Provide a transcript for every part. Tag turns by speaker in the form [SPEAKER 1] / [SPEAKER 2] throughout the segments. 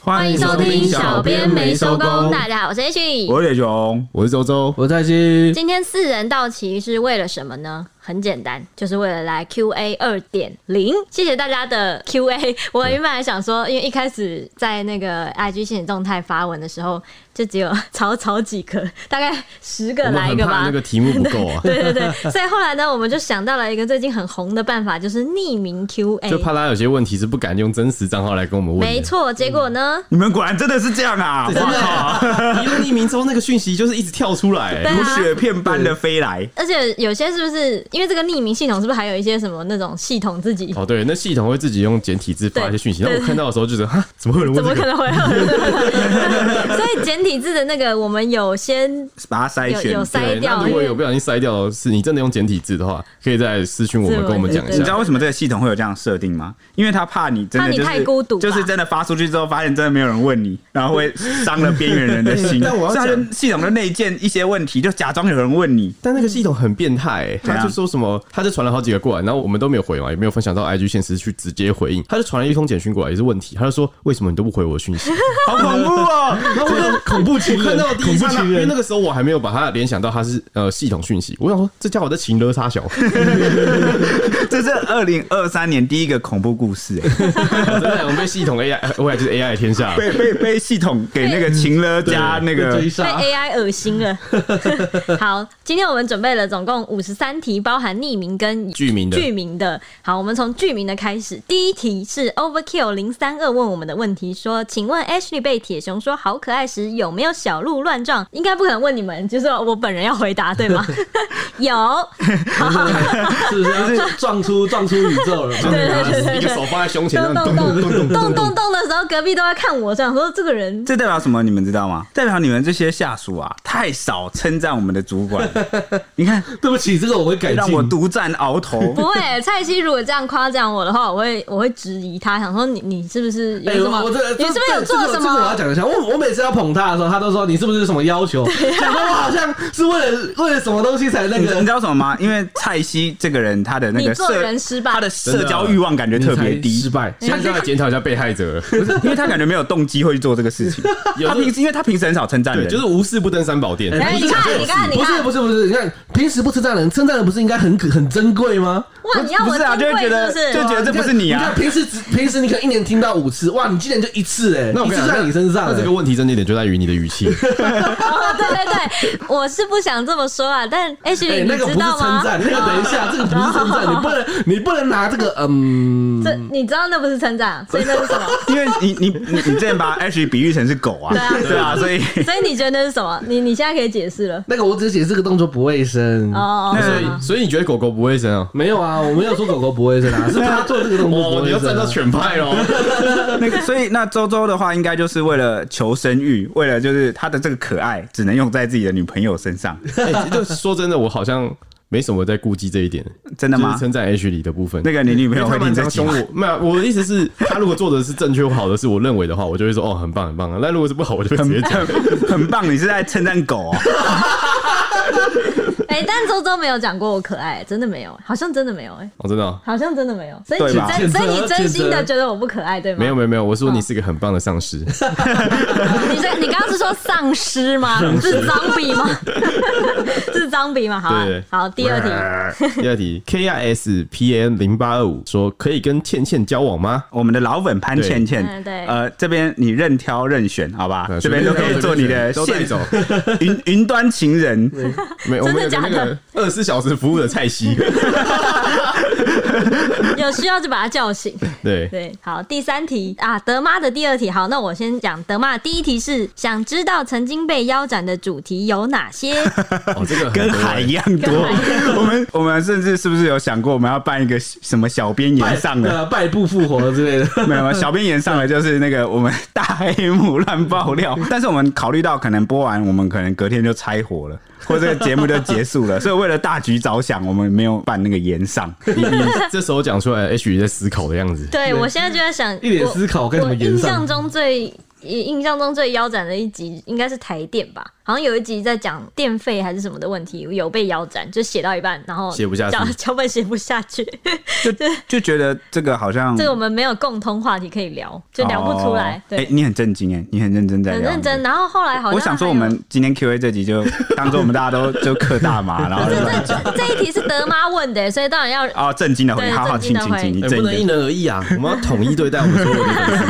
[SPEAKER 1] 欢迎收听小编没收工
[SPEAKER 2] 大家好，我是 H。
[SPEAKER 1] 我是铁熊，
[SPEAKER 3] 我是周周，
[SPEAKER 4] 我在西，
[SPEAKER 2] 今天四人到齐是为了什么呢？很简单，就是为了来 QA 二点零。谢谢大家的 QA。我原本还想说，因为一开始在那个 IG 现实动态发文的时候，就只有草草几个，大概十个
[SPEAKER 3] 我们
[SPEAKER 2] 来一
[SPEAKER 3] 很
[SPEAKER 2] 个
[SPEAKER 3] 怕
[SPEAKER 2] 吧
[SPEAKER 3] 那。个题目不够啊，
[SPEAKER 2] 对对对，所以后来呢，我们就想到了一个最近很红的办法，就是匿名
[SPEAKER 3] 就
[SPEAKER 2] QA。
[SPEAKER 3] 怕他有些问题是不敢用真实账号来跟我们问的。
[SPEAKER 2] 没错，结果呢？
[SPEAKER 1] 你们果然真的是这样啊！
[SPEAKER 3] 真的啊，一用匿名之后，那个讯息就是一直跳出来
[SPEAKER 2] 对。啊
[SPEAKER 1] 如雪片般的飞来，
[SPEAKER 2] 而且有些是不是因为这个匿名系统，是不是还有一些什么那种系统自己
[SPEAKER 3] 哦，对，那系统会自己用简体字发一些讯息，
[SPEAKER 2] 对
[SPEAKER 3] 那
[SPEAKER 2] 对
[SPEAKER 3] 我看到的时候就觉得，哈，怎么会有人
[SPEAKER 2] 怎
[SPEAKER 3] 问
[SPEAKER 2] 么
[SPEAKER 3] 这
[SPEAKER 2] 可
[SPEAKER 3] 个？
[SPEAKER 2] 能会有？ 所 以简体字的那个，我们有先
[SPEAKER 1] 把它筛选
[SPEAKER 2] 有有。筛
[SPEAKER 3] 对，
[SPEAKER 2] 掉
[SPEAKER 3] 那如果有不小心筛掉，是你真的用简体字的话，可以再私讯我
[SPEAKER 2] 是
[SPEAKER 3] 们，跟我们讲一
[SPEAKER 1] 你知
[SPEAKER 3] 下。
[SPEAKER 1] 道为什么这个系统会有这样设定吗？因为他怕你真的就
[SPEAKER 2] 怕你太
[SPEAKER 1] 是
[SPEAKER 2] 孤独吧
[SPEAKER 1] 就是真的发出去之后，发现真的没有人问你，然后会伤了边缘人的 心。
[SPEAKER 3] 但我要
[SPEAKER 1] 所以他
[SPEAKER 3] 讲
[SPEAKER 1] 就系统的内建一些问题，就假装有人问 你。
[SPEAKER 3] 但那个系统很变态、欸，
[SPEAKER 2] 啊
[SPEAKER 1] 怎
[SPEAKER 3] 他
[SPEAKER 1] 样
[SPEAKER 3] 就说什么，他就传了好几个过来，然后我们都没有回嘛，也没有分享到 IG 现实去直接回应，他就传了一通简讯过来，也是问题，他就说为什么你都不回我讯息？
[SPEAKER 1] 好恐怖哦！
[SPEAKER 3] 然后我就恐怖情
[SPEAKER 4] 人
[SPEAKER 3] 看到第一刹
[SPEAKER 4] 恐怖
[SPEAKER 3] 那，
[SPEAKER 4] 情
[SPEAKER 3] 因
[SPEAKER 4] 人
[SPEAKER 3] 为那个时候我还没有把它联想到它是呃系统讯息，我想说这家伙在情勒杀小，
[SPEAKER 1] 这是二零二三年第一个恐怖故事、哎
[SPEAKER 3] 真的我们被系统 AI，呃未来就是 AI 的天下。
[SPEAKER 1] 被被被系统给那个情了加那个
[SPEAKER 4] 追
[SPEAKER 2] 被
[SPEAKER 4] 杀
[SPEAKER 2] AI 恶心 了。好，今天我们准备了总共五十三题，包含匿名跟
[SPEAKER 3] 剧名的
[SPEAKER 2] 剧名的。好，我们从剧名的开始。第一题是 Overkill 零三二问我们的问题说：“请问 Ashley 被铁熊说好可爱时，有没有小鹿乱撞？”应该不可能问你们，就是我本人要回答对 吗？有，
[SPEAKER 4] 是不是要撞出撞出宇宙了？
[SPEAKER 2] 哎对对对对
[SPEAKER 3] 一个手放在胸前，
[SPEAKER 2] 动
[SPEAKER 3] 那
[SPEAKER 2] 动
[SPEAKER 3] 种
[SPEAKER 2] 动动动动动的时候，隔壁都在看我，想说这个人
[SPEAKER 1] 这代表什么？你们知道吗？代表你们这些下属啊，太少称赞我们的主管。 你看，
[SPEAKER 4] 对不起，这个我会改
[SPEAKER 1] 让我
[SPEAKER 4] 进。
[SPEAKER 1] 独占鳌头
[SPEAKER 2] 不。 会，蔡西如果这样夸奖我的话，我会我会质疑他，想说你你是不是有
[SPEAKER 4] 哎，
[SPEAKER 2] 什么？
[SPEAKER 4] 我这个
[SPEAKER 2] 你是不是有
[SPEAKER 4] 这
[SPEAKER 2] 做
[SPEAKER 4] 这个
[SPEAKER 2] 什
[SPEAKER 4] 这个我要
[SPEAKER 2] 么？
[SPEAKER 4] 讲一下，我我每次要捧他的时候，他都说你是不是有什么要 求？想说我好像是为了为了什么东西才那
[SPEAKER 1] 你知你知
[SPEAKER 4] 个。
[SPEAKER 1] 道什么吗？因为蔡西这个人，他的那
[SPEAKER 2] 你
[SPEAKER 1] 个
[SPEAKER 2] 做
[SPEAKER 1] 社
[SPEAKER 2] 人失败
[SPEAKER 1] 他的社交欲望感觉特
[SPEAKER 3] 啊
[SPEAKER 1] 别
[SPEAKER 4] 你才失
[SPEAKER 1] 低，
[SPEAKER 4] 败，
[SPEAKER 3] 现在就要来检讨一下被害者，
[SPEAKER 1] 因为他感觉没有动机会去做这个事情。
[SPEAKER 3] 有时候
[SPEAKER 1] 他平时因为他平时很少称赞
[SPEAKER 3] 对，
[SPEAKER 1] 人，
[SPEAKER 3] 就是无事不登三宝殿。
[SPEAKER 2] 哎
[SPEAKER 4] 不是
[SPEAKER 2] 你看你看你
[SPEAKER 4] 不
[SPEAKER 2] 看
[SPEAKER 4] 是不是不是，你看平时不称赞人，称赞人不是应该很可很珍贵吗？
[SPEAKER 2] 哇，你要
[SPEAKER 1] 不
[SPEAKER 2] 我
[SPEAKER 1] 是啊，就
[SPEAKER 2] 珍
[SPEAKER 1] 会
[SPEAKER 2] 贵
[SPEAKER 1] 觉得
[SPEAKER 2] 是不是
[SPEAKER 1] 就觉得这不是你啊
[SPEAKER 4] 看。平时只平时你可能一年听到五次，哇，你今年就一次哎，
[SPEAKER 3] 那我
[SPEAKER 4] 一
[SPEAKER 3] 跟
[SPEAKER 4] 次
[SPEAKER 3] 讲
[SPEAKER 4] 在你身上
[SPEAKER 3] 那
[SPEAKER 4] 哎。
[SPEAKER 3] 这个问题症结点就在于你的语气。
[SPEAKER 2] 哦，对对对，我是不想这么说啊， 但 H
[SPEAKER 4] 哎、
[SPEAKER 2] y
[SPEAKER 4] 那
[SPEAKER 2] 你
[SPEAKER 4] 个不
[SPEAKER 2] 知
[SPEAKER 4] 是
[SPEAKER 2] 道吗
[SPEAKER 4] 称？赞，那个等一下，这个不是称赞，你不能 你不能拿这个嗯，
[SPEAKER 2] 这你知道那不是成长，所以那是 什么？
[SPEAKER 1] 因为你你你你之前把 H 比喻成是狗啊
[SPEAKER 2] 对啊，
[SPEAKER 1] 对啊，所以
[SPEAKER 2] 所以你觉得那是什么？你你现在可以解释了。
[SPEAKER 4] 那个我只是解释这个动作不卫生。
[SPEAKER 2] 哦，
[SPEAKER 1] 那
[SPEAKER 3] 所
[SPEAKER 2] 哦
[SPEAKER 3] 以，所以你觉得狗狗不卫生啊？
[SPEAKER 4] 没有啊，我没有说狗狗不卫生啊，是他做这个动作不
[SPEAKER 3] 哦，你
[SPEAKER 4] 卫
[SPEAKER 3] 要
[SPEAKER 4] 生、
[SPEAKER 3] 站到
[SPEAKER 4] 啊。
[SPEAKER 3] 犬派喽。
[SPEAKER 1] 那个，所以那周周的话，应该就是为了求生欲，为了就是他的这个可爱，只能用在自己的女朋友身上，
[SPEAKER 3] 哎就说真的，我好像没什么在顾忌这一点，
[SPEAKER 1] 真的
[SPEAKER 3] 就是
[SPEAKER 1] 吗？
[SPEAKER 3] 称赞 H 里的部分。
[SPEAKER 1] 那个你女
[SPEAKER 3] 没
[SPEAKER 1] 朋友
[SPEAKER 3] 有
[SPEAKER 1] 会
[SPEAKER 3] 他
[SPEAKER 1] 听
[SPEAKER 3] 们
[SPEAKER 1] 这
[SPEAKER 3] 常
[SPEAKER 1] 集
[SPEAKER 3] 凶
[SPEAKER 1] 吗？
[SPEAKER 3] 我，没有，我的意思是，他如果做的是正确或好的是我认为的话，我就会说哦，很棒很棒啊。那如果是不好，我就会直接
[SPEAKER 1] 很
[SPEAKER 3] 讲。
[SPEAKER 1] 很很棒，你是在称赞狗、哦，
[SPEAKER 2] 哎，但周周没有讲过我可爱，真的没有，好像真的没有，哎，
[SPEAKER 3] 哦，真的哦
[SPEAKER 2] 好像真的没有。所以
[SPEAKER 1] 对
[SPEAKER 2] 你
[SPEAKER 1] 吧
[SPEAKER 2] 真，所以你真心
[SPEAKER 4] 谴
[SPEAKER 2] 的
[SPEAKER 4] 责
[SPEAKER 2] 觉得我不可爱，对吗？
[SPEAKER 3] 没有没有没有，我说你是个很棒的上司，
[SPEAKER 2] 你这你刚刚是说丧尸吗？是脏笔吗？ 是脏笔吗？好、啊
[SPEAKER 3] 对，
[SPEAKER 2] 好，第二题，
[SPEAKER 3] 第二题，K I S P N 零八二五说可以跟倩倩交往吗？
[SPEAKER 1] 我们的老粉潘倩
[SPEAKER 2] 对嗯
[SPEAKER 1] 倩，
[SPEAKER 2] 对
[SPEAKER 1] 呃，这边你任挑任选，好吧？这边都可以做你的
[SPEAKER 3] 都带
[SPEAKER 1] 线
[SPEAKER 3] 走，
[SPEAKER 1] 云云端情人，
[SPEAKER 3] 没有，我
[SPEAKER 2] 真的
[SPEAKER 3] 们有个那
[SPEAKER 2] 假
[SPEAKER 3] 个
[SPEAKER 2] 的
[SPEAKER 3] 二十四小时服务的蔡西，
[SPEAKER 2] 有需要就把他叫醒。
[SPEAKER 3] 对，
[SPEAKER 2] 对，好，第三题啊，德妈的第二题。好，那我先讲德妈的第一题是想知道曾经被腰斩的主题有哪些？
[SPEAKER 3] 哦，这个很
[SPEAKER 1] 跟
[SPEAKER 3] 多
[SPEAKER 1] 海
[SPEAKER 3] 欸
[SPEAKER 1] 一样多
[SPEAKER 2] 跟海一。
[SPEAKER 1] 我们我们甚至是不是有想过，我们要办一个什么小编
[SPEAKER 4] 拜
[SPEAKER 1] 演上
[SPEAKER 3] 啊
[SPEAKER 1] 的？
[SPEAKER 4] 呃拜不复活之类的，
[SPEAKER 1] 没有，没有小编演上来就是那个我们大黑幕乱爆 料，但是我们考虑到可能播完，我们可能隔天就拆伙了，或者这个节目就结束了，所以为了大局着想，我们没有办那个演上。
[SPEAKER 3] 欸你你这时候讲出来，H 在思考的样子。
[SPEAKER 2] 对我现在就在想，
[SPEAKER 4] 一脸
[SPEAKER 2] 我
[SPEAKER 4] 思考该怎么
[SPEAKER 2] 我
[SPEAKER 4] 延
[SPEAKER 2] 印象
[SPEAKER 4] 上。
[SPEAKER 2] 中最印象中最腰斩的一集应该是台电吧，好像有一集在讲电费还是什么的问题，有被腰斩，就写到一半，然后
[SPEAKER 3] 写不下去
[SPEAKER 2] 脚脚本写不下去，
[SPEAKER 1] 就就觉得这个好像
[SPEAKER 2] 这个我们没有共通话题可以聊，就聊不出来
[SPEAKER 1] 嗯哦，哎、
[SPEAKER 2] 对，
[SPEAKER 1] 你很震惊哎，你很认真在
[SPEAKER 2] 很
[SPEAKER 1] 聊
[SPEAKER 2] 认真。。然后后来好像
[SPEAKER 1] 我想说，我
[SPEAKER 2] 还有
[SPEAKER 1] 们今天 Q A 这集就当做我们大家都就嗑大 麻，然后就
[SPEAKER 2] 这这 这一题是德妈问的，所以当 然要
[SPEAKER 1] 啊震惊的回，
[SPEAKER 2] 对
[SPEAKER 1] 好好，
[SPEAKER 2] 震
[SPEAKER 1] 请
[SPEAKER 2] 惊地
[SPEAKER 1] 请
[SPEAKER 2] 回
[SPEAKER 1] 请，你
[SPEAKER 3] 哎
[SPEAKER 1] 震
[SPEAKER 3] 不能
[SPEAKER 1] 惊。
[SPEAKER 3] 因人而异啊，我们要统一对待我们 所有的粉丝。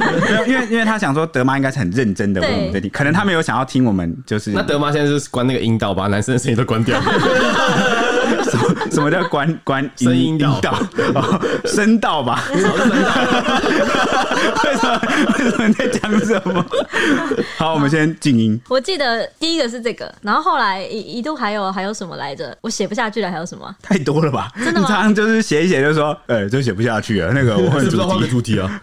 [SPEAKER 1] 没有因为因为他想说德妈应该是很认真的问我们这题，可能他没有想要听我们就是
[SPEAKER 3] 那德妈现在就是关那个音道，把男生的声音都 关掉。
[SPEAKER 1] 什么什么叫关关
[SPEAKER 3] 声音
[SPEAKER 1] 音
[SPEAKER 3] 哦道
[SPEAKER 1] 道哦声道 吧？为什么为什么你在讲什 么？好，我们先静音。
[SPEAKER 2] 我记得第一个是这个，然后后来一一度还有还有什么来着？我写不下去了，还有什么 啊？
[SPEAKER 1] 太多了吧？
[SPEAKER 2] 的
[SPEAKER 1] 你
[SPEAKER 2] 吗
[SPEAKER 1] 常常就是写一写就说，呃、这写不下去了。那个我很
[SPEAKER 3] 是不是要换
[SPEAKER 1] 主
[SPEAKER 3] 个
[SPEAKER 1] 题，
[SPEAKER 3] 主题啊？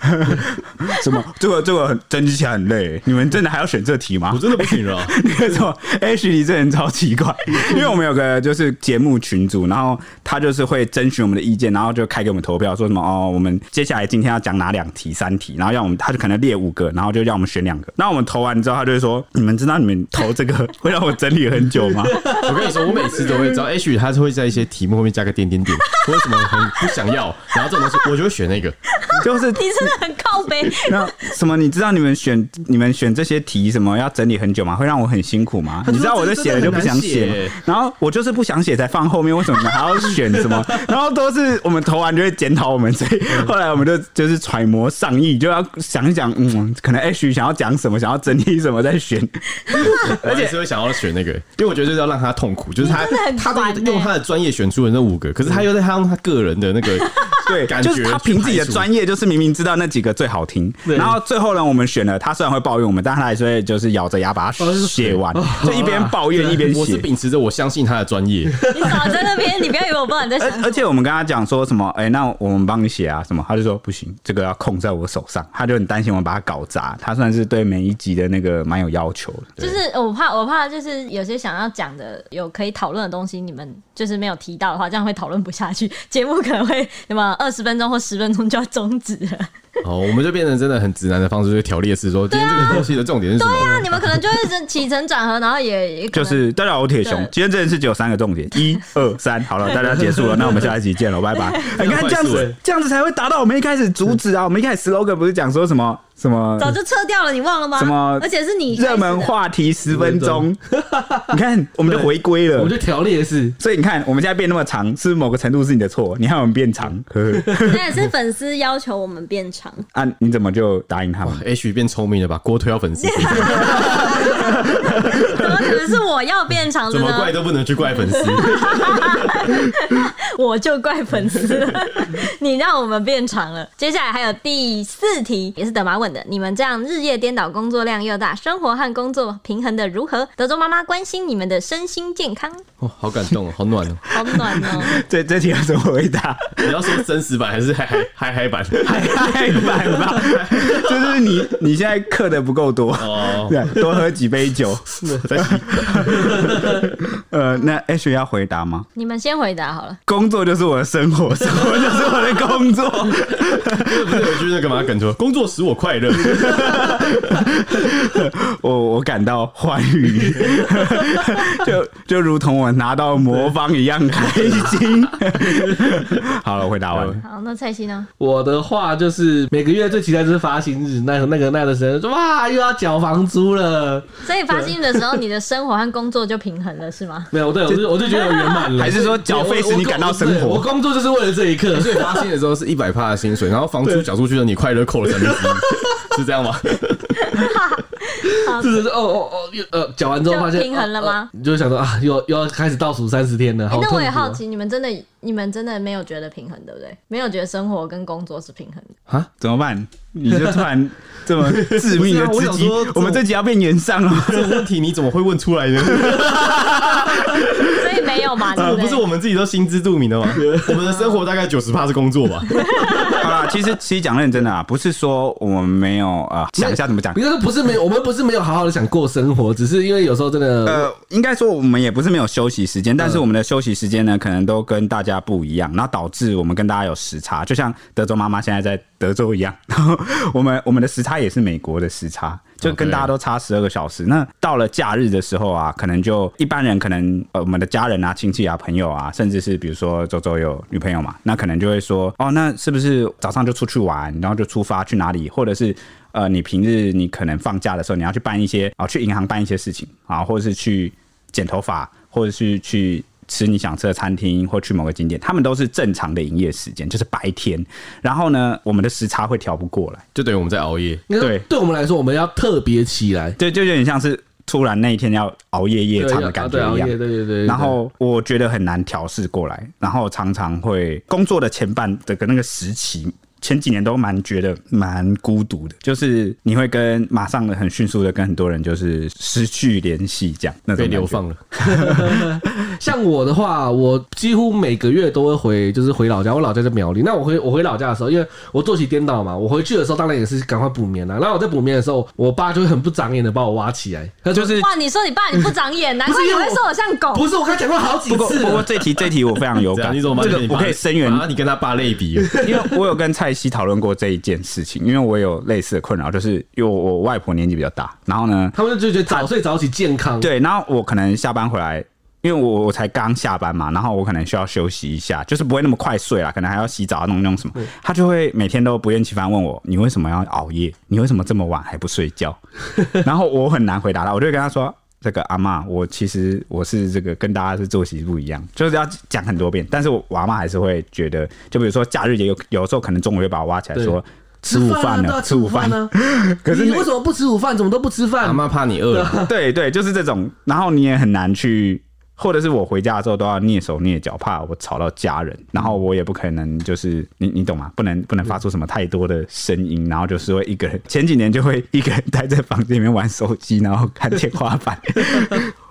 [SPEAKER 1] 什么这个这个很整理起来很累。你们真的还要选这题吗
[SPEAKER 3] 我？真的不行了啊。
[SPEAKER 1] 那个什么 H 你这人超奇怪，因为我们有个就是节目群组，然后他就是会征询我们的意见，然后就开给我们投票，说什么哦，我们接下来今天要讲哪两题、三题，然后让我们他就可能列五个，然后就让我们选两个。那我们投完之后，他就会说，你们知道你们投这个 会让我整理很久吗？
[SPEAKER 3] 我跟你说，我每次都会知 道，H 他是会在一些题目后面加个点点点，我为什么很不想要？然后这种东西，我就会选 那个。
[SPEAKER 1] 就是
[SPEAKER 2] 你真的很靠 背，
[SPEAKER 1] 那什么？你知道你们选你们选这些题什么要整理很久吗？会让我很辛苦吗？
[SPEAKER 3] 就说
[SPEAKER 1] 你知道我在写了就不想
[SPEAKER 3] 这个真的很
[SPEAKER 1] 写
[SPEAKER 3] 难写，
[SPEAKER 1] 然后我就是不想写才放后面，为什么你们还要选什么？ 然后都是我们投完就会检讨我们，所以后来我们就就是揣摩上意，就要想一想，嗯，可能 H 想要讲什么，想要整理什么再选。
[SPEAKER 3] 而且是会想要选那个，因为我觉得就是要让他痛苦，就是他
[SPEAKER 2] 你真的很
[SPEAKER 3] 他
[SPEAKER 2] 烦
[SPEAKER 3] 都
[SPEAKER 2] 欸
[SPEAKER 3] 用他的专业选出了那五个，可是他又在他用他个人的那 个
[SPEAKER 1] 对，
[SPEAKER 3] 感觉
[SPEAKER 1] 就是他凭自己的专业，就是明明知道那几个最好听，然后最后呢，我们选了，他虽然会抱怨我们，但他还是会就是咬着牙把它
[SPEAKER 4] 哦是
[SPEAKER 1] 写完，就一边抱
[SPEAKER 3] 去排除
[SPEAKER 1] 怨一
[SPEAKER 2] 啊
[SPEAKER 1] 边
[SPEAKER 3] 我
[SPEAKER 1] 写
[SPEAKER 3] 是。秉持着我相信他的专 业，
[SPEAKER 2] 你少在那边，你不要以为我不知道你在 想
[SPEAKER 1] 而
[SPEAKER 2] 什么
[SPEAKER 1] 而且我们跟他讲说什么，哎、那我们帮你写啊什么，他就说不行，这个要控在我手上，他就很担心我们把它搞砸。他算是对每一集的那个蛮有要求的。
[SPEAKER 2] 就是我怕，我怕就是有些想要讲的、有可以讨论的东西，你们就是没有提到的话，这样会讨论不下去， 节目可能会什么二十分钟或十分钟就要终止了。
[SPEAKER 3] 哦，我们就变成真的很直男的方式，就条列式说今天这个东西的重点是什么？
[SPEAKER 2] 啊对啊，你们可能就会起承转合，然后也也可
[SPEAKER 1] 就
[SPEAKER 2] 能
[SPEAKER 1] 是大家好，我铁熊
[SPEAKER 2] 对，
[SPEAKER 1] 今天这件事只有三个重点，一二三，好了，大家结束了，那我们下一集见了，拜拜。你看这样
[SPEAKER 3] 快速
[SPEAKER 1] 子
[SPEAKER 3] 欸，
[SPEAKER 1] 这样子才会达到我们一开始主旨啊。我们一开始 slogan 不是讲说什么什么
[SPEAKER 2] 早就撤掉了，你忘了吗？
[SPEAKER 1] 什么
[SPEAKER 2] 而且是你开始的
[SPEAKER 1] 热门话题十分钟，你看我们就回归
[SPEAKER 4] 我
[SPEAKER 1] 了
[SPEAKER 4] 们。就条列式，
[SPEAKER 1] 所以你看，我们现在变那么长，是不是某个程度是你的错，你害我们变长。呵呵
[SPEAKER 5] 那也是粉丝要求我们变长，
[SPEAKER 1] 啊，你怎么就答应他们？
[SPEAKER 3] H 变聪明了吧？锅推到 粉丝，
[SPEAKER 2] 怎么可能是我要变长的
[SPEAKER 3] 怎么
[SPEAKER 2] 呢
[SPEAKER 3] 怪？都不能去怪 粉丝。
[SPEAKER 2] 我就怪粉丝了，你让我们变长了。 接下来还有第四题，也是德妈问的，你们这样日夜颠倒，工作量又大，生活和工作平衡的如何？德州妈妈关心你们的身心健康，
[SPEAKER 3] 哦，好感动哦，好暖哦！
[SPEAKER 2] 好暖哦。
[SPEAKER 1] 这这题要怎么回答？
[SPEAKER 3] 你要说真实版还是嗨嗨嗨嗨 版？
[SPEAKER 1] 太太板 吧，就是你你现在嗑的不够多，
[SPEAKER 3] 哦，
[SPEAKER 1] 对，多喝几杯 酒。呃，那 H 要回答吗？
[SPEAKER 2] 你们先回答好了，
[SPEAKER 1] 工作就是我的生 活，生活就是我的工 作。
[SPEAKER 3] 不是有一句那个嘛梗说工作使我快乐，
[SPEAKER 1] 我我感到欢 愉，就就如同我拿到魔方一样开心。 好了，我回答完了。
[SPEAKER 2] 好，那蔡希呢？
[SPEAKER 4] 我的话就是每个月最期待就是发薪日，那那个那段时间说哇又要缴房租了，
[SPEAKER 2] 所以发薪的时候，你的生活和工作就平衡了，是吗？
[SPEAKER 4] 没有，对我就我就觉得我圆满了。
[SPEAKER 1] 还是说缴费使你感到生
[SPEAKER 4] 对我
[SPEAKER 1] 活？
[SPEAKER 4] 工作就是为了这一 刻，
[SPEAKER 3] 所以发薪的时候是一百趴的薪水，然后房租缴出去了，你快乐扣了三分之一，是这样吗？
[SPEAKER 4] 就是哦哦哦，又呃，缴完之后发现
[SPEAKER 2] 就平衡了吗
[SPEAKER 4] 哦哦你就想说啊，又又要开始倒数三十天了，
[SPEAKER 2] 哎
[SPEAKER 4] 好痛
[SPEAKER 2] 那
[SPEAKER 4] 苦
[SPEAKER 2] 我也
[SPEAKER 4] 啊
[SPEAKER 2] 好奇，你们真的你们真的没有觉得平衡，对不对？没有觉得生活跟工作是平衡的。
[SPEAKER 1] 啊，怎么办？你就突然这 么致命的
[SPEAKER 3] 不是啊
[SPEAKER 1] 直
[SPEAKER 3] 我想
[SPEAKER 1] 击
[SPEAKER 3] 说这，
[SPEAKER 1] 我们这集要变延上了。
[SPEAKER 3] 这个问题你怎么会问出来呢？
[SPEAKER 2] 所以没有有嘛？对
[SPEAKER 3] 呃，
[SPEAKER 2] 对？
[SPEAKER 3] 不是我们自己都心知肚明的吗？我们的生活大概九十趴是工作吧。
[SPEAKER 1] 好啦，其实其实讲认真的啊，不是说我们没有啊、想一下怎么讲。
[SPEAKER 4] 应该说不是没有，我们不是没有好好的想过生活，只是因为有时候真的，
[SPEAKER 1] 呃，应该说我们也不是没有休息时间，但是我们的休息时间呢，可能都跟大家不一样，然后导致我们跟大家有时差，就像德州妈妈现在在德州一样，然后我们我们的时差也是美国的时差，就跟
[SPEAKER 3] OK
[SPEAKER 1] 大家都差十二个小时。那到了假日的时候啊，可能就一般人可能呃我们的家人啊、亲戚啊、朋友啊，甚至是比如说周周有女朋友嘛，那可能就会说哦，那是不是早上就出去玩，然后就出发去哪里，或者是呃，你平日你可能放假的时候，你要去办一些啊、去银行办一些事情啊，或者是去剪头发，或者是去吃你想吃的餐厅，或去某个景点，他们都是正常的营业时间，就是白天。然后呢，我们的时差会调不过来，
[SPEAKER 3] 就等于我们在熬夜。
[SPEAKER 4] 应该说
[SPEAKER 1] 对
[SPEAKER 4] 对我们来说，我们要特别起来，
[SPEAKER 1] 对，就有点像是突然那一天要熬夜夜
[SPEAKER 4] 对
[SPEAKER 1] 场
[SPEAKER 4] 要
[SPEAKER 1] 的感
[SPEAKER 4] 对
[SPEAKER 3] 啊
[SPEAKER 1] 觉一样
[SPEAKER 4] 熬夜。对对对对，
[SPEAKER 1] 然后我觉得很难调试过来，然后常常会工作的前半的那个时期。前几年都蛮觉得蛮孤独的，就是你会跟马上的很迅速的跟很多人就是失去联系，这样那种
[SPEAKER 3] 被
[SPEAKER 1] 感觉
[SPEAKER 3] 流放了，
[SPEAKER 4] 像我的话，我几乎每个月都会回，就是回老家。我老家在苗栗。那我回我回老家的时候，因为我作息颠倒嘛，我回去的时候当然也是赶快补眠啊啦。然后我在补眠的时候，我爸就会很不长眼的把我挖起来，他就
[SPEAKER 1] 就是
[SPEAKER 2] 哇，你说你爸你不长眼，啊难怪你会说我像狗。
[SPEAKER 4] 不是我跟他讲过好几
[SPEAKER 1] 不过
[SPEAKER 4] 次
[SPEAKER 1] 不过
[SPEAKER 4] 了。
[SPEAKER 1] 这题这题我非常有
[SPEAKER 3] 怎样
[SPEAKER 1] 感，
[SPEAKER 3] 你怎么把
[SPEAKER 1] 这
[SPEAKER 3] 你
[SPEAKER 1] 个
[SPEAKER 3] 跟你爸
[SPEAKER 1] 我可以声援，
[SPEAKER 3] 把你跟他爸类比了，
[SPEAKER 1] 因为我有跟蔡西讨论过这一件事情，因为我有类似的困扰，就是因为我我外婆年纪比较大，然后呢，
[SPEAKER 4] 他们就觉得早睡早起健康，
[SPEAKER 1] 对，然后我可能下班回来，因为我我才刚下班嘛，然后我可能需要休息一下，就是不会那么快睡啦，可能还要洗澡啊弄弄什么，他就会每天都不厌其烦问我，你为什么要熬夜？你为什么这么晚还不睡觉？ 然后我很难回答他，我就会跟他说。这个阿嬷，我其实我是这个跟大家是作息不一样，就是要讲很多遍，但是我我阿嬷还是会觉得，就比如说假日也有有时候可能中午会把我挖起来
[SPEAKER 4] 对
[SPEAKER 1] 说吃午饭
[SPEAKER 4] 对
[SPEAKER 1] 了，
[SPEAKER 4] 啊
[SPEAKER 1] 吃午饭了，
[SPEAKER 4] 呢？ 可是你为什么不吃午饭？怎么都不吃
[SPEAKER 3] 阿
[SPEAKER 4] 饭？
[SPEAKER 3] 妈怕你饿 了，
[SPEAKER 1] 对对，就是这种。然后你也很难去，或者是我回家之后都要蹑手蹑脚，怕我吵到家人。然后我也不可能就是你你懂吗？不能不能发出什么太多的声音，然后就是会一个人。前几年就会一个人待在房间里面玩手机，然后看天花板。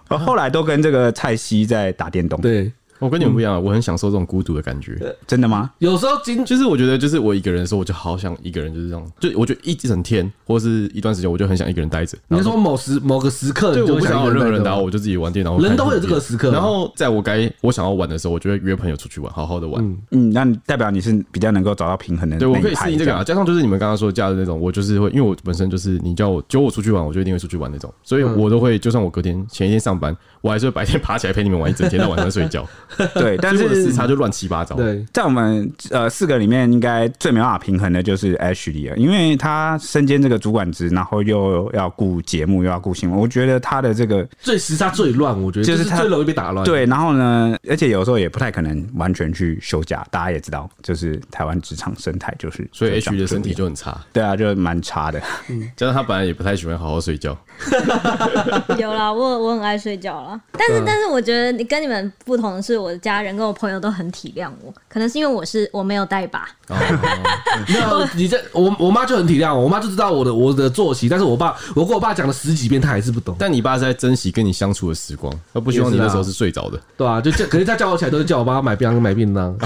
[SPEAKER 1] 呃后来都跟这个蔡西在打电动，
[SPEAKER 4] 对，
[SPEAKER 3] 我跟你们不一样啊，我很享受这种孤独的感觉。
[SPEAKER 1] 真的吗？
[SPEAKER 4] 有时候今
[SPEAKER 3] 就是我觉得，就是我一个人的时候，我就好想一个人，就是这样。就我觉得一整天或是一段时间，我就很想一个人待着。
[SPEAKER 4] 你说某时某个时刻，
[SPEAKER 3] 对，
[SPEAKER 4] 你就
[SPEAKER 3] 我
[SPEAKER 4] 会
[SPEAKER 3] 不想要有
[SPEAKER 4] 一个
[SPEAKER 3] 任何
[SPEAKER 4] 待
[SPEAKER 3] 人
[SPEAKER 4] 着
[SPEAKER 3] 打我，我就自己玩电脑。
[SPEAKER 4] 人
[SPEAKER 3] 看
[SPEAKER 4] 都会有
[SPEAKER 3] 手
[SPEAKER 4] 这
[SPEAKER 3] 机
[SPEAKER 4] 个时刻啊
[SPEAKER 3] 然后在我该我想要玩的时候，我就会约朋友出去玩，好好的玩。
[SPEAKER 1] 嗯，那你代表你是比较能够找到平衡的那
[SPEAKER 3] 对，
[SPEAKER 1] 一
[SPEAKER 3] 我
[SPEAKER 1] 派。
[SPEAKER 3] 可以适应这个啊，加上就是你们刚刚说的假日那种，我就是会，因为我本身就是你叫我揪我出去玩，我就一定会出去玩那种，所以
[SPEAKER 4] 嗯
[SPEAKER 3] 我都会，就算我隔天前一天上班，我还是会白天 爬起来陪你们玩一整天，到晚上睡 觉，
[SPEAKER 1] 这样对，但
[SPEAKER 3] 所以我的时
[SPEAKER 1] 是
[SPEAKER 3] 差就乱七八糟。
[SPEAKER 4] 对，
[SPEAKER 1] 在我们呃四个里面，应该最没办法平衡的就是 Ashley 了，因为他身兼这个主管职，然后又要顾节目，又要顾新闻，我觉得他的这个
[SPEAKER 4] 最时差最乱，我觉得
[SPEAKER 1] 就
[SPEAKER 4] 就是是
[SPEAKER 1] 他
[SPEAKER 4] 最容易被
[SPEAKER 3] 哦
[SPEAKER 4] 打乱。
[SPEAKER 1] 对，然后呢，而且有时候也不太可能完全去休假，大家也知道，就是台湾职场生态就是
[SPEAKER 3] 所以 H
[SPEAKER 1] 长
[SPEAKER 3] 的
[SPEAKER 1] 这
[SPEAKER 3] 身体
[SPEAKER 1] 样
[SPEAKER 3] 就很差，
[SPEAKER 1] 对啊，就蛮差的。
[SPEAKER 3] 加上他本来也不太喜欢好好睡觉，
[SPEAKER 5] 有啦，我我很爱睡觉啦。但是、但是我觉得你跟你们不同的是，我的家人跟我朋友都很体谅我，可能是因为我是我没有带把，
[SPEAKER 4] 哦没有，你这我我妈就很体谅我，我妈就知道我的我的作息，但是我爸我跟我爸讲了十几遍，他还是不懂，
[SPEAKER 3] 但你爸是在珍惜跟你相处的时光，他不希望你
[SPEAKER 4] 也是啊
[SPEAKER 3] 那时候是睡着的。
[SPEAKER 4] 对啊，就叫，可是他叫我起来都是叫我爸买便当买便当，
[SPEAKER 3] 哦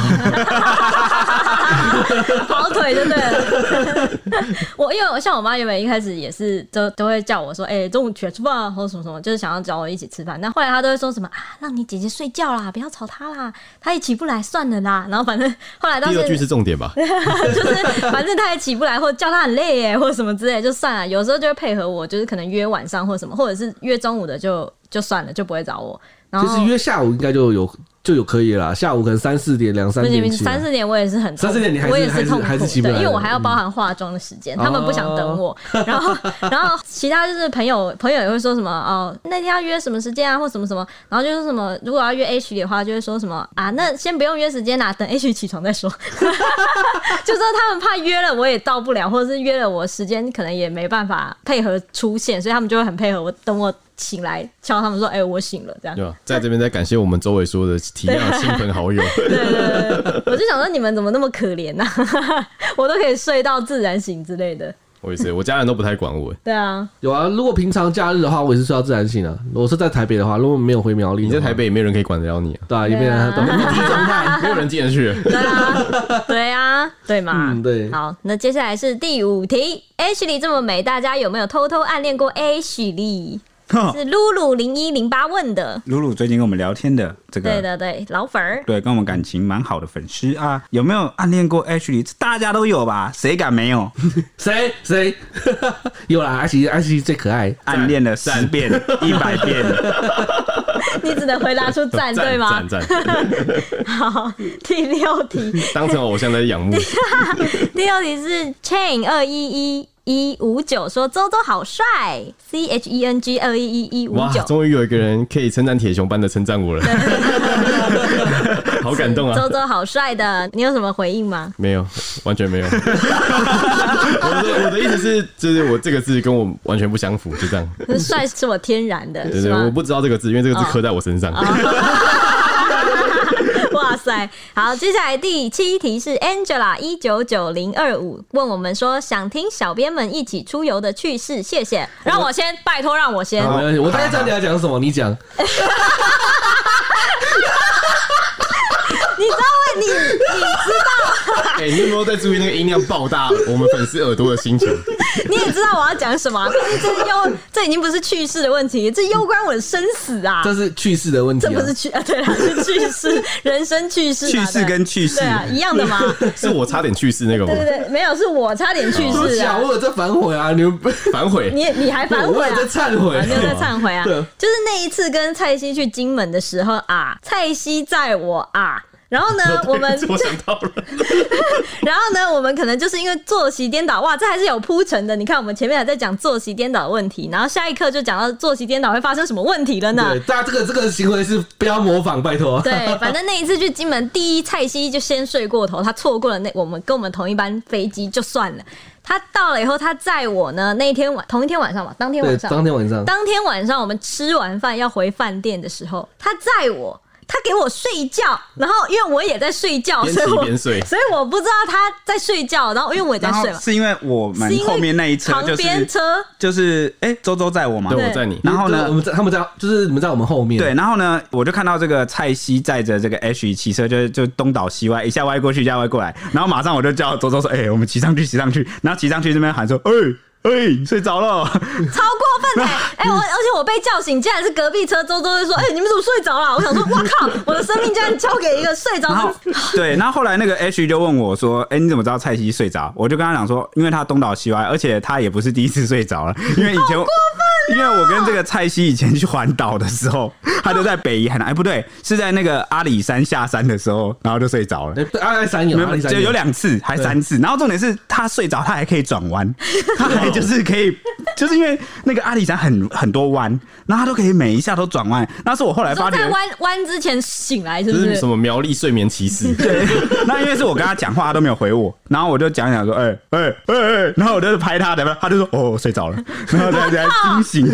[SPEAKER 5] 跑腿就对了。
[SPEAKER 2] 我因为我像我妈原本一开始也是都都会叫我说，哎、中午起来吃饭啊，或者什么什么，就是想要找我一起吃饭。那后来她都会说什么啊，让你姐姐睡觉啦，不要吵她啦，她也起不来算了啦。然后反正后来到
[SPEAKER 3] 第二句
[SPEAKER 2] 现
[SPEAKER 3] 是重点吧？
[SPEAKER 2] 就是反正她也起不来，或者叫她很累耶，或者什么之类，就算了。有时候就会配合我，就是可能约晚上或者什么，或者是约中午的就就算了，就不会找我。然
[SPEAKER 4] 其
[SPEAKER 2] 后
[SPEAKER 4] 实约下午应该就有就有可以了啦，下午可能三四点两三
[SPEAKER 2] 不
[SPEAKER 4] 点
[SPEAKER 2] 行，
[SPEAKER 4] 起来
[SPEAKER 2] 三四点我也是很痛苦，
[SPEAKER 4] 34点你还是
[SPEAKER 2] 我也痛苦，
[SPEAKER 4] 还是还是起不
[SPEAKER 2] 对，
[SPEAKER 4] 来嗯哦
[SPEAKER 2] 因为我还要包含化妆的时间，他们不想等我。 然后，然后其他就是朋友，朋友也会说什么哦，那天要约什么时间啊，或什么什么，然后就是什么，如果要约 H 的话，就会说什么啊，那先不用约时间啦，等 H 起床再说。 就说他们怕约了我也到不了，或者是约了我时间可能也没办法配合出现，所以他们就会很配合我，等我醒来敲他们说，哎、我醒了这样。
[SPEAKER 3] 对吧？在这边再感谢我们周围所有的体谅亲朋好 友，
[SPEAKER 2] 啊 我就想说你们怎么那么可怜呐、我都可以睡到自然醒之类的。
[SPEAKER 3] 我也是，我家人都不太管我。
[SPEAKER 5] 对啊，
[SPEAKER 4] 有啊，如果平常假日的话，我也是睡到自然醒啊。我是在台北的话，如果没有回苗栗，
[SPEAKER 3] 你在台，北也没有人可以管得了 你啊，
[SPEAKER 4] 对啊，也没人懂。
[SPEAKER 3] 没有人进得去。
[SPEAKER 2] 对啊，对啊，对嘛？
[SPEAKER 4] 嗯，对，
[SPEAKER 2] 好，那接下来是第五题，Ashley 这么美，大家有没有偷偷暗恋过 Ashley？是
[SPEAKER 3] 哦
[SPEAKER 2] 露露零一零八问的，
[SPEAKER 1] 露露最近跟我们聊天的这
[SPEAKER 2] 对
[SPEAKER 1] 个，
[SPEAKER 3] 嗯
[SPEAKER 2] 的对，老粉儿。
[SPEAKER 1] 对，跟我们感情蛮好的粉丝啊，有没有暗恋过 Ashley？大家都有吧？谁敢没 有？
[SPEAKER 4] 谁谁 有啦，安琪安琪最可爱。
[SPEAKER 1] 暗恋了十遍、一百 遍，
[SPEAKER 2] 啊你只能回答出 赞，对吗
[SPEAKER 3] 赞？赞 赞，
[SPEAKER 2] 好，第六题，
[SPEAKER 3] 当成偶像在 仰慕。
[SPEAKER 2] 第六题是 Chain 二一一一五九说周周好帅，C H E N G 二一一一五
[SPEAKER 3] 哇，
[SPEAKER 2] 九。
[SPEAKER 3] 终于有一个人可以称赞铁熊般的称赞我了， 好感动啊！
[SPEAKER 2] 周周好帅的，你有什么回应 吗？
[SPEAKER 3] 没有，完全没有。我 的我的意思是，就是我这个字跟我完全不相符，就这样。
[SPEAKER 2] 帅是我天然的，
[SPEAKER 3] 对
[SPEAKER 2] 是
[SPEAKER 3] 对，我
[SPEAKER 2] 吗？哦
[SPEAKER 3] 不知道这个字，因为这个字刻在我身上。
[SPEAKER 2] 哇塞！好，接下来第七题是 Angela 一九九零二五问我们说，想听小编们一起出游的趣事，谢谢。让我先，拜托让我先。
[SPEAKER 4] 好，没关系，我大概知道你要讲什么，你讲。
[SPEAKER 2] 你知道为你
[SPEAKER 3] 哎，你有没有在注意那个音量爆大我们粉丝耳朵的心情？
[SPEAKER 2] 你也知道我要讲什么啊、可是这又这已经不是去世的问题，这攸关我的生死啊！
[SPEAKER 4] 这是去世的问题、
[SPEAKER 2] 这
[SPEAKER 4] 啊，
[SPEAKER 2] 不是去啊， 对啦，是去 世，人生去世嘛，
[SPEAKER 1] 去世
[SPEAKER 2] 对
[SPEAKER 1] 跟去世
[SPEAKER 2] 对。啊一样的嘛，
[SPEAKER 3] 是我差点去世那个吗
[SPEAKER 2] 对？对对，没有是我差点去
[SPEAKER 4] 对不
[SPEAKER 2] 世
[SPEAKER 4] 起啊，
[SPEAKER 2] 啊，
[SPEAKER 4] 我有在反悔啊，你们不，
[SPEAKER 3] 反悔。
[SPEAKER 2] 你你还反
[SPEAKER 4] 我
[SPEAKER 2] 悔
[SPEAKER 4] 有
[SPEAKER 2] 啊
[SPEAKER 4] 在？忏悔、
[SPEAKER 2] 啊
[SPEAKER 4] 啊，
[SPEAKER 2] 你有在忏悔啊？
[SPEAKER 4] 对
[SPEAKER 2] 就是那一次跟蔡西去金门的时候啊，蔡西载我啊。然 后呢，我们
[SPEAKER 3] 我想到 了，
[SPEAKER 2] 然后呢，我们可能就是因为作息颠倒，哇，这还是有铺陈的。你看，我们前面还在讲作息颠倒的问题，然后下一刻就讲到作息颠倒会发生什么问题了呢
[SPEAKER 4] 对，？大家这个这个行为是不要模仿，拜托。
[SPEAKER 2] 对，反正那一次去金门，第一蔡西就先睡过头，他错过了那我们跟我们同一班飞机就算了。他到了以后，他载我呢，那一天晚同一天晚上嘛，当天
[SPEAKER 4] 对，
[SPEAKER 2] 晚上，
[SPEAKER 4] 当天晚上，
[SPEAKER 2] 当天晚上我们吃完饭要回饭店的时候，他载我，他给我睡觉，然后因为我也在睡觉，哦
[SPEAKER 3] 边
[SPEAKER 2] 所以
[SPEAKER 3] 骑
[SPEAKER 2] 我
[SPEAKER 3] 边睡。
[SPEAKER 2] 所以我不知道他在睡觉，然后因为我也在
[SPEAKER 1] 然后
[SPEAKER 2] 睡嘛，
[SPEAKER 1] 是因为我们
[SPEAKER 2] 是因为
[SPEAKER 1] 后面那一车
[SPEAKER 2] 旁
[SPEAKER 1] 就
[SPEAKER 2] 边
[SPEAKER 1] 是
[SPEAKER 2] 车
[SPEAKER 1] 就是哎、周周载我嘛
[SPEAKER 3] 对，，我在你。
[SPEAKER 1] 然后
[SPEAKER 4] 就是我
[SPEAKER 1] 呢？
[SPEAKER 4] 们在他们在就是你们在我们后面，
[SPEAKER 1] 对，然后呢，我就看到这个蔡西载着这个 H 骑车就，就东倒西歪，一下歪过去，一下歪过来，然后马上我就叫周周说：“哎、我们骑上去，骑上去。”然后骑上去这边喊说：“哎、哎、睡着了。
[SPEAKER 2] 超 过分哎、哎、我而且我被叫醒，竟然是隔壁车周周就说：“哎、你们怎么睡着了？”我想说：“哇靠，我的生命竟然交给一个睡着
[SPEAKER 1] 然后
[SPEAKER 2] 的。
[SPEAKER 1] 对，然后后来那个 H 就问我说：“哎、你怎么知道蔡西睡着？”我就跟他讲说：“因为他东倒西歪，而且他也不是第一次睡着了，因为以前、
[SPEAKER 2] 哦
[SPEAKER 1] 因为我跟这个蔡西以前去环岛的时候，他就在北宜海南，哎、不对，是在那个阿里山下山的时候，然后就睡着了。”
[SPEAKER 4] 哎，阿里山有，
[SPEAKER 1] 没
[SPEAKER 4] 阿
[SPEAKER 1] 有，
[SPEAKER 4] 里山
[SPEAKER 1] 就有两次还三次，然后重点是他睡着，他还可以转弯，他还就是可以，就是因为那个阿里山很很多弯，然后他都可以每一下都转弯。那是我后来”
[SPEAKER 2] 说
[SPEAKER 1] 发觉
[SPEAKER 2] 在，弯弯之前醒来是
[SPEAKER 3] 这
[SPEAKER 2] 不
[SPEAKER 3] 是
[SPEAKER 2] 是
[SPEAKER 3] 什？么苗栗睡眠骑 士？
[SPEAKER 1] 对， 那因为是我跟他讲话，他都没有回我，然后我就讲一讲说，哎哎哎哎，然后我就拍他的，他就说哦睡 着了，然后他才惊醒。
[SPEAKER 3] 是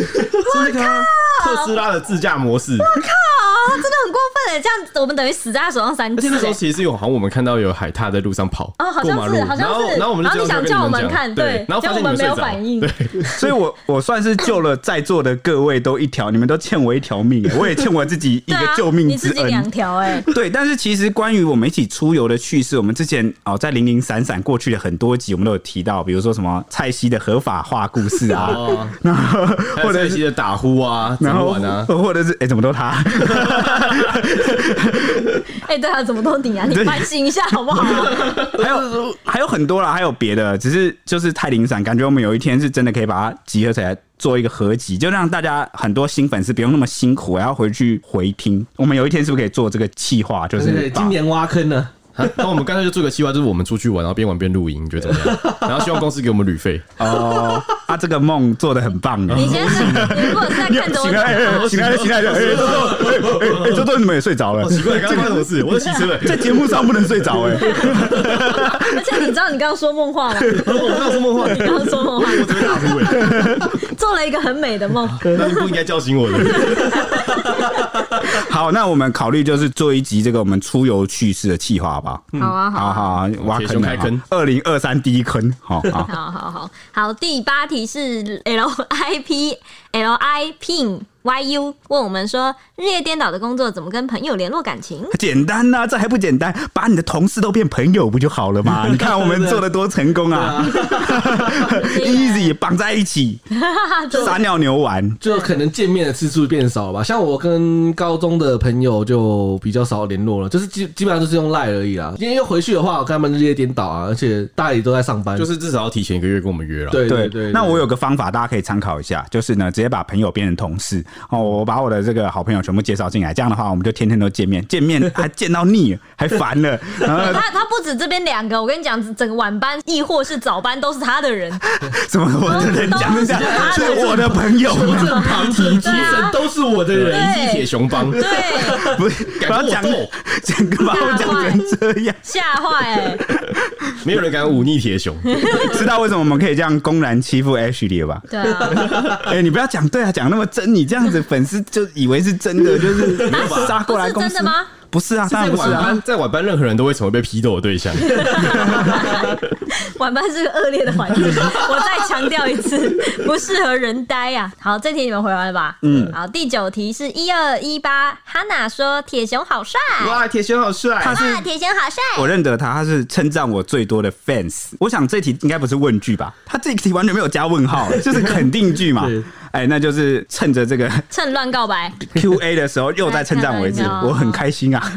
[SPEAKER 3] 那个啊 特斯拉的自驾 模式。
[SPEAKER 2] 啊，真的很过分哎！这样我们等于死在他手上三
[SPEAKER 3] 而且
[SPEAKER 2] 次
[SPEAKER 3] 那时候
[SPEAKER 2] 哎。
[SPEAKER 3] 其实是有，好像我们看到有海獭在路上跑，
[SPEAKER 2] 哦好像是
[SPEAKER 3] 过马路，
[SPEAKER 2] 好像是
[SPEAKER 3] 然后然后我们就
[SPEAKER 2] 然后你
[SPEAKER 3] 这样
[SPEAKER 2] 想
[SPEAKER 3] 跟
[SPEAKER 2] 叫我
[SPEAKER 3] 们
[SPEAKER 2] 们
[SPEAKER 3] 讲
[SPEAKER 2] 看
[SPEAKER 3] 对
[SPEAKER 2] 对，
[SPEAKER 3] 然后发
[SPEAKER 2] 结果
[SPEAKER 3] 现
[SPEAKER 2] 我们
[SPEAKER 3] 你
[SPEAKER 2] 没
[SPEAKER 3] 睡
[SPEAKER 2] 有
[SPEAKER 3] 着
[SPEAKER 2] 反 应
[SPEAKER 3] 对，
[SPEAKER 1] 所以我我算是救了在座的各位都一条，你们都欠我一条 命，我也欠我自己一
[SPEAKER 2] 对
[SPEAKER 1] 个
[SPEAKER 2] 啊，
[SPEAKER 1] 救命
[SPEAKER 2] 你
[SPEAKER 1] 之
[SPEAKER 2] 自己
[SPEAKER 1] 恩。
[SPEAKER 2] 两条哎，
[SPEAKER 1] 对，但是其实关于我们一起出游的趣事，我们之前哦，在零零散散过去的很多集，我们都有提到，比如说什么蔡西的合法化故事啊，
[SPEAKER 3] 哦，
[SPEAKER 1] 然后
[SPEAKER 3] 或
[SPEAKER 1] 或
[SPEAKER 3] 者
[SPEAKER 1] 者
[SPEAKER 3] 一
[SPEAKER 1] 是。
[SPEAKER 3] 些打呼啊，怎
[SPEAKER 1] 然
[SPEAKER 3] 么
[SPEAKER 1] 后
[SPEAKER 3] 玩啊，，
[SPEAKER 1] 或者是哎、怎么都 他？
[SPEAKER 2] 哎，对啊，怎么都你啊？你
[SPEAKER 1] 对
[SPEAKER 2] 反省一下好 不好啊？
[SPEAKER 1] 还有还有很多啦，还有别的，只是就是太零散，感觉我们有一天是真的可以把它集合起来做一个合集，就让大家很多新粉丝不用那么辛苦，还要回去回听。我们有一天是不是可以做这个企划？就
[SPEAKER 4] 对对，
[SPEAKER 1] 是把
[SPEAKER 4] 今年挖坑呢，
[SPEAKER 3] 啊那我们干脆就做个计划，就是我们出去玩，然后边玩边录音，你觉得怎么 样？然后希望公司给我们旅费，
[SPEAKER 1] 哦，啊，这个梦做的很棒耶。
[SPEAKER 2] 你先是，你如果是在看着我
[SPEAKER 1] 醒来，
[SPEAKER 2] 讲，
[SPEAKER 1] 哎醒来，醒来！哎，周周，哎哎周周，你们也睡着
[SPEAKER 2] 哦
[SPEAKER 1] 了
[SPEAKER 3] 好？奇 怪，刚刚发生什么事？我在骑车，
[SPEAKER 1] 在节目上不能睡着哎！
[SPEAKER 2] 而且你知道你刚刚说梦话吗？
[SPEAKER 3] 我没有说梦话，
[SPEAKER 2] 你刚刚说梦话，
[SPEAKER 3] 我只会打呼 哎，
[SPEAKER 2] 做了一个很美的梦。
[SPEAKER 3] 那你不应该叫醒我的。
[SPEAKER 1] 好，那我们考虑就是做一集这个我们出游趣事的企划，好不好？
[SPEAKER 3] 嗯
[SPEAKER 2] 好啊，好
[SPEAKER 1] 好
[SPEAKER 2] 啊，。
[SPEAKER 1] 好，挖
[SPEAKER 3] 铁
[SPEAKER 1] 坑
[SPEAKER 3] 熊开坑，
[SPEAKER 1] 二零二三第一坑，好好
[SPEAKER 2] 好好好好，第八题是 L I P L I P Y U 问我们说，日夜颠倒的工作怎么跟朋友联络感情？
[SPEAKER 1] 简单呐、这还不简单？把你的同事都变朋友不就好了 吗？你看我们做的多成功啊
[SPEAKER 4] 啊
[SPEAKER 1] ！Easy 绑在一 起，撒尿牛丸。
[SPEAKER 4] 就可能见面的次数变少了吧。像我跟高中的朋友就比较少联络了，就是基基本上就是用赖而已啦。因为回去的话，我跟他们日夜颠倒啊，而且大家也都在上班，
[SPEAKER 3] 就是至少要提前一个月跟我们约了。，
[SPEAKER 4] 对对对。
[SPEAKER 1] 那我有个方法，大家可以参考一下，就是呢，直接把朋友变成同事哦。我把我的这个好朋友全部介绍进来，这样的话，我们就天天都见面，见面还见到腻，还烦了。啊然后
[SPEAKER 2] 他他不止这边两个，我跟你讲，整个晚班亦或是早班都是他的人，
[SPEAKER 1] 什么我的人讲 一下，是我的朋友们，
[SPEAKER 3] 正旁提提神都是我的人，
[SPEAKER 2] 对
[SPEAKER 3] 你是铁熊帮，
[SPEAKER 2] 对，
[SPEAKER 1] 不是，不
[SPEAKER 3] 敢
[SPEAKER 1] 要讲
[SPEAKER 3] 跟我斗
[SPEAKER 1] 讲个把我讲成这样。
[SPEAKER 2] 吓坏哎！
[SPEAKER 3] 没有人敢忤逆铁熊。
[SPEAKER 2] 啊
[SPEAKER 1] 知道为什么我们可以这样公然欺负 Ashley 了吧？
[SPEAKER 2] 对啊，
[SPEAKER 1] 哎、你不要讲对啊，讲那么真，你这样子粉丝就以为是真的，就是杀过来
[SPEAKER 2] 不
[SPEAKER 1] 公
[SPEAKER 2] 啊是
[SPEAKER 1] 司
[SPEAKER 2] 真的吗？
[SPEAKER 1] 不是啊，当
[SPEAKER 3] 在
[SPEAKER 1] 然不
[SPEAKER 3] 晚
[SPEAKER 1] 是啊。
[SPEAKER 3] 班，在晚班，任何人都会成为被批斗的对象。
[SPEAKER 2] 晚班是个恶劣的环境，我再强调一次，不适合人呆呀、啊。好，这题你们回完了吧？嗯，好，第九题是一二一八，哈娜说铁熊好帅，
[SPEAKER 3] 哇，铁熊好帅！
[SPEAKER 1] 他是
[SPEAKER 2] 哇，铁熊好帅，
[SPEAKER 1] 我认得他，他是称赞我最多的 fans。我想这题应该不是问句吧？他这题完全没有加问号，就是肯定句嘛
[SPEAKER 4] 对。
[SPEAKER 1] 哎、那就是趁着这个
[SPEAKER 2] 趁乱告白。
[SPEAKER 1] Q A 的时候又在称赞我一次，
[SPEAKER 2] 哎看到没有
[SPEAKER 1] 我很开心啊。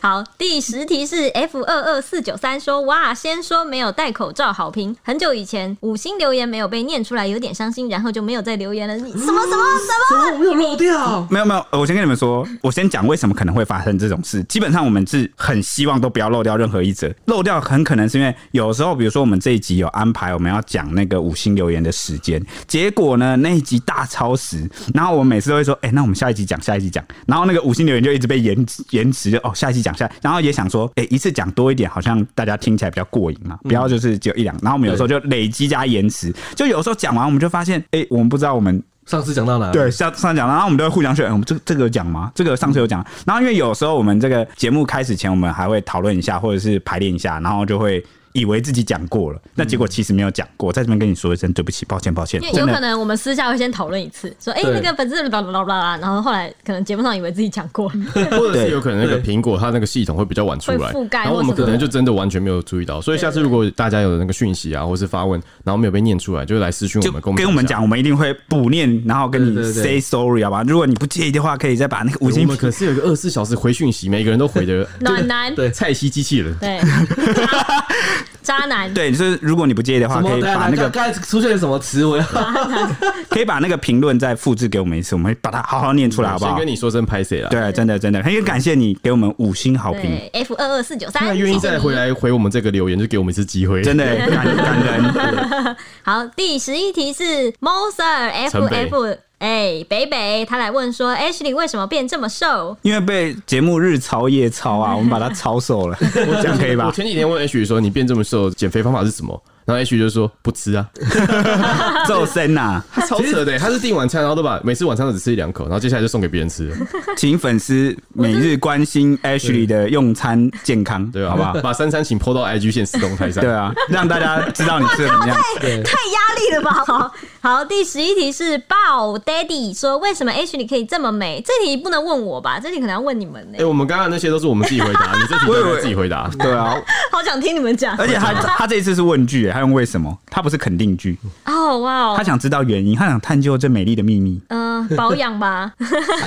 [SPEAKER 2] 好，第十题是 F 二二四九三说，哇，先说没有戴口罩好评，很久以前五星留言没有被念出来，有点伤心，然后就没有再留言了。你什么什么什么？
[SPEAKER 4] 怎么我哦没有漏掉？
[SPEAKER 1] 没有没有，呃我先跟你们说，我先讲为什么可能会发生这种事。基本上我们是很希望都不要漏掉任何一则，漏掉很可能是因为有时候，比如说我们这一集有安排我们要讲那个五星留言的时间，结果呢那一集大超时，然后我每次都会说，哎、那我们下一集讲，下一集讲，然后那个五星留言就一直被延延迟，就哦下一集讲下，然后也想说，哎、一次讲多一点，好像大家听起来比较过瘾嘛，不要就是只有一两，然后我们有时候就累积加延迟，就有时候讲完我们就发现，哎、我们不知道我们
[SPEAKER 4] 上次讲到哪？
[SPEAKER 1] 对，上上讲，然后我们都会互相确认，我们这这个有讲吗？这个上次有讲。然后因为有时候我们这个节目开始前，我们还会讨论一下，或者是排练一下，然后就会以为自己讲过了，那
[SPEAKER 3] 嗯
[SPEAKER 1] 结果其实没有讲过。在这边跟你说一声对不起，抱歉，抱歉
[SPEAKER 2] 因，为有
[SPEAKER 1] 真的。
[SPEAKER 2] 可能我们私下会先讨论一次，说哎、
[SPEAKER 4] 对
[SPEAKER 2] 那个本子巴拉巴拉巴拉，然后后来可能节目上以为自己讲过，
[SPEAKER 3] 或者是有可能那个苹果它那个系统会比较晚出来，
[SPEAKER 2] 会覆盖
[SPEAKER 3] 然后我们可能就真的完全没有注意到。所以下次如果大家有那个讯息啊，或是发问，然后没有被念出来，就来私讯
[SPEAKER 1] 就
[SPEAKER 3] 我们，跟
[SPEAKER 1] 跟我
[SPEAKER 3] 我
[SPEAKER 1] 们
[SPEAKER 3] 们
[SPEAKER 1] 讲，我们一定会补念，然后跟你
[SPEAKER 4] 对对对
[SPEAKER 1] say sorry 好吧？如果你不介意的话，可以再把那个五
[SPEAKER 3] 对。我
[SPEAKER 1] 星
[SPEAKER 3] 们可是有一个二十四小时回讯息，每个人都回的
[SPEAKER 2] 暖男
[SPEAKER 4] 对
[SPEAKER 3] 蔡西机器人，
[SPEAKER 2] 对，渣渣男，
[SPEAKER 1] 对，就是如果你不介意的话，
[SPEAKER 4] 什么
[SPEAKER 1] 可？以
[SPEAKER 4] 等一下
[SPEAKER 1] 把那
[SPEAKER 4] 刚
[SPEAKER 1] 个
[SPEAKER 4] 刚才出现什么词？ 我要
[SPEAKER 1] 可以把那个评论再复制给我们一次，我们会把它好好念出来，好不
[SPEAKER 3] 先
[SPEAKER 1] 好
[SPEAKER 3] 跟？你说声拍谁啦。
[SPEAKER 1] 对，真的真的，很感谢你给我们五星好评。
[SPEAKER 2] 对 F 二二四九
[SPEAKER 3] 那
[SPEAKER 2] 三，
[SPEAKER 3] 愿意再回
[SPEAKER 2] 谢谢你。
[SPEAKER 3] 来回我们这个留言，就给我们一次机会。
[SPEAKER 1] 真的感感人。
[SPEAKER 2] 好，第十一题是 Moser F
[SPEAKER 3] 陈北
[SPEAKER 2] F。哎，北北，他来问说，Ashley 为什么变这么瘦？
[SPEAKER 1] 因为被节目日操夜操啊，我们把它操瘦了，这样可以
[SPEAKER 3] 我
[SPEAKER 1] 吧？
[SPEAKER 3] 前几天问 H 说：“你变这么瘦，减肥方法是什么？”然后 H 就说：“不吃啊，
[SPEAKER 1] 瘦身呐，
[SPEAKER 3] 他超扯的。”他是订晚餐，然后都把每次晚餐都只吃一两口，然后接下来就送给别人吃了，
[SPEAKER 1] 请粉丝每日关心 Ashley 的用餐健康，
[SPEAKER 3] 对吧？啊
[SPEAKER 1] 好不 好？
[SPEAKER 3] 把三餐请 PO 到 IG 线私动态上。
[SPEAKER 1] 对啊，让大家知道你吃的怎么样。
[SPEAKER 2] 太压力了吧！ 好，好，第十一题是爆 Daddy 说，为什么 Ashley 可以这么美？这题不能问我吧？这题可能要问你们呢、
[SPEAKER 3] 哎、我们刚刚那些都是我们自己回 答，你这题
[SPEAKER 1] 我以为
[SPEAKER 3] 都是自己回答。
[SPEAKER 1] 对啊，
[SPEAKER 2] 好想听你们讲
[SPEAKER 1] 而且他他这一次是问句，欸他用为什么，他不是肯定句，
[SPEAKER 2] 哦，哇哦
[SPEAKER 1] 他想知道原因，他想探究这美丽的秘密。
[SPEAKER 2] 嗯，保 养吧。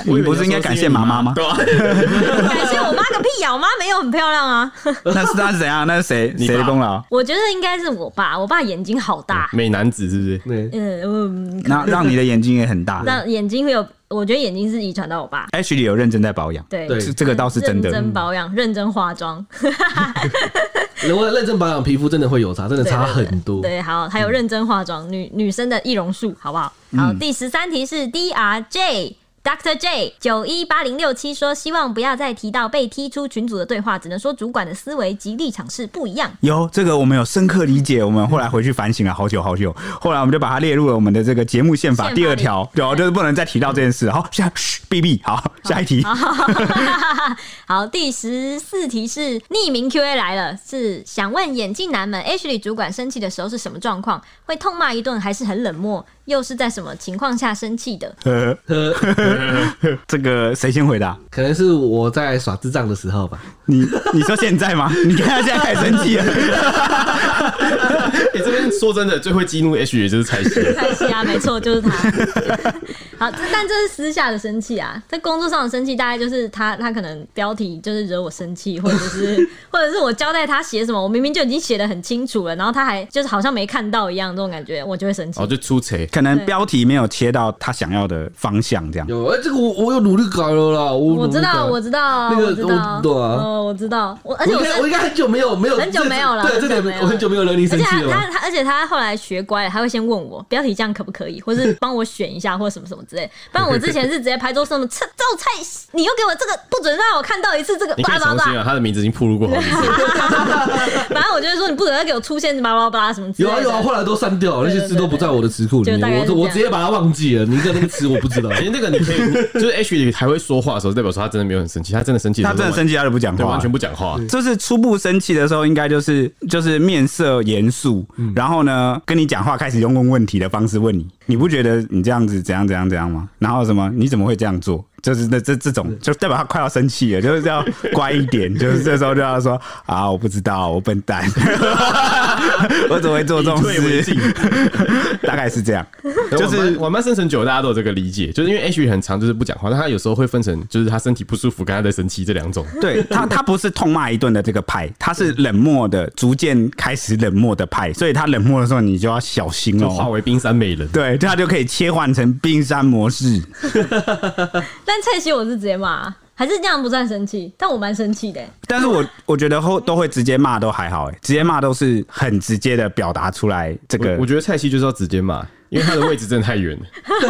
[SPEAKER 1] 你不是应该感谢妈妈吗？
[SPEAKER 3] 对啊，
[SPEAKER 2] 感谢我妈个屁呀、啊我妈没有很漂亮啊。
[SPEAKER 1] 那是那是怎样？那是谁
[SPEAKER 3] 你爸
[SPEAKER 1] 谁的功劳？
[SPEAKER 2] 我觉得应该是我爸，我爸眼睛好大，
[SPEAKER 3] 美男子是不是？
[SPEAKER 4] 对
[SPEAKER 2] 嗯嗯，
[SPEAKER 1] 那让你的眼睛也很大。
[SPEAKER 2] 那眼睛会有，我觉得眼睛是遗传到我爸。
[SPEAKER 1] Ashley 有认真在保养，
[SPEAKER 2] 对，
[SPEAKER 4] 对
[SPEAKER 1] 这这个倒是真
[SPEAKER 2] 认
[SPEAKER 1] 的。
[SPEAKER 2] 真保养，认真化妆，
[SPEAKER 4] 如果认真保养皮肤，真的会有差，真的差很多。
[SPEAKER 2] 对，好，还有认真化妆，女女生的易容术，好不好？好，第十三题是 D R J。 Dr. J 九一八零六七说，希望不要再提到被踢出群组的对话，只能说主管的思维及立场是不一样。
[SPEAKER 1] 有这个，我们有深刻理解。我们后来回去反省了好久好久，后来我们就把它列入了我们的这个节目宪法
[SPEAKER 2] 宪法
[SPEAKER 1] 第二条，对，哦就是哦不能再提到这件事。好，下嘘，B B，好，下一题。
[SPEAKER 2] 好，第十四题是匿名 Q&A 来了，是想问眼镜男们，H 里主管生气的时候是什么状况？会痛骂一顿，还是很冷漠？又是在什么情况下生气的？
[SPEAKER 1] 呃，
[SPEAKER 4] 呃，
[SPEAKER 1] 这个谁先回答？
[SPEAKER 4] 可能是我在耍智障的时候吧。
[SPEAKER 1] 你你说现在 吗？你看他现在太生气了。
[SPEAKER 3] 你哎这边说真的，最会激怒 H 也就是蔡西。
[SPEAKER 2] 开心啊，没错，就是他。 好，这但这是私下的生气啊，在工作上的生气，大概就是他他可能标题就是惹我生气，或者是 或者是我交代他写什么，我明明就已经写的很清楚了，然后他还就是好像没看到一样，这种感觉我就会生气
[SPEAKER 3] 哦，。就出贼。
[SPEAKER 1] 可能标题没有切到他想要的方向，这样。
[SPEAKER 4] 有，哎、这个我我有努力搞了啦，我
[SPEAKER 2] 我知道，我知道，
[SPEAKER 4] 那个
[SPEAKER 2] 我知道
[SPEAKER 4] 我，懂啊
[SPEAKER 2] 哦，我知道，我而
[SPEAKER 4] 而
[SPEAKER 2] 且
[SPEAKER 4] 且
[SPEAKER 2] 我
[SPEAKER 4] 我
[SPEAKER 2] 是
[SPEAKER 4] 应该我应该很久没有没有
[SPEAKER 2] 很久没有了
[SPEAKER 4] 对
[SPEAKER 2] 很
[SPEAKER 4] 这
[SPEAKER 2] 久
[SPEAKER 4] 点
[SPEAKER 2] 没有了
[SPEAKER 4] 我很久没有惹你
[SPEAKER 2] 而
[SPEAKER 4] 生
[SPEAKER 2] 且
[SPEAKER 4] 气
[SPEAKER 2] 他
[SPEAKER 4] 了吧。
[SPEAKER 2] 他他，而且他后来学乖了，他会先问我标题这样可不可以，或是帮我选一下，或什么什么之类。不然我之前是直接拍桌什么，这这种菜你又给我这个，不准让我看到一次这个，
[SPEAKER 3] 你可
[SPEAKER 2] 巴
[SPEAKER 3] 以
[SPEAKER 2] 拉巴
[SPEAKER 3] 重新
[SPEAKER 2] 拉。
[SPEAKER 3] 啊，他的名字已经暴露过好几次了。
[SPEAKER 2] 反正我就会说你不准再给我出现巴拉巴拉什么之
[SPEAKER 4] 有
[SPEAKER 2] 类
[SPEAKER 4] 啊
[SPEAKER 2] 的。
[SPEAKER 4] 有啊，后来都删掉了，
[SPEAKER 2] 对
[SPEAKER 4] 那
[SPEAKER 2] 对
[SPEAKER 4] 些字都不在我的词库里
[SPEAKER 2] 就大
[SPEAKER 4] 面，
[SPEAKER 2] 概是
[SPEAKER 4] 我我
[SPEAKER 2] 这样
[SPEAKER 4] 直接把它忘记了。你的那个词我不知 道，
[SPEAKER 3] 其实那个你可以，就是 H 里还会说话的时候，代表说他真的没有很生气，他真的生气，
[SPEAKER 1] 他真的生
[SPEAKER 3] 气，
[SPEAKER 1] 气，他就不讲
[SPEAKER 3] 对，
[SPEAKER 1] 话，
[SPEAKER 3] 完全不讲话。
[SPEAKER 1] 就是初步生气的时候，应该就是就是面色严肃，
[SPEAKER 3] 嗯
[SPEAKER 1] 然后呢跟你讲话开始用问问题的方式问你，你不觉得你这样子怎样怎样怎样吗？然后什么你怎么会这样做？就是那这这种，就代表他快要生气了，就是要乖一 点，就是这时候就要说啊，我不知道，我笨蛋，我怎么会做这种
[SPEAKER 3] 以退为进
[SPEAKER 1] 事？ 大概是这样，就
[SPEAKER 3] 我
[SPEAKER 1] 是
[SPEAKER 3] 们。晚班生成久，大家都有这个理解，就是因为 H 很长，就是不讲话，但他有时候会分成，就是他身体不舒服跟他在生气这两种。
[SPEAKER 1] 对他，他不是痛骂一顿的这个派，他是冷漠的，逐渐开始冷漠的派，所以他冷漠的时候，你就要小心
[SPEAKER 3] 就
[SPEAKER 1] 哦。
[SPEAKER 3] 化为冰山美人，
[SPEAKER 1] 对，这样就可以切换成冰山模式。
[SPEAKER 2] 但蔡西我是直接骂，还是那样不算生气，但我蛮生气的欸。
[SPEAKER 1] 但是我我觉得后都会直接骂都还好、欸，直接骂都是很直接的表达出来这个
[SPEAKER 3] 我我。觉得蔡西就是要直接骂，因为他的位置真的太远 了，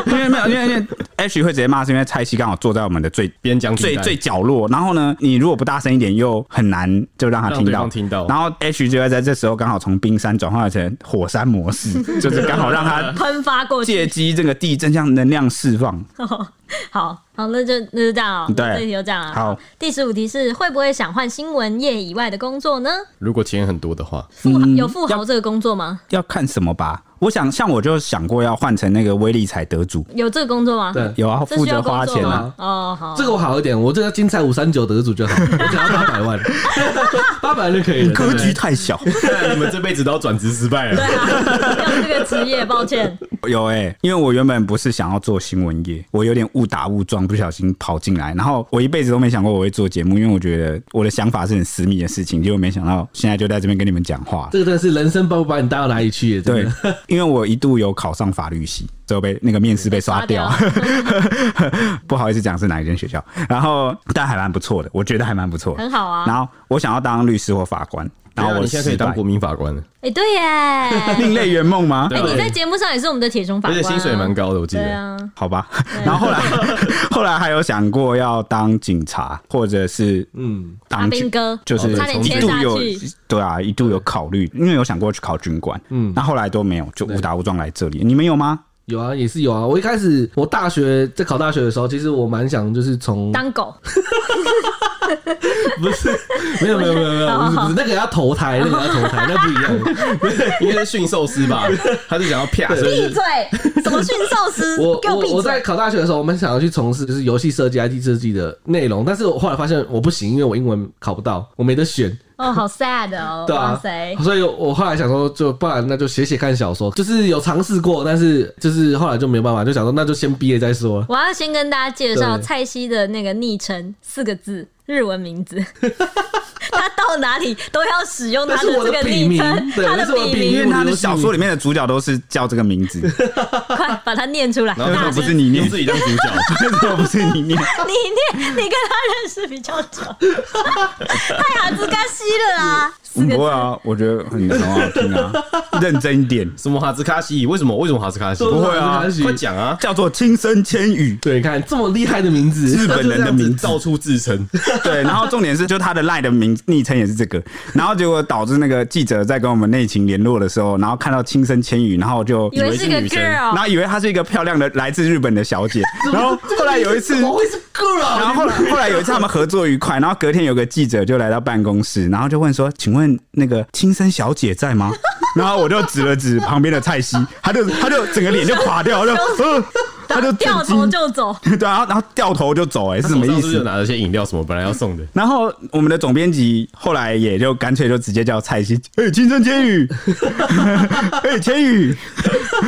[SPEAKER 1] 因为没有，因为因为 H 会直接骂，是因为蔡西刚好坐在我们的最
[SPEAKER 3] 边疆地带
[SPEAKER 1] 最最角落。然后呢，你如果不大声一点，又很难就让他
[SPEAKER 3] 让
[SPEAKER 1] 听
[SPEAKER 3] 对
[SPEAKER 1] 到。
[SPEAKER 3] 方听到。
[SPEAKER 1] 然后 H 就会在这时候刚好从冰山转化成火山模式，就是刚好让他
[SPEAKER 2] 喷发过去，
[SPEAKER 1] 借机这个地震像能量释放。
[SPEAKER 2] 好好，那就那就这样啊、
[SPEAKER 1] 对
[SPEAKER 2] 这题就这样啊。
[SPEAKER 1] 好，
[SPEAKER 2] 第十五题是会不会想换新闻业以外的工作呢？
[SPEAKER 3] 如果钱很多的话，
[SPEAKER 2] 富豪有富豪这个工作吗？
[SPEAKER 1] 要看什么吧？我想，像我就想过要换成那个威力彩得主，
[SPEAKER 2] 有这个工作吗？
[SPEAKER 4] 对，
[SPEAKER 1] 有啊，
[SPEAKER 2] 这
[SPEAKER 1] 负
[SPEAKER 2] 需要
[SPEAKER 1] 责
[SPEAKER 2] 工
[SPEAKER 1] 花
[SPEAKER 2] 作
[SPEAKER 1] 钱啊。
[SPEAKER 2] 吗？哦，好，
[SPEAKER 4] 这个我好一点，我这个金彩五三九得主 就好，我只要八百万，八百万就可以了。
[SPEAKER 1] 格
[SPEAKER 4] 对
[SPEAKER 1] 局太小。
[SPEAKER 3] 你们这辈子都要转职失败
[SPEAKER 2] 对
[SPEAKER 3] 了。
[SPEAKER 2] 啊，要这个职业，抱歉。
[SPEAKER 1] 有哎、因为我原本不是想要做新闻业，我有点误打误撞，不小心跑进来。然后我一辈子都没想过我会做节目，因为我觉得我的想法是很私密的事情，结果没想到现在就在这边跟你们讲话。
[SPEAKER 4] 这个真的是人生不知道把你带到哪里去耶，真
[SPEAKER 1] 对
[SPEAKER 4] 的。，
[SPEAKER 1] 因为我一度有考上法律系，最后被那个面试被刷掉， 不好意思讲是哪一间学校。然后但还蛮不错的，我觉得还蛮不错的
[SPEAKER 2] 很。好啊。
[SPEAKER 1] 然后我想要当律师或法官，然后
[SPEAKER 3] 对啊
[SPEAKER 1] 我
[SPEAKER 3] 你现在可以
[SPEAKER 1] 失败
[SPEAKER 3] 当国民法官了，
[SPEAKER 2] 哎、对耶！ 哎、
[SPEAKER 1] 另类圆梦吗？
[SPEAKER 3] 对啊
[SPEAKER 2] 你在节目上也是我们的铁熊法
[SPEAKER 3] 而
[SPEAKER 2] 官、
[SPEAKER 3] 且
[SPEAKER 2] 啊，
[SPEAKER 3] 薪水蛮高的，我记
[SPEAKER 2] 对
[SPEAKER 3] 得。
[SPEAKER 2] 啊，
[SPEAKER 1] 好吧，然后后来 后来还有想过要当警察，或者是
[SPEAKER 4] 嗯，
[SPEAKER 1] 当
[SPEAKER 2] 阿兵哥哦
[SPEAKER 1] 就是
[SPEAKER 2] 差点
[SPEAKER 1] 一
[SPEAKER 2] 签
[SPEAKER 1] 度
[SPEAKER 2] 下
[SPEAKER 1] 有
[SPEAKER 2] 去
[SPEAKER 1] 对啊，一度有考虑，因为有想过去考军官，嗯，那后来都没有，就误打误撞来这里。你们有吗？
[SPEAKER 4] 有啊，也是有啊。我一开始我大学在考大学的时候，其实我蛮想就是从
[SPEAKER 2] 当狗，
[SPEAKER 4] 不是没有没有没有 没
[SPEAKER 2] 哦
[SPEAKER 4] 有不是不是那个要投胎，那个要投胎，那不一样。
[SPEAKER 3] 应该是驯兽师吧？他就想要啪，所以
[SPEAKER 2] 闭嘴！什么驯兽师？
[SPEAKER 4] 我
[SPEAKER 2] 给闭
[SPEAKER 4] 我我在
[SPEAKER 2] 嘴！
[SPEAKER 4] 考大学的时候，我们想要去从事就是游戏设计、IT 设计的内容，但是我后来发现我不行，因为我英文考不到，我没得选。
[SPEAKER 2] 哦，好 sad 哦，
[SPEAKER 4] 对啊
[SPEAKER 2] 哇塞，，
[SPEAKER 4] 所以我后来想说，就不然那就写写看小说，就是有尝试过，但是就是后来就没办法，就想说那就先毕业再说。
[SPEAKER 2] 我要先跟大家介绍
[SPEAKER 4] 对
[SPEAKER 2] 蔡西的那个昵称，四个字，日文名字。 他到哪里都要使用
[SPEAKER 4] 但
[SPEAKER 2] 他
[SPEAKER 4] 是我
[SPEAKER 2] 这个
[SPEAKER 4] 的笔
[SPEAKER 2] 昵
[SPEAKER 4] 名
[SPEAKER 2] 称，，
[SPEAKER 4] 对，
[SPEAKER 2] 他
[SPEAKER 4] 那是我的笔
[SPEAKER 2] 笔
[SPEAKER 1] 因
[SPEAKER 4] 名，
[SPEAKER 1] 为
[SPEAKER 4] 我
[SPEAKER 1] 他的
[SPEAKER 4] 游戏
[SPEAKER 1] 小说里面的主角都是叫这个名字，为
[SPEAKER 2] 快把它念出来。
[SPEAKER 3] 然后
[SPEAKER 1] 什
[SPEAKER 2] 大
[SPEAKER 1] 么不
[SPEAKER 2] 声
[SPEAKER 1] 是你
[SPEAKER 3] 用
[SPEAKER 1] 念？
[SPEAKER 3] 自己当主角。
[SPEAKER 1] 为什么不是 你念？
[SPEAKER 2] 你念，你跟他认识比较久，太雅之干西了啊！四个
[SPEAKER 1] 不会
[SPEAKER 2] 字，
[SPEAKER 1] 啊，我觉得很很好听啊，认真一点，
[SPEAKER 3] 什么哈兹卡西？为什么？为什么哈兹卡西？
[SPEAKER 4] 不
[SPEAKER 1] 会啊
[SPEAKER 4] 哈兹卡西
[SPEAKER 3] 快讲啊！
[SPEAKER 1] 叫做亲身千语。
[SPEAKER 4] 对，你看这么厉害的名字，
[SPEAKER 1] 日本人的名字
[SPEAKER 3] 到处自称，
[SPEAKER 1] 对，然后重点是，就他的赖的名昵称也是这个，然后结果导致那个记者在跟我们内勤联络的时候，然后看到亲身千语，然后就
[SPEAKER 2] 以为是哦个
[SPEAKER 3] 以为是女生
[SPEAKER 2] girl，
[SPEAKER 1] 然后以为她是一个漂亮的来自日本的小姐，然后后来有一次
[SPEAKER 4] 怎。么会是 girl？啊
[SPEAKER 1] 然后后来后来有一次他们合作愉快，然后隔天有个记者就来到办公室，然后就问说：“请问那个亲生小姐在吗？”然后我就指了指旁边的蔡西，他就他就整个脸就垮掉，就呃，他就
[SPEAKER 2] 掉
[SPEAKER 1] 震惊
[SPEAKER 2] 头就走，
[SPEAKER 1] 对，啊然后然后掉头就走、哎，是什么意
[SPEAKER 3] 手上是不是有
[SPEAKER 1] 思？
[SPEAKER 3] 拿了些饮料什么，本来要送的，
[SPEAKER 1] 然后我们的总编辑后来也就干脆就直接叫蔡西，哎、亲生千羽，哎、千羽，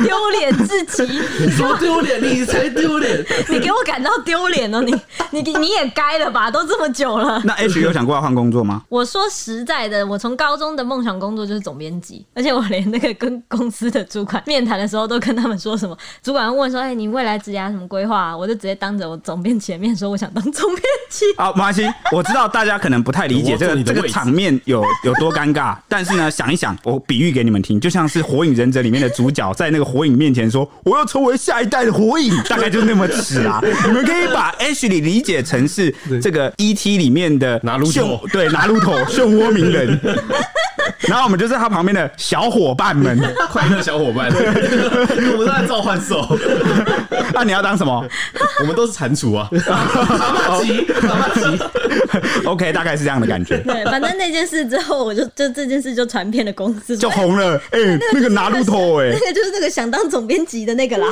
[SPEAKER 2] 丢脸至极。
[SPEAKER 4] 你说丢脸，你才丢脸。
[SPEAKER 2] 你给我感到丢脸哦了，你你你也该了吧？都这么久了。
[SPEAKER 1] 那 H 有想过要换工作吗？
[SPEAKER 2] 我说实在的，我从高中的梦想工作就是总编辑，而且我连那个跟公司的主管面谈的时候，都跟他们说什么，主管问说：“哎、你未来职涯什么规划、啊？”我就直接当着我总编辑的面说：“我想当总编辑。
[SPEAKER 1] 好，马西，我知道大家可能不太理解这
[SPEAKER 3] 我要坐
[SPEAKER 1] 个
[SPEAKER 3] 你的
[SPEAKER 1] 这个
[SPEAKER 3] 位置
[SPEAKER 1] 场面有 有多尴尬，但是呢，想一想，我比喻给你们听，就像是《火影忍者》里面的主角在那个火影面前说：“我要成为下一代的火影”，大概就是那么尺 啊。你们可以把 Ashley 理解成是这个 E.T. 里面的
[SPEAKER 3] 拿鹿头
[SPEAKER 1] 漩 对拿鹿头漩涡鸣 人，然后我们就是他旁边的小伙伴们。
[SPEAKER 3] 快乐小伙 伴，我们都在召唤兽，
[SPEAKER 1] 那、啊你要当什么
[SPEAKER 3] 我们都是蟾蜍啊，
[SPEAKER 4] 阿玛吉， 阿玛吉，
[SPEAKER 1] ？OK，大概是这样的感觉”。
[SPEAKER 2] 对，反正那件事之后，我就就这件事就传遍了公司，
[SPEAKER 1] 就
[SPEAKER 2] 说
[SPEAKER 1] 红了，哎、 那个拿鹿头哎、
[SPEAKER 2] 那个就是那个想当总编辑的那个啦，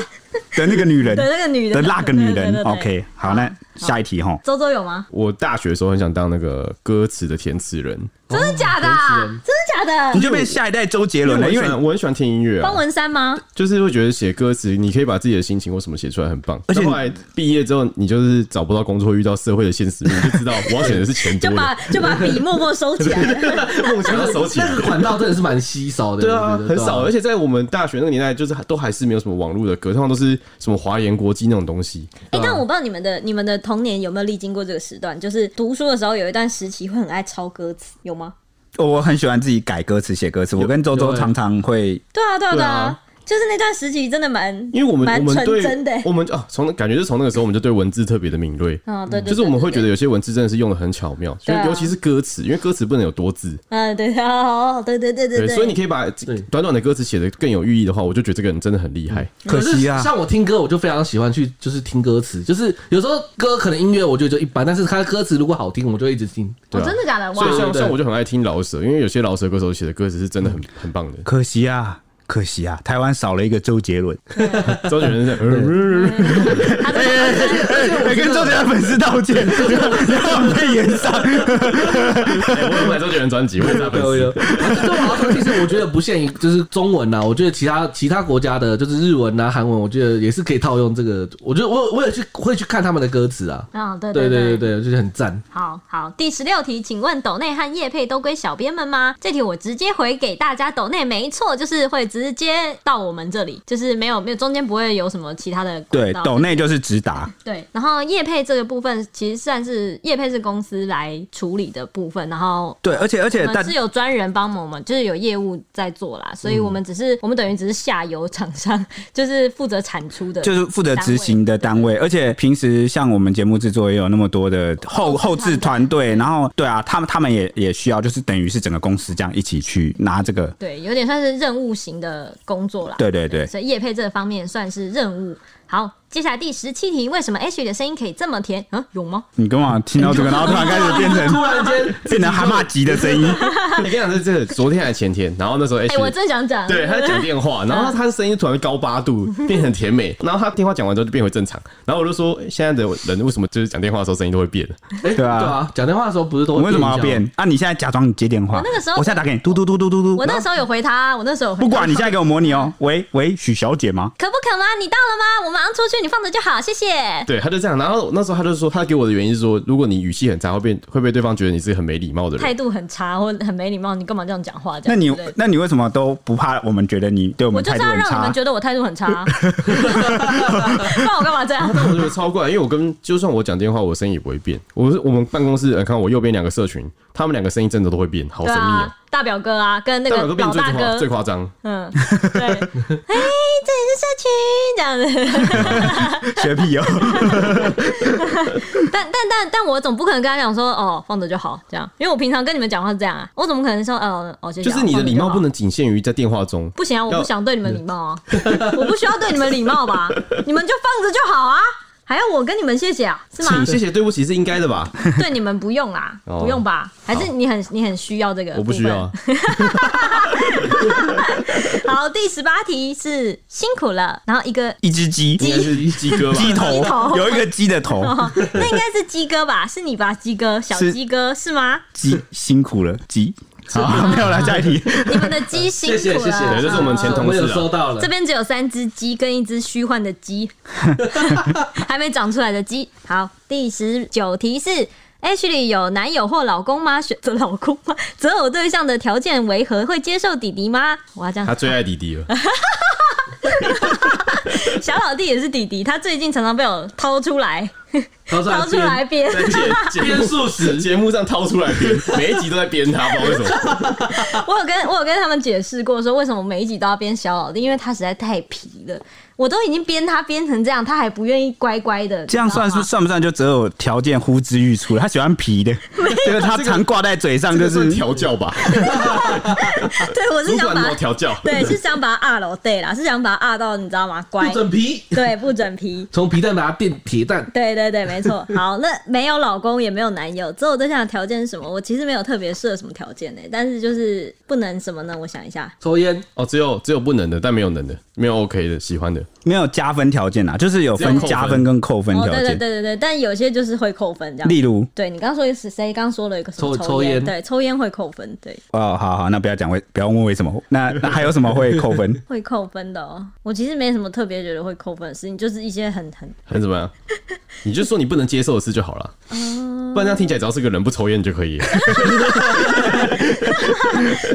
[SPEAKER 1] 的那个女人，
[SPEAKER 2] 对那个女人
[SPEAKER 1] 的那个女
[SPEAKER 2] 对对
[SPEAKER 1] 人
[SPEAKER 2] 对对
[SPEAKER 1] ，OK，好，那下一题哈，
[SPEAKER 2] 周周有吗？
[SPEAKER 3] 我大学的时候很想当那个歌词的填词人，
[SPEAKER 2] 真的假的啊？真的假
[SPEAKER 1] 你
[SPEAKER 2] 的？
[SPEAKER 1] 就变下一代周杰伦了，因
[SPEAKER 3] 因
[SPEAKER 1] 为
[SPEAKER 3] 为我很喜欢听音乐啊
[SPEAKER 2] 方，文山吗？
[SPEAKER 3] 就是会觉得写歌词，你可以把自己的心情或什么写出来，很棒。
[SPEAKER 1] 而且
[SPEAKER 3] 但后来毕业之后，你就是找不到工作，遇到社会的现实面，你就知道我要选的是钱
[SPEAKER 2] 就
[SPEAKER 3] 多
[SPEAKER 2] 把
[SPEAKER 3] 的，
[SPEAKER 2] 就把笔默默收起来 了。
[SPEAKER 3] 梦想要收起来
[SPEAKER 4] 那。个管道真的是蛮稀少的，
[SPEAKER 3] 对啊
[SPEAKER 4] 我觉，得
[SPEAKER 3] 很少，而
[SPEAKER 4] 对啊
[SPEAKER 3] 且在我们大学那个年代，就是都还是没有什么网络的歌，通常都是什么华研国际那种东西。
[SPEAKER 2] 哎、但我不知道你们的你们的童年有没有历经过这个时段，就是读书的时候有一段时期会很爱抄歌词，有吗？
[SPEAKER 1] 我很喜欢自己改歌词、写歌词，我跟周周
[SPEAKER 4] 有欸
[SPEAKER 1] 常常会，
[SPEAKER 2] 对啊，对啊，
[SPEAKER 3] 对
[SPEAKER 2] 对
[SPEAKER 3] 啊
[SPEAKER 2] 啊，就是那段时期真的蛮，
[SPEAKER 3] 因为我们
[SPEAKER 2] 蛮
[SPEAKER 3] 我们
[SPEAKER 2] 纯真的、
[SPEAKER 3] 对，我们啊，从感觉是从那个时候我们就对文字特别的敏锐，
[SPEAKER 2] 嗯，对对
[SPEAKER 3] 就是我们会觉
[SPEAKER 2] 得，
[SPEAKER 3] 得有些文字真的是用的很巧妙，就
[SPEAKER 2] 对啊
[SPEAKER 3] 尤其是歌词，因为歌词不能有多字，
[SPEAKER 2] 嗯，对哦，对对对对
[SPEAKER 3] 对，
[SPEAKER 2] 对，
[SPEAKER 3] 所以你可以把
[SPEAKER 4] 对
[SPEAKER 3] 短短的歌词写的更有寓意的话，我就觉得这个人真的很厉
[SPEAKER 2] 嗯
[SPEAKER 3] 害。
[SPEAKER 1] 可惜啊
[SPEAKER 4] 是，像我听歌，我就非常喜欢去就是听歌词，就是有时候歌可能音乐我觉得就一般，但是它的歌词如果好听，我就会一直听。
[SPEAKER 3] 对啊
[SPEAKER 6] 真的假的？哇
[SPEAKER 3] 所以！像
[SPEAKER 4] 对
[SPEAKER 3] 像我就很爱听饶舌，因为有些饶舌歌手写的歌词是真的很很棒 的。
[SPEAKER 1] 可惜啊。可惜啊，台湾少了一个周杰 伦。
[SPEAKER 3] 周杰伦在，呃
[SPEAKER 2] 他真的
[SPEAKER 1] 哎跟周杰伦粉丝道 歉，然后被延上。
[SPEAKER 3] 哎我有买周杰伦专辑，我也是他 粉
[SPEAKER 4] 有
[SPEAKER 3] 丝
[SPEAKER 4] 有，这种好像其实我觉得不限于就是中文啊呐、我觉得其他其他国家的，就是日文啊、韩文，我觉得也是可以套用这个。我觉得我我也去会去看他们的歌词啊，
[SPEAKER 2] 啊、对
[SPEAKER 4] 对
[SPEAKER 2] 对
[SPEAKER 4] 对对对，我觉得很赞。
[SPEAKER 2] 好好，第十六题，请问斗内和叶配都归小编们吗？这题我直接回给大家，斗内没错，就是会直接到我们这里，就是没有没有中间不会有什么其他的
[SPEAKER 1] 对
[SPEAKER 2] 管，道
[SPEAKER 1] 抖内就是直达，
[SPEAKER 2] 对，然后业配这个部分其实算是业配是公司来处理的部分，然后
[SPEAKER 1] 对，而且而且
[SPEAKER 2] 我
[SPEAKER 1] 大
[SPEAKER 2] 们是有专人帮忙我们，就是有业务在做啦，所以
[SPEAKER 1] 嗯
[SPEAKER 2] 我们只是、我们等于只是下游厂商， 就是负责产出的，
[SPEAKER 1] 就是负责执行的单位，而且平时像我们节目制作也有那么多的后后置团队，然后对啊，他们他们也也需要，就是等于是整个公司这样一起去拿这个，
[SPEAKER 2] 对，有点算是任务型的工作啦。
[SPEAKER 1] 对对对，
[SPEAKER 2] 所以业配这方面算是任务。好，接下来第十七题，为什么 H 的声音可以这么甜？嗯，有吗？
[SPEAKER 1] 你跟我听到这个，然后突然开始变
[SPEAKER 4] 突
[SPEAKER 1] 成
[SPEAKER 4] 然间，
[SPEAKER 1] 变成蛤蟆级的声音，
[SPEAKER 3] 你跟你讲这这昨天还前天，然后那时候哎
[SPEAKER 2] 哎、我真想讲，
[SPEAKER 3] 对，他在讲电话，然后他的声音突然高八度，变很甜美。然后他电话讲完之后就变回正常。然后我就说，欸现在的人为什么就是讲电话的时候声音都会变？
[SPEAKER 4] 哎、
[SPEAKER 1] 对
[SPEAKER 4] 对
[SPEAKER 1] 啊
[SPEAKER 4] 啊，讲电话的时候不是都
[SPEAKER 1] 我
[SPEAKER 4] 会
[SPEAKER 1] 为什么要
[SPEAKER 4] 一下吗
[SPEAKER 1] 变？？啊，你现在假装你接电话，
[SPEAKER 2] 我那个时候
[SPEAKER 1] 我现在打给你，嘟嘟嘟嘟嘟嘟，
[SPEAKER 2] 我那时候有回他，我那时候有回
[SPEAKER 1] 不
[SPEAKER 2] 他
[SPEAKER 1] 管你现在给我模拟 哦，喂喂，许小姐吗？
[SPEAKER 2] 可不可吗？你到了吗？我马上出去，你放着就好，谢谢。
[SPEAKER 3] 对，他就这样。然后那时候他就说，他给我的原因是说，如果你语气很差，会被会被对方觉得你是很没礼貌的
[SPEAKER 2] 态
[SPEAKER 3] 人。
[SPEAKER 2] 度很差或很没礼貌，你干嘛这样讲话？这
[SPEAKER 1] 那
[SPEAKER 2] 样
[SPEAKER 1] 你
[SPEAKER 2] 之类的
[SPEAKER 1] 那你为什么都不怕我们觉得你对我
[SPEAKER 2] 我
[SPEAKER 1] 们
[SPEAKER 2] 就
[SPEAKER 1] 态
[SPEAKER 2] 是
[SPEAKER 1] 度
[SPEAKER 2] 要
[SPEAKER 1] 很
[SPEAKER 2] 让你
[SPEAKER 1] 差
[SPEAKER 2] 们？觉得我态度 很差啊，不然我干嘛这样？
[SPEAKER 1] 啊
[SPEAKER 3] 我觉得超怪，因为我跟就算我讲电话，我声音也不会变。我是我们办公室，呃看我右边两个社群，他们两个声音真的都会变，好
[SPEAKER 2] 对
[SPEAKER 3] 神秘
[SPEAKER 2] 啊
[SPEAKER 3] 啊！，
[SPEAKER 2] 大表哥啊，跟那
[SPEAKER 3] 大
[SPEAKER 2] 个
[SPEAKER 3] 表哥变
[SPEAKER 2] 老
[SPEAKER 3] 最
[SPEAKER 2] 大
[SPEAKER 3] 夸
[SPEAKER 2] 哥
[SPEAKER 3] 最，夸张，
[SPEAKER 2] 嗯，对， 哎、这里是社区这样子。
[SPEAKER 1] 学屁 哦，
[SPEAKER 2] 但但但但我总不可能跟他讲说哦放着就好这样，因为我平常跟你们讲话是这样啊，我怎么可能说呃哦谢谢
[SPEAKER 3] 就
[SPEAKER 2] 啊
[SPEAKER 3] 是你的礼貌不。
[SPEAKER 2] 放着就好
[SPEAKER 3] 能仅限于在电话中。
[SPEAKER 2] 不行啊，我
[SPEAKER 3] 要
[SPEAKER 2] 不想对你们礼貌啊， 我不需要对你们礼貌吧？你们就放着就好啊，还要我跟你们谢谢啊？是吗
[SPEAKER 3] 请？谢谢对不起是应该 的吧？
[SPEAKER 2] 对你们不用啦，
[SPEAKER 3] 哦
[SPEAKER 2] 不用吧？还是
[SPEAKER 3] 好
[SPEAKER 2] 你很你很需要这个？
[SPEAKER 3] 我不需要啊。。
[SPEAKER 2] 好，第十八题是辛苦了，然后一 个哦
[SPEAKER 1] 一只鸡，
[SPEAKER 3] 应该是鸡哥吧？
[SPEAKER 1] 鸡
[SPEAKER 2] 鸡
[SPEAKER 1] 头
[SPEAKER 2] 头
[SPEAKER 1] 有一个鸡的头，
[SPEAKER 2] 哦，那应该是鸡哥吧？是你吧，鸡哥，小
[SPEAKER 1] 是
[SPEAKER 2] 鸡哥是吗？
[SPEAKER 1] 鸡辛苦了，鸡。好， 没有了，下一 题。
[SPEAKER 2] 你们的 鸡辛苦
[SPEAKER 4] 谢
[SPEAKER 2] 了，
[SPEAKER 4] 谢谢谢，
[SPEAKER 3] 对这是我们前同事啊
[SPEAKER 4] 我有收到了
[SPEAKER 2] 这。边只有三只鸡跟一只虚幻的鸡，还没长出来的鸡。好，第十九题是。H 里有男友或老公吗？选择老公吗？择偶对象的条件为何？会接受弟弟吗？我要这样
[SPEAKER 3] 他，最爱弟弟了，
[SPEAKER 2] 小老弟也是弟弟，他最近常常被我掏出来，
[SPEAKER 4] 掏出
[SPEAKER 2] 掏出来编。
[SPEAKER 3] 在 节节目
[SPEAKER 4] 编数 十
[SPEAKER 3] 节目上掏出来编，每一集都在编他，不知道为什 么。
[SPEAKER 2] 我有跟我有跟他们解释过，说为什么每一集都要编小老弟，因为他实在太皮了。我都已经编他编成这样，他还不愿意乖乖的。
[SPEAKER 1] 这样算
[SPEAKER 2] 是
[SPEAKER 1] 是算不算就择偶条件呼之欲出了？他喜欢皮的，这个他常挂在嘴上，就
[SPEAKER 3] 这算
[SPEAKER 1] 是
[SPEAKER 3] 调教吧？
[SPEAKER 2] 对，我是
[SPEAKER 3] 主
[SPEAKER 2] 想
[SPEAKER 3] 管
[SPEAKER 2] 把
[SPEAKER 3] 要调教，
[SPEAKER 2] 对，是想把他二楼对啦，是想把他二到你知道吗？乖
[SPEAKER 4] 不，准皮，
[SPEAKER 2] 对，不准皮。
[SPEAKER 4] 从皮蛋把它变铁蛋。
[SPEAKER 2] 对对对，没错。好，那没有老公也没有男友，择偶对象的条件是什么？我其实没有特别设什么条件呢、但是就是不能什么呢？我想一下，
[SPEAKER 4] 抽烟，
[SPEAKER 3] 哦，只有只有不能的，但没有能的，没有 OK 的，喜欢的，
[SPEAKER 1] 没有加分条件啊，就是有分
[SPEAKER 3] 只有扣分
[SPEAKER 1] 加分跟扣分
[SPEAKER 2] 哦，
[SPEAKER 1] 条
[SPEAKER 2] 对对对
[SPEAKER 1] 件。
[SPEAKER 2] 对对，但有些就是会扣分这样。
[SPEAKER 1] 例如，
[SPEAKER 2] 对你刚说是谁？刚说了一个什么
[SPEAKER 4] 抽
[SPEAKER 2] 抽
[SPEAKER 4] 抽烟
[SPEAKER 2] 对，抽烟会扣分，对，
[SPEAKER 1] 哦，好好，那不要讲为，不要问为什么。 那那还有什么会扣 分？
[SPEAKER 2] 会扣分的哦。我其实没什么特别觉得会扣分的事情，就是一些很很
[SPEAKER 3] 很怎么样？你就说你不能接受的事就好了，
[SPEAKER 2] 哦
[SPEAKER 3] 不然这样听起来只要是个人不抽烟就可以了。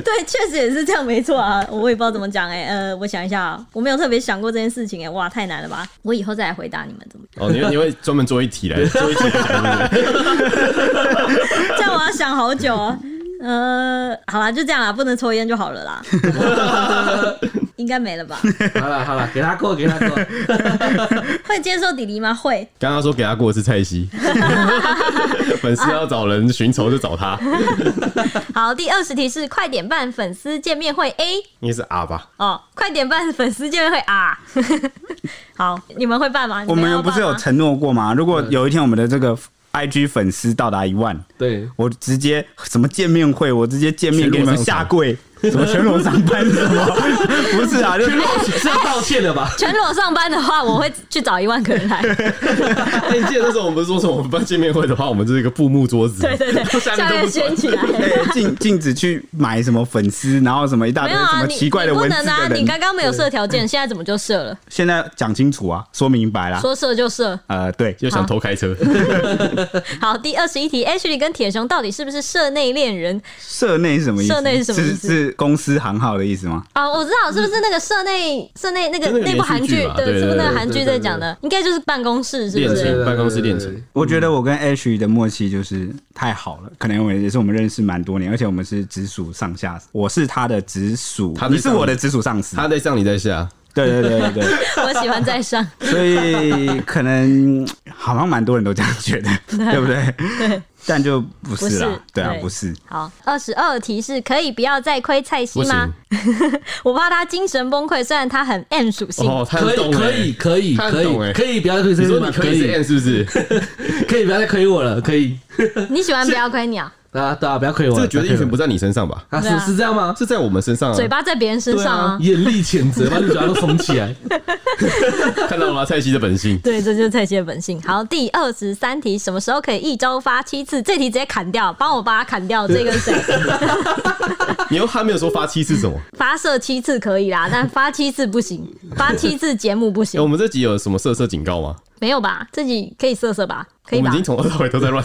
[SPEAKER 2] 对，确实也是这样，没错啊。我也不知道怎么讲哎、呃，我想一下、啊，我没有特别想过这件事情哎、哇，太难了吧！我以后再来回答你们怎么
[SPEAKER 3] 哦，你会你会专门做一题来做一题来讲， 对不对？
[SPEAKER 2] 这样，我要想好久哦。呃，好啦，就这样啦，不能抽烟就好了啦，应该没了吧？
[SPEAKER 4] 好了好了，给他过给他过，
[SPEAKER 2] 会接受弟弟吗？会，
[SPEAKER 3] 刚刚说给他过的是 蔡西，粉丝要找人寻仇就找他，
[SPEAKER 2] 好，第二十题是快点办粉丝见面会 A
[SPEAKER 3] 应该是 R 吧？
[SPEAKER 2] 哦，快点办粉丝见面会 R。好，你们会办吗？
[SPEAKER 1] 我
[SPEAKER 2] 你要
[SPEAKER 1] 们不是
[SPEAKER 2] 办
[SPEAKER 1] 有
[SPEAKER 2] 吗
[SPEAKER 1] 承诺过吗？如果有一天我们的这个 IG 粉丝到达一万，
[SPEAKER 4] 对，
[SPEAKER 1] 我直接什么见面会，我直接见面给你们下 跪，什么全裸上班什么，不是啊，就
[SPEAKER 4] 这要道歉了吧？
[SPEAKER 2] 全裸上班的话，我会去找一万个人 来。
[SPEAKER 3] 哎，你记得那时候我们不是说什么我们办见面会的话，我们就是一个布幕桌子，
[SPEAKER 2] 对对对，
[SPEAKER 4] 下
[SPEAKER 2] 下
[SPEAKER 4] 面都
[SPEAKER 2] 面啊
[SPEAKER 4] 不
[SPEAKER 2] 掀起来。
[SPEAKER 1] 哎禁禁止去买什么粉丝，然后什么一大
[SPEAKER 2] 没
[SPEAKER 1] 堆
[SPEAKER 2] 有
[SPEAKER 1] 什
[SPEAKER 2] 啊，
[SPEAKER 1] 么
[SPEAKER 2] 你
[SPEAKER 1] 奇怪的
[SPEAKER 2] 你不
[SPEAKER 1] 文字
[SPEAKER 2] 能啊！
[SPEAKER 1] 的
[SPEAKER 2] 你
[SPEAKER 1] 人。
[SPEAKER 2] 刚刚没有设条
[SPEAKER 3] 嗯
[SPEAKER 2] 件，现在怎么就设了？
[SPEAKER 1] 现在讲清楚啊，说明白啦。
[SPEAKER 2] 说设就设。
[SPEAKER 1] 呃，对，
[SPEAKER 3] 又想偷开车，
[SPEAKER 2] 好，第二十一题，Ashley 跟铁熊到底是不是社内恋人？
[SPEAKER 1] 社内是什么意思？
[SPEAKER 2] 社内是什么意思
[SPEAKER 1] 是是公司行号的意思吗？
[SPEAKER 2] 哦，我知道，是不是那个社内社内那个
[SPEAKER 3] 嗯就那个
[SPEAKER 2] 那部韩
[SPEAKER 3] 连续
[SPEAKER 2] 剧
[SPEAKER 3] 剧吧？对
[SPEAKER 2] 是不是
[SPEAKER 3] 对
[SPEAKER 2] 那
[SPEAKER 3] 对
[SPEAKER 2] 个韩剧在讲的？应该就是办公室，是不
[SPEAKER 3] 恋
[SPEAKER 2] 是？
[SPEAKER 3] 情办公室恋情，
[SPEAKER 1] 我觉得我跟 H 的默契就是太好了，可能我们也是我们认识蛮多年，而且我们是直属上下，我是他的直属
[SPEAKER 3] 他，的
[SPEAKER 1] 你是
[SPEAKER 3] 上
[SPEAKER 1] 我的直属上司，
[SPEAKER 3] 他在上你在下，
[SPEAKER 1] 对对对对对，
[SPEAKER 2] 我喜欢在上，
[SPEAKER 1] 所以可能好像蛮多人都这样觉得，对不对？但就不是
[SPEAKER 2] 不
[SPEAKER 1] 啦
[SPEAKER 2] 是，
[SPEAKER 1] 对啊，
[SPEAKER 2] 对
[SPEAKER 1] 不是。
[SPEAKER 2] 好，二十二题是可以不要再亏蔡西
[SPEAKER 3] 不行
[SPEAKER 2] 吗？我怕他精神崩溃，虽然他很 M 属性，
[SPEAKER 3] 哦，他
[SPEAKER 4] 可
[SPEAKER 3] 很懂
[SPEAKER 4] 以可
[SPEAKER 3] 欸。
[SPEAKER 4] 以可以
[SPEAKER 3] 他
[SPEAKER 4] 可
[SPEAKER 3] 很懂欸
[SPEAKER 4] 以可以，不要再亏
[SPEAKER 3] 你
[SPEAKER 4] 这
[SPEAKER 3] 说
[SPEAKER 4] 个
[SPEAKER 3] 你
[SPEAKER 4] 吗？
[SPEAKER 3] 可
[SPEAKER 4] 可
[SPEAKER 3] 以是
[SPEAKER 4] 以
[SPEAKER 3] N 是不是？
[SPEAKER 4] 可以不要再亏我了，可以
[SPEAKER 2] 你喜欢不要亏你啊？
[SPEAKER 4] 啊，对啊，不要亏我
[SPEAKER 3] 这
[SPEAKER 4] 了。
[SPEAKER 3] 个决定权不在你身上吧？
[SPEAKER 4] 啊
[SPEAKER 2] 对啊
[SPEAKER 4] 是是这样吗？
[SPEAKER 3] 是在我们身上啊！
[SPEAKER 2] 嘴巴在别人身上啊？
[SPEAKER 4] 严厉谴责，把你嘴巴都缝起 来。
[SPEAKER 3] 看到了吗？蔡西的本性。
[SPEAKER 2] 对，这就是蔡西的本性。好，第二十三题，什么时候可以一周发七次？这题直接砍掉，帮我把它砍掉。 这个谁
[SPEAKER 3] 你又还没有说发妻是什么？
[SPEAKER 2] 发射七次可以啦，但发七次不行，发七次节目不
[SPEAKER 3] 哎，我
[SPEAKER 2] 行，
[SPEAKER 3] 们这集有什么色色警告吗？
[SPEAKER 2] 没有吧？自己可以射射吧，可
[SPEAKER 3] 我
[SPEAKER 2] 以
[SPEAKER 3] 们
[SPEAKER 2] 吧
[SPEAKER 3] 已经？从头到尾都在乱。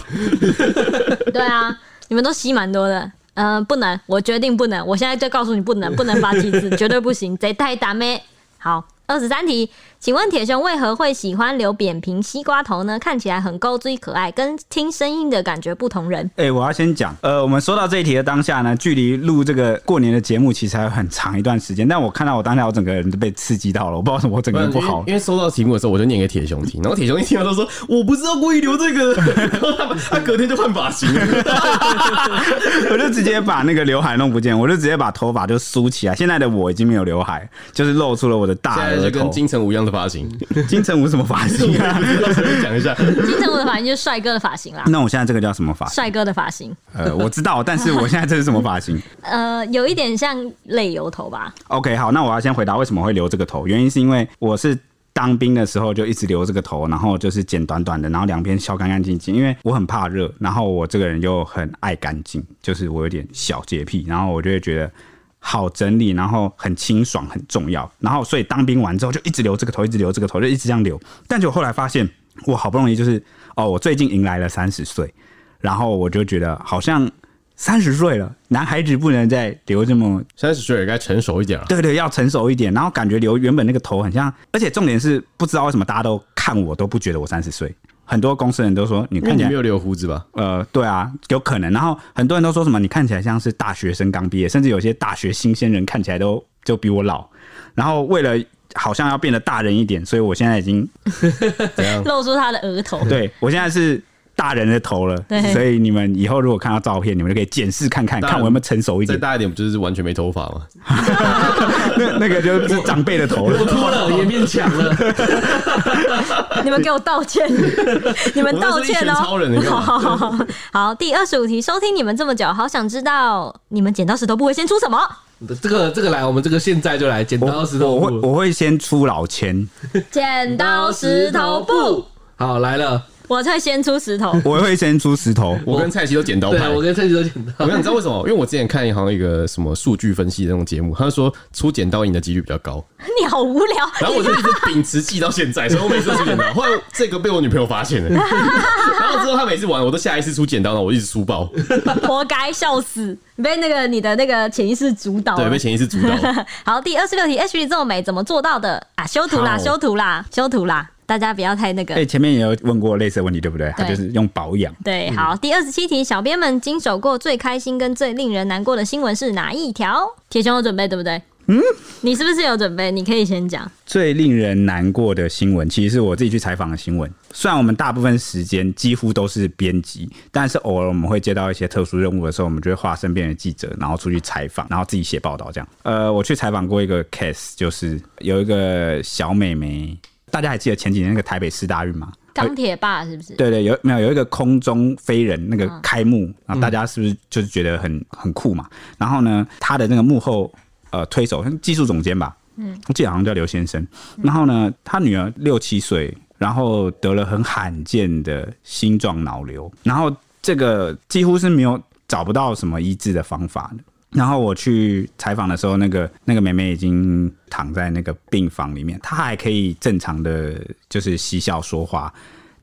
[SPEAKER 2] 对啊，你们都吸蛮多的。嗯、不能，我决定不能， 我现在就告诉你不能，不能发七次，绝对不行，贼太打咩。好，二十三题，请问铁熊为何会喜欢留扁平西瓜头呢？看起来很勾追可爱，跟听声音的感觉不同人。
[SPEAKER 1] 哎、我要先讲，呃，我们说到这一题的当下呢，距离录这个过年的节目其实还有很长一段时间。但我看到我当下，我整个人都被刺激到了，我不知道为什么，我整个人不好
[SPEAKER 3] 因为。因为收到题目的时候，我就念给铁熊听，然后铁熊一听到就说：“我不知道故意留这个。”然后他他隔天就换发型，
[SPEAKER 1] 我就直接把那个刘海弄不见，我就直接把头发就梳起来。现在的我已经没有刘海，就是露出了我的大
[SPEAKER 3] 现在就
[SPEAKER 1] 额
[SPEAKER 3] 跟
[SPEAKER 1] 头。
[SPEAKER 3] 金城武一样的发型。
[SPEAKER 1] 金城武什么发型啊？
[SPEAKER 3] 到时候讲一下，
[SPEAKER 5] 金城武的发型就是帅哥的发型啦，
[SPEAKER 1] 那我现在这个叫什么发型？
[SPEAKER 5] 帅哥的发型，
[SPEAKER 1] 呃，我知道，但是我现在这是什么发型
[SPEAKER 5] 呃，有一点像泪油头吧，
[SPEAKER 1] ？OK，好，那我要先回答为什么会留这个头，原因是因为我是。当兵的时候就一直留这个头，然后就是剪短短的，然后两边削干干净净，因为我很怕热，然后我这个人又很爱干净，就是我有点小洁癖，然后我就会觉得好整理，然后很清爽很重要。然后所以当兵完之后就一直留这个头，一直留这个头，就一直这样留。但就后来发现，我好不容易就是哦，我最近迎来了三十岁，然后我就觉得好像三十岁了，男孩子不能再留这么
[SPEAKER 3] 三十岁也该成熟一点了。
[SPEAKER 1] 对对，要成熟一点，然后感觉留原本那个头很像，而且重点是不知道为什么大家都看我都不觉得我三十岁，很多公司人都说你
[SPEAKER 3] 因为
[SPEAKER 1] 看
[SPEAKER 3] 你
[SPEAKER 1] 起来
[SPEAKER 3] 没有留胡子吧？
[SPEAKER 1] 呃，对啊，有可能。然后很多人都说什么你看起来像是大学生刚毕业，甚至有些大学新鲜人看起来都就比我老。然后为了好像要变得大人一点，所以我现在已经
[SPEAKER 3] 怎样？
[SPEAKER 5] 露出他的额头。
[SPEAKER 1] 对我现在是。大人的头了，所以你们以后如果看到照片，你们就可以检视看看，
[SPEAKER 3] 大人
[SPEAKER 1] 看我有没有成熟一
[SPEAKER 3] 再
[SPEAKER 1] 点。
[SPEAKER 3] 大一点，不就是完全没头发吗？
[SPEAKER 1] 那那个就是长辈的头了
[SPEAKER 4] 我。秃了也变强了，
[SPEAKER 5] 你们给我道 歉，你们道歉
[SPEAKER 3] 我那是一拳超
[SPEAKER 5] 哦。
[SPEAKER 3] 人，你干嘛？
[SPEAKER 5] 好
[SPEAKER 2] 好，第二十五题，收听你们这么久，好想知道你们剪刀石头布会先出什么？
[SPEAKER 4] 这个这个来，我们这个现在就来，剪刀石头
[SPEAKER 1] 我会
[SPEAKER 4] 布，
[SPEAKER 1] 我会先出老千，
[SPEAKER 2] 剪刀石头布，，
[SPEAKER 4] 好来了，
[SPEAKER 5] 我会先出石头，
[SPEAKER 1] 我会先出石头。
[SPEAKER 3] 我跟蔡奇都剪刀
[SPEAKER 4] 对
[SPEAKER 3] 派。
[SPEAKER 4] 我跟趁机都剪刀，
[SPEAKER 3] 我跟你知道为什么？因为我之前看好像一个什么数据分析的那种节目，他说出剪刀赢的几率比较高，
[SPEAKER 5] 你好无聊。
[SPEAKER 3] 然后我就一直秉持记到现在，所以我每次都出剪刀。后来这个被我女朋友发现了，然后之后她每次玩我都下意识出剪刀，然后我一直输爆，
[SPEAKER 5] 活该，笑死！你被那个你的那个潜意识主导
[SPEAKER 3] 对，
[SPEAKER 5] 了
[SPEAKER 3] 被。潜意识主导。
[SPEAKER 2] 好，第二十六题，H 这么美怎么做到的啊？修图
[SPEAKER 1] 好
[SPEAKER 2] 啦，修图啦，修图啦，大家不要太那个。
[SPEAKER 1] 哎、前面也有问过类似的问题，对不对？他就是用保养。
[SPEAKER 2] 对，好，第二十七题，小编们经手过最开心跟最令人难过的新闻是哪一条？
[SPEAKER 5] 铁熊有准备对不对？嗯，你是不是有准备？你可以先讲。
[SPEAKER 1] 最令人难过的新闻，其实是我自己去采访的新闻。虽然我们大部分时间几乎都是编辑，但是偶尔我们会接到一些特殊任务的时候，我们就会化身变成记者，然后出去采访，然后自己写报道这样。呃，我去采访过一个 case，就是有一个小美眉，大家还记得前几年那个台北市大运吗？
[SPEAKER 5] 钢铁霸是不是？
[SPEAKER 1] 对对，有没有有一个空中飞人那个开幕，然后大家是不是就是觉得很很酷嘛？然后呢，他的那个幕后呃推手，技术总监吧，嗯，我记得好像叫刘先生。然后呢，他女儿六七岁，然后得了很罕见的心状脑瘤，然后这个几乎是没有找不到什么医治的方法的。然后我去采访的时候，那个那个妹妹已经躺在那个病房里面，她还可以正常的就是嬉笑说话，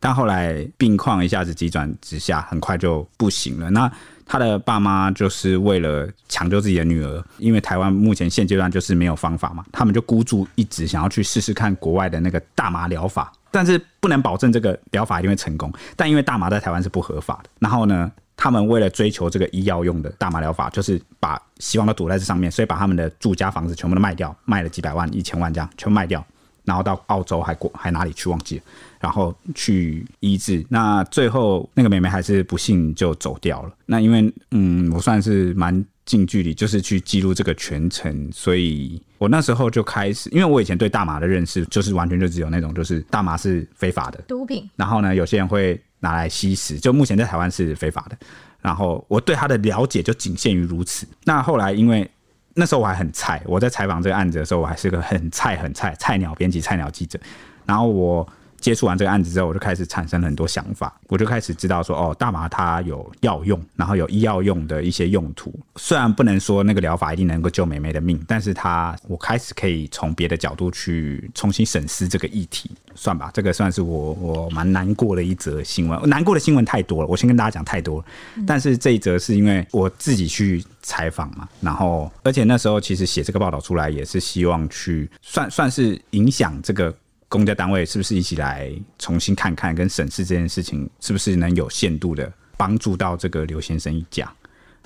[SPEAKER 1] 但后来病况一下子急转直下，很快就不行了。那他的爸妈就是为了抢救自己的女儿，因为台湾目前现阶段就是没有方法嘛，他们就孤注一掷，想要去试试看国外的那个大麻疗法，但是不能保证这个疗法一定会成功。但因为大麻在台湾是不合法的，然后呢，他们为了追求这个医药用的大麻疗法，就是把希望都赌在这上面，所以把他们的住家房子全部都卖掉，卖了几百万、一千万这样，全部卖掉，然后到澳洲还过还哪里去忘记了，然后去医治。那最后那个妹妹还是不幸就走掉了。那因为嗯，我算是蛮近距离，就是去记录这个全程，所以我那时候就开始，因为我以前对大麻的认识就是完全就只有那种就是大麻是非法的，
[SPEAKER 5] 毒品
[SPEAKER 1] 然后呢，有些人会拿来吸食，就目前在台湾是非法的。然后我对他的了解就仅限于如此。那后来因为那时候我还很菜，我在采访这个案子的时候，我还是个很菜很菜菜鸟编辑、菜鸟记者。然后我接触完这个案子之后，我就开始产生了很多想法，我就开始知道说，哦，大麻它有药用，然后有医药用的一些用途。虽然不能说那个疗法一定能够救美美的命，但是它我开始可以从别的角度去重新审视这个议题，算吧，这个算是我我蛮难过的一则新闻。难过的新闻太多了，我先跟大家讲太多了。但是这一则是因为我自己去采访嘛，然后而且那时候其实写这个报道出来也是希望去算算是影响这个。公家单位是不是一起来重新看看跟审视这件事情，是不是能有限度的帮助到这个刘先生一家？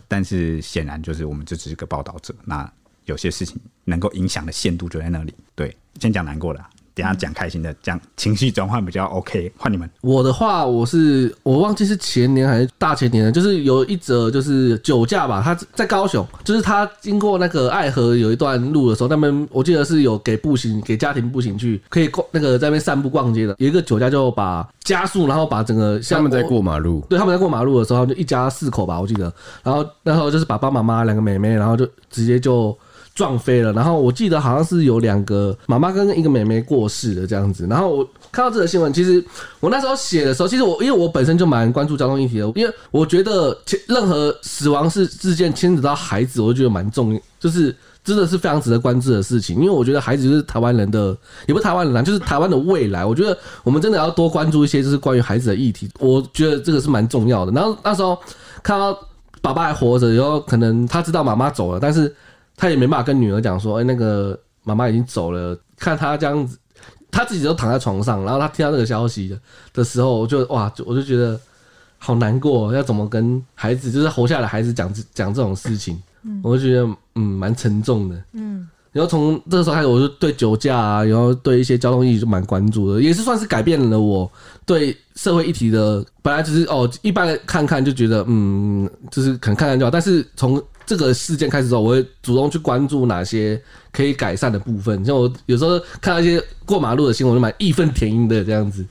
[SPEAKER 1] 但是显然就是我们这只是个报道者，那有些事情能够影响的限度就在那里。对，先讲难过的啊，等一下讲开心的，讲情绪转换比较 OK。换你们，
[SPEAKER 4] 我的话，我是我忘记是前年还是大前年了，就是有一则就是酒驾吧，他在高雄，就是他经过那个爱河有一段路的时候，那边我记得是有给步行给家庭步行去可以逛那个在那边散步逛街的，有一个酒驾就把加速，然后把整个
[SPEAKER 3] 他们在过马路，
[SPEAKER 4] 对，他们在过马路的时候，就一家四口吧，我记得。然后那时候就是爸爸妈妈两个妹妹，然后就直接就撞飞了。然后我记得好像是有两个妈妈跟一个妹妹过世的这样子。然后我看到这个新闻，其实我那时候写的时候，其实我因为我本身就蛮关注交通议题的，因为我觉得其任何死亡事事件牵扯到孩子，我觉得蛮重，就是。真的是非常值得关注的事情，因为我觉得孩子就是台湾人的，也不是台湾人啦，就是台湾的未来。我觉得我们真的要多关注一些就是关于孩子的议题，我觉得这个是蛮重要的。然后那时候看到爸爸还活着，然后可能他知道妈妈走了，但是他也没办法跟女儿讲说，哎、那个妈妈已经走了。看他这样子，他自己都躺在床上，然后他听到这个消息的的时候，我就哇，就我就觉得好难过，要怎么跟孩子，就是活下来的孩子讲这讲这种事情，我就觉得嗯蛮沉重的。
[SPEAKER 5] 嗯，
[SPEAKER 4] 然后从这个时候开始，我就对酒驾啊，然后对一些交通议题就蛮关注的，也是算是改变了我对社会议题的。本来只、是哦，一般的看看就觉得嗯，就是可能看看就好。但是从这个事件开始之后，我会主动去关注哪些可以改善的部分。像我有时候看到一些过马路的新闻，我就蛮义愤填膺的这样子。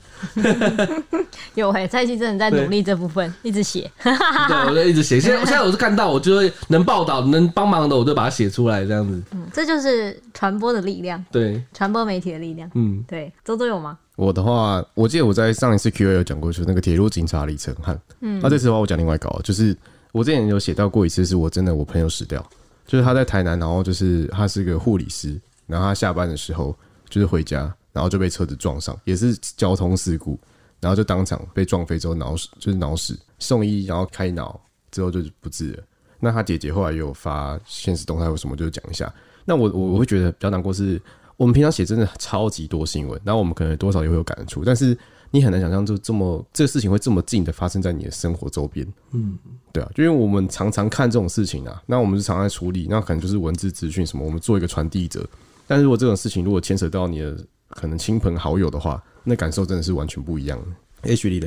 [SPEAKER 2] 有哎、蔡希真的在努力这部分，一直写。
[SPEAKER 4] 对，我就一直写。现在现在我是看到，我就会能报道、能帮忙的，我就把它写出来这样子。
[SPEAKER 2] 嗯这就是传播的力量，
[SPEAKER 4] 对，
[SPEAKER 2] 传播媒体的力量。
[SPEAKER 4] 嗯，
[SPEAKER 2] 对，周周有吗？
[SPEAKER 3] 我的话，我记得我在上一次 Q&A 有讲过，就是那个铁路警察李承汉。嗯，那、这次的话，我讲另外一个哦，就是我之前有写到过一次，是我真的我朋友死掉，就是他在台南，然后就是他是个护理师，然后他下班的时候就是回家，然后就被车子撞上，也是交通事故，然后就当场被撞飞之后脑死，就是脑死，送医然后开脑之后就是不治了。那他姐姐后来也有发现实动态或什么，就是讲一下。那我我我会觉得比较难过是，我们平常写真的超级多新闻，然后我们可能多少也会有感触，但是你很难想象就这么这个事情会这么近的发生在你的生活周边。嗯，对啊，就因为我们常常看这种事情啊，那我们是常在处理，那可能就是文字资讯什么，我们做一个传递者。但是如果这种事情如果牵扯到你的可能亲朋好友的话，那感受真的是完全不一样的。H 里呢？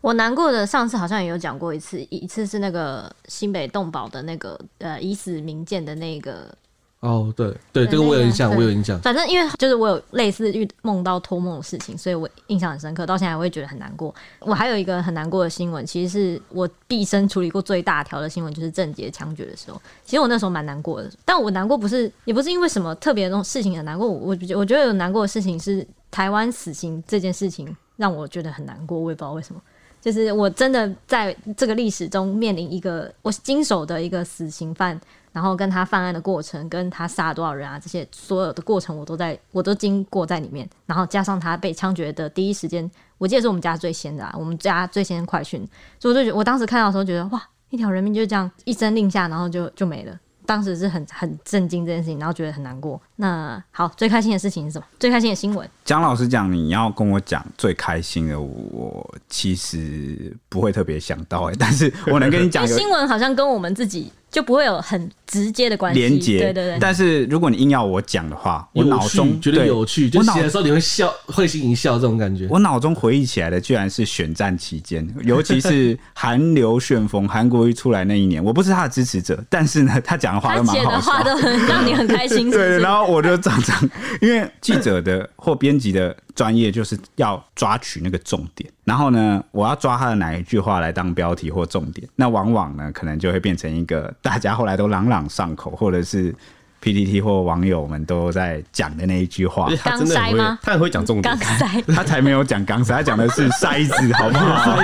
[SPEAKER 2] 我难过的上次好像也有讲过一次，一次是那个新北动保的那个呃已死民建的那个
[SPEAKER 4] 哦，对对，这个我有印象，我有印象。
[SPEAKER 2] 反正因为就是我有类似遇梦到托梦的事情，所以我印象很深刻，到现在我会觉得很难过。我还有一个很难过的新闻，其实是我毕生处理过最大条的新闻，就是郑捷枪决的时候。其实我那时候蛮难过的，但我难过不是也不是因为什么特别的那种事情很难过，我我觉我觉得有难过的事情是台湾死刑这件事情让我觉得很难过，我也不知道为什么。就是我真的在这个历史中面临一个我经手的一个死刑犯，然后跟他犯案的过程，跟他杀了多少人啊，这些所有的过程我都在，我都经过在里面。然后加上他被枪决的第一时间，我记得是我们家最先的、啊，我们家最先快讯，所以我就觉得我当时看到的时候觉得哇，一条人命就这样一声令下，然后就就没了。当时是很很震惊这件事情，然后觉得很难过。那好，最开心的事情是什么？最开心的新闻，
[SPEAKER 1] 蒋老师讲，你要跟我讲最开心的，我其实不会特别想到哎、但是我能跟你
[SPEAKER 2] 因
[SPEAKER 1] 讲
[SPEAKER 2] 为
[SPEAKER 1] 有
[SPEAKER 2] 新闻好像跟我们自己就不会有很直接的关系，
[SPEAKER 1] 连结，
[SPEAKER 2] 对对对。
[SPEAKER 1] 但是如果你硬要我讲的话，我
[SPEAKER 4] 有
[SPEAKER 1] 脑
[SPEAKER 4] 趣，
[SPEAKER 1] 中
[SPEAKER 4] 觉得
[SPEAKER 1] 对
[SPEAKER 4] 有趣，就
[SPEAKER 1] 我脑
[SPEAKER 4] 写的时候你会笑，会心一笑这种感觉。
[SPEAKER 1] 我脑中回忆起来的居然是选战期间， 尤其是韩流旋风，韩国瑜出来那一年，我不是他的支持者，但是呢， 他讲的话
[SPEAKER 2] 他
[SPEAKER 1] 都蛮
[SPEAKER 2] 写的
[SPEAKER 1] 好
[SPEAKER 2] 话
[SPEAKER 1] 笑
[SPEAKER 2] 都很让你很开心，是不
[SPEAKER 1] 对，
[SPEAKER 2] 是？
[SPEAKER 1] 然后我就常常， 因为记者的或编辑的专业就是要抓取那个重点，然后呢，我要抓他的哪一句话来当标题或重点，那往往呢，可能就会变成一个大家后来都朗朗上口，或者是 PPT 或网友们都在讲的那一句话
[SPEAKER 3] 因为。哎他真的很
[SPEAKER 2] 刚塞
[SPEAKER 3] 会
[SPEAKER 2] 吗，
[SPEAKER 3] 他很会讲重点
[SPEAKER 2] 刚。才
[SPEAKER 1] 他才没有讲钢丝，他讲的是筛子，好不好？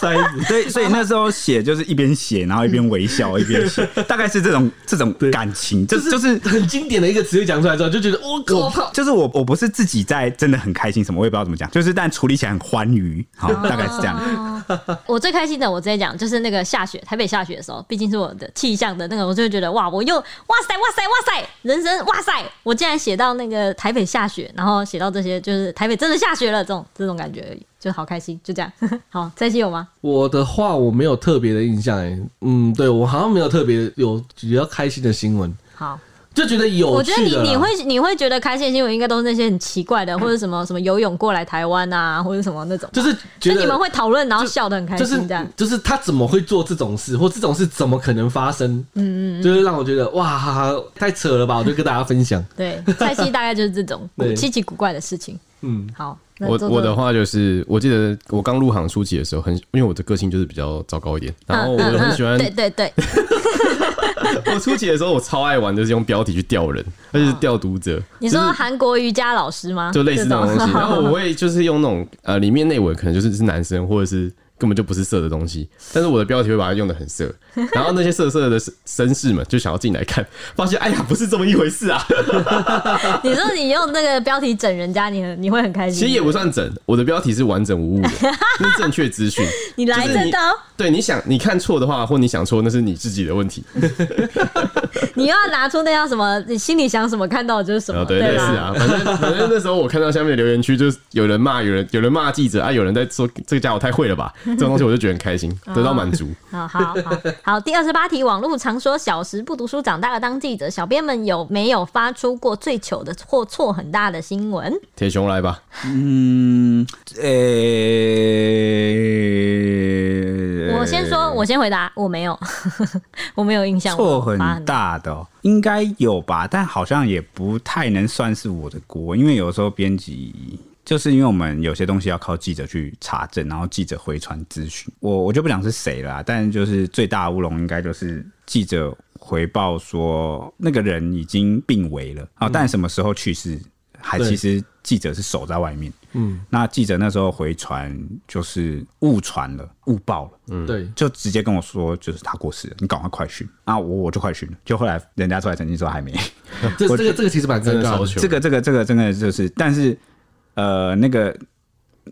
[SPEAKER 4] 塞子，
[SPEAKER 1] 对，所以那时候写就是一边写，然后一边微笑，一边写，大概是这种这种感情，这就是
[SPEAKER 4] 很经典的一个词汇讲出来之后，就觉得我靠，靠
[SPEAKER 1] 就是我我
[SPEAKER 2] 哦
[SPEAKER 1] 不是自己在真的很开心什么，我也不知道怎么讲，就是但处理起来很欢愉，好，大概是这样。
[SPEAKER 2] 我最开心的，我直接讲，就是那个下雪，台北下雪的时候，毕竟是我的气象的那个，我就会觉得哇，我又哇塞哇塞哇塞，人生哇塞，我竟然写到那个台北下雪，然后写到这些，就是台北真的下雪了，这种这种感觉而已，就好开心，就这样。 好，这一期有吗？
[SPEAKER 4] 我的话我没有特别的印象哎、嗯，对我好像没有特别有比较开心的新闻，
[SPEAKER 2] 好，
[SPEAKER 4] 就觉得有
[SPEAKER 2] 我觉
[SPEAKER 4] 趣
[SPEAKER 2] 得你
[SPEAKER 4] 的啦
[SPEAKER 2] 你会你会觉得开心的新闻，应该都是那些很奇怪的，或者什么什么游泳过来台湾啊，或者什么那种。
[SPEAKER 4] 就是
[SPEAKER 2] 就
[SPEAKER 4] 觉得
[SPEAKER 2] 你们会讨论，然后笑得很开
[SPEAKER 4] 就是
[SPEAKER 2] 心，这样。
[SPEAKER 4] 就是他怎么会做这种事，或这种事怎么可能发生？嗯嗯，就是让我觉得哇，哈哈，太扯了吧！我就跟大家分享，
[SPEAKER 2] 对，菜系大概就是这种古
[SPEAKER 4] 对
[SPEAKER 2] 稀奇古怪的事情。
[SPEAKER 4] 嗯，
[SPEAKER 2] 好，那
[SPEAKER 3] 我
[SPEAKER 2] 做
[SPEAKER 3] 我的
[SPEAKER 2] 做
[SPEAKER 3] 话就是，我记得我刚入行初期的时候很，因为我的个性就是比较糟糕一点，然后我
[SPEAKER 2] 嗯嗯
[SPEAKER 3] 很喜欢
[SPEAKER 2] 对对 对，
[SPEAKER 3] 我初期的时候，我超爱玩，就是用标题去钓人，而且是钓读者，
[SPEAKER 2] 哦你
[SPEAKER 3] 就
[SPEAKER 2] 说
[SPEAKER 3] 是
[SPEAKER 2] 韩国瑜伽老师吗？
[SPEAKER 3] 就类似那种东西。 然后我
[SPEAKER 2] 种
[SPEAKER 3] 会就是用那种呃，里面内文可能就是是男生或者是根本就不是色的东西，但是我的标题会把它用的很色，然后那些色色的绅绅士们就想要进来看，发现哎呀不是这么一回事啊，
[SPEAKER 2] 你说你用那个标题整人家，你很你会很开心。
[SPEAKER 3] 其实也不算整，我的标题是完整无误的，那是正确资讯。
[SPEAKER 2] 你来
[SPEAKER 3] 就是
[SPEAKER 2] 真的哦，
[SPEAKER 3] 对，你想你看错的话，或你想错，那是你自己的问题。
[SPEAKER 2] 你又要拿出那叫什么？你心里想什么，看到的就是什
[SPEAKER 3] 啊，
[SPEAKER 2] 么，
[SPEAKER 3] 对，类似
[SPEAKER 2] 吧？
[SPEAKER 3] 啊，反正反正那时候我看到下面的留言区，就是有人骂，有人有人骂记者啊，有人在说这个家伙太会了吧，这种东西我就觉得很开心，得到满足。
[SPEAKER 2] 好好好好，第二十八题，网络常说小时不读书，长大了当记者，小编们有没有发出过最糗的或错很大的新闻？
[SPEAKER 3] 铁熊来吧，
[SPEAKER 1] 嗯，诶、
[SPEAKER 2] 我先说，我先回答，我没有， 我没有印象，
[SPEAKER 1] 错
[SPEAKER 2] 我 发
[SPEAKER 1] 很。大的、哦，应该有吧，但好像也不太能算是我的锅，因为有时候编辑。就是因为我们有些东西要靠记者去查证，然后记者回传资讯。我我就不讲是谁了啊，但就是最大的乌龙应该就是记者回报说那个人已经病危了啊、但什么时候去世，还
[SPEAKER 4] 对
[SPEAKER 1] 其实记者是守在外面。
[SPEAKER 4] 嗯
[SPEAKER 1] 嗯，那记者那时候回传就是误传了，误报了。
[SPEAKER 3] 嗯
[SPEAKER 4] 对，
[SPEAKER 1] 就直接跟我说，就是他过世了，你赶快快讯啊！我我就快讯了，就后来人家出来澄清说还没，
[SPEAKER 4] 这这个这个其实蛮尴
[SPEAKER 3] 真的
[SPEAKER 4] 尬
[SPEAKER 3] 超
[SPEAKER 4] 的，
[SPEAKER 3] 糗。
[SPEAKER 1] 这个这个这个真的就是，但是呃，那个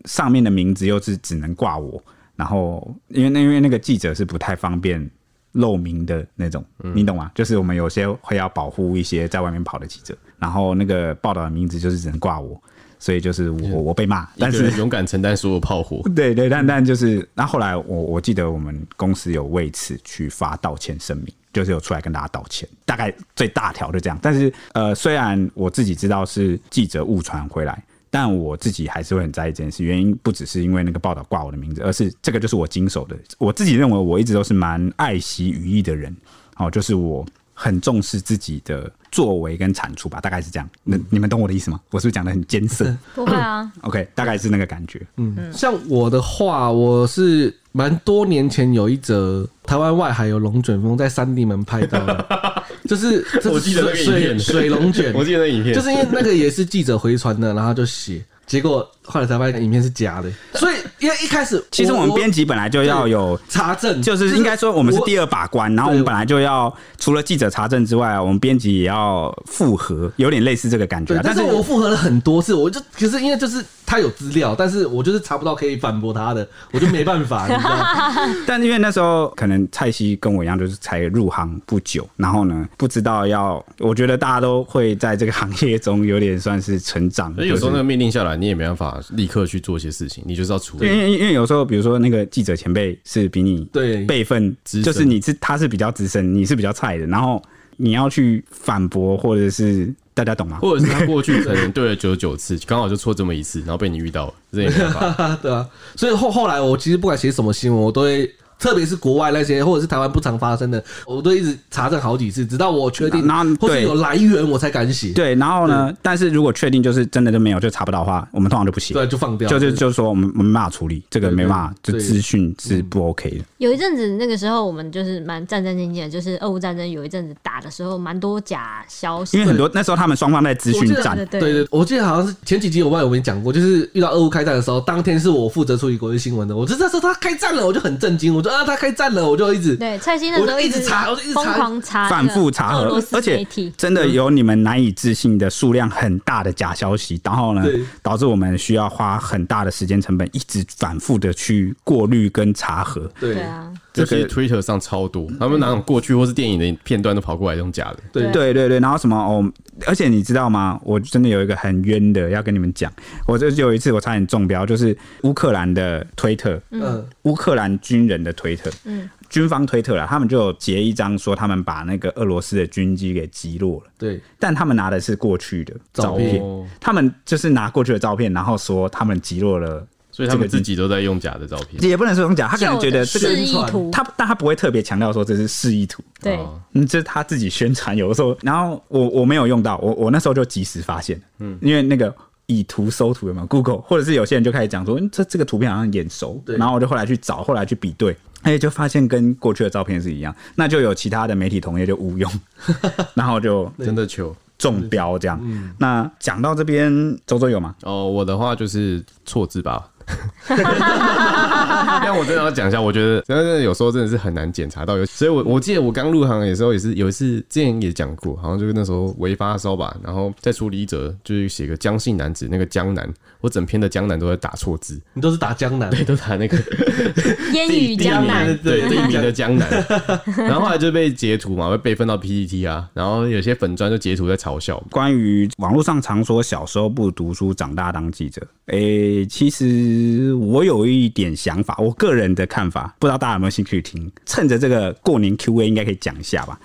[SPEAKER 1] 上面的名字又是只能挂我，然后因为那因为那个记者是不太方便露名的那种，
[SPEAKER 3] 嗯
[SPEAKER 1] 你懂吗？就是我们有些会要保护一些在外面跑的记者，然后那个报道的名字就是只能挂我，所以就是我我被骂，但
[SPEAKER 3] 一
[SPEAKER 1] 是
[SPEAKER 3] 个人勇敢承担所有炮火，
[SPEAKER 1] 对对，但但就是，那后来我我记得我们公司有为此去发道歉声明，就是有出来跟大家道歉，大概最大条就这样。但是呃，虽然我自己知道是记者误传回来，但我自己还是会很在意这件事，原因不只是因为那个报道挂我的名字，而是这个就是我经手的。我自己认为我一直都是蛮爱惜羽翼的人，哦，就是我很重视自己的作为跟产出吧，大概是这样。那你们懂我的意思吗？我是不是讲的很艰涩
[SPEAKER 2] 不会啊，
[SPEAKER 1] ？OK，大概是那个感觉。
[SPEAKER 4] 嗯像我的话，我是蛮多年前有一则台湾外海有龙卷风在三地门拍到的， 就是这是
[SPEAKER 3] 我记得那个影
[SPEAKER 4] 水水
[SPEAKER 3] 片，
[SPEAKER 4] 水龙卷
[SPEAKER 3] 我记得那影片，
[SPEAKER 4] 就是因为那个也是记者回传的，然后就写，结果后来才发现影片是假的，所以因为一开始
[SPEAKER 1] 其实我们编辑本来就要有，
[SPEAKER 4] 查证，
[SPEAKER 1] 就是应该说我们是第二把关，然后我们本来就要除了记者查证之外，我们编辑也要复核，有点类似这个感觉
[SPEAKER 4] 对
[SPEAKER 1] 啊。，
[SPEAKER 4] 但
[SPEAKER 1] 但
[SPEAKER 4] 是
[SPEAKER 1] 是
[SPEAKER 4] 我复核了很多次，我就可是因为就是他有资料，但是我就是查不到可以反驳他的，我就没办法，你知道 吗？
[SPEAKER 1] 但因为那时候可能蔡西跟我一样，就是才入行不久，然后呢不知道要，我觉得大家都会在这个行业中有点算是成长，
[SPEAKER 3] 所以有时候
[SPEAKER 1] 就
[SPEAKER 3] 那
[SPEAKER 1] 是
[SPEAKER 3] 个命令下来，你也没办法立刻去做一些事情，你就是要处
[SPEAKER 1] 因为
[SPEAKER 3] 理。
[SPEAKER 1] 因为有时候，比如说那个记者前辈是比你
[SPEAKER 4] 对
[SPEAKER 1] 辈分，
[SPEAKER 3] 资深
[SPEAKER 1] 就是你是他是比较资深，你是比较菜的，然后你要去反驳或者是大家懂吗？
[SPEAKER 3] 或者是他过去可能对了九十九 次，刚好就错这么一次，然后被你遇到了，这也没办法。
[SPEAKER 4] 对啊，所以后后来我其实不管写什么新闻，我都会。特别是国外那些，或者是台湾不常发生的，我都一直查证好几次，直到我确定
[SPEAKER 1] 那那，
[SPEAKER 4] 或是
[SPEAKER 1] 对
[SPEAKER 4] 有来源，我才敢写。
[SPEAKER 1] 对，然后呢？但是如果确定就是真的就没有，就查不到的话，我们通常就不写，
[SPEAKER 4] 对，啊就放掉。
[SPEAKER 1] 就是就是说我们我们没办法处理这个，
[SPEAKER 4] 对
[SPEAKER 1] 没办法，
[SPEAKER 4] 对
[SPEAKER 1] 就
[SPEAKER 4] 对
[SPEAKER 1] 资讯是不 OK 的。
[SPEAKER 2] 有一阵子，那个时候我们就是蛮战战兢兢的，就是俄乌战争有一阵子打的时候，蛮多假消息，
[SPEAKER 1] 因为很多那时候他们双方在资
[SPEAKER 4] 我
[SPEAKER 1] 讯
[SPEAKER 4] 记得
[SPEAKER 1] 战，
[SPEAKER 4] 对对，我记得好像是前几集我忘了有没有讲过，就是遇到俄乌开战的时候，当天是我负责处理国际新闻的。我就那时候他开战了，我就很震惊，我就啊，他开战了，我就一直
[SPEAKER 2] 对，蔡心那时候
[SPEAKER 4] 我一
[SPEAKER 2] 直
[SPEAKER 4] 直查我就一直查
[SPEAKER 2] 疯狂查那个
[SPEAKER 1] 反复查
[SPEAKER 2] 俄罗
[SPEAKER 1] 核，
[SPEAKER 2] 斯
[SPEAKER 1] 而且
[SPEAKER 2] 媒体。
[SPEAKER 1] 真的有你们难以置信的数量很大的假消息，然后呢
[SPEAKER 4] 对，
[SPEAKER 1] 导致我们需要花很大的时间成本，一直反复的去过滤跟查核。
[SPEAKER 4] 对
[SPEAKER 2] 对啊，
[SPEAKER 3] 这嗯些 Twitter 上超多，他们拿那种过去或是电影的片段都跑过来用假的。
[SPEAKER 4] 对
[SPEAKER 1] 对对对，然后什么哦，而且你知道吗？我真的有一个很冤的要跟你们讲，我这有一次我差点中标，就是乌克兰的推特，
[SPEAKER 4] 嗯
[SPEAKER 1] 乌克兰军人的推特，嗯，军方推特啦，他们就有截一张说他们把那个俄罗斯的军机给击落了，
[SPEAKER 4] 对，
[SPEAKER 1] 但他们拿的是过去的照
[SPEAKER 4] 照
[SPEAKER 1] 片
[SPEAKER 4] 片，
[SPEAKER 3] 哦，
[SPEAKER 1] 他们就是拿过去的照片，然后说他们击落了，
[SPEAKER 3] 所以他们自己都在用假的照片。
[SPEAKER 1] 也不能说用假，他可能觉得这
[SPEAKER 2] 旧的
[SPEAKER 1] 个
[SPEAKER 2] 示意图，
[SPEAKER 1] 他，但他不会特别强调说这是示意图。
[SPEAKER 2] 对
[SPEAKER 3] 哦
[SPEAKER 1] 嗯，这是他自己宣传，有的时候，然后我我没有用到，我我那时候就及时发现，嗯，因为那个以图搜图有没有 Google，或者是有些人就开始讲说，嗯，这这个图片好像眼熟，
[SPEAKER 4] 对
[SPEAKER 1] 然后我就后来去找，后来去比对，哎，就发现跟过去的照片是一样，那就有其他的媒体同业就误用，然后就
[SPEAKER 3] 真的糗。
[SPEAKER 1] 中标这样。那讲到这边，周周有吗？
[SPEAKER 3] 哦，我的话就是错字吧。 但我真的要讲一下，我觉得真的有时候真的是很难检查到，有所以我我记得我刚入行的时候也是有一次，之前也讲过，好像就是那时候微发烧吧，然后在处理一则就是写个江姓男子那个江南，我整篇的江南都在打错字，
[SPEAKER 4] 你都是打江南，
[SPEAKER 3] 对，都打那个
[SPEAKER 2] 烟雨江南，
[SPEAKER 3] 对地名的江 南，然后后来就被截图嘛，被备份到 PPT 啊，然后有些粉砖就截图在嘲笑我，
[SPEAKER 1] 关于网络上常说小时候不读书，长大当记者，诶、其实我有一点想法，我个人的看法，不知道大家有没有兴趣听？趁着这个过年 Q&A，应该可以讲一下吧。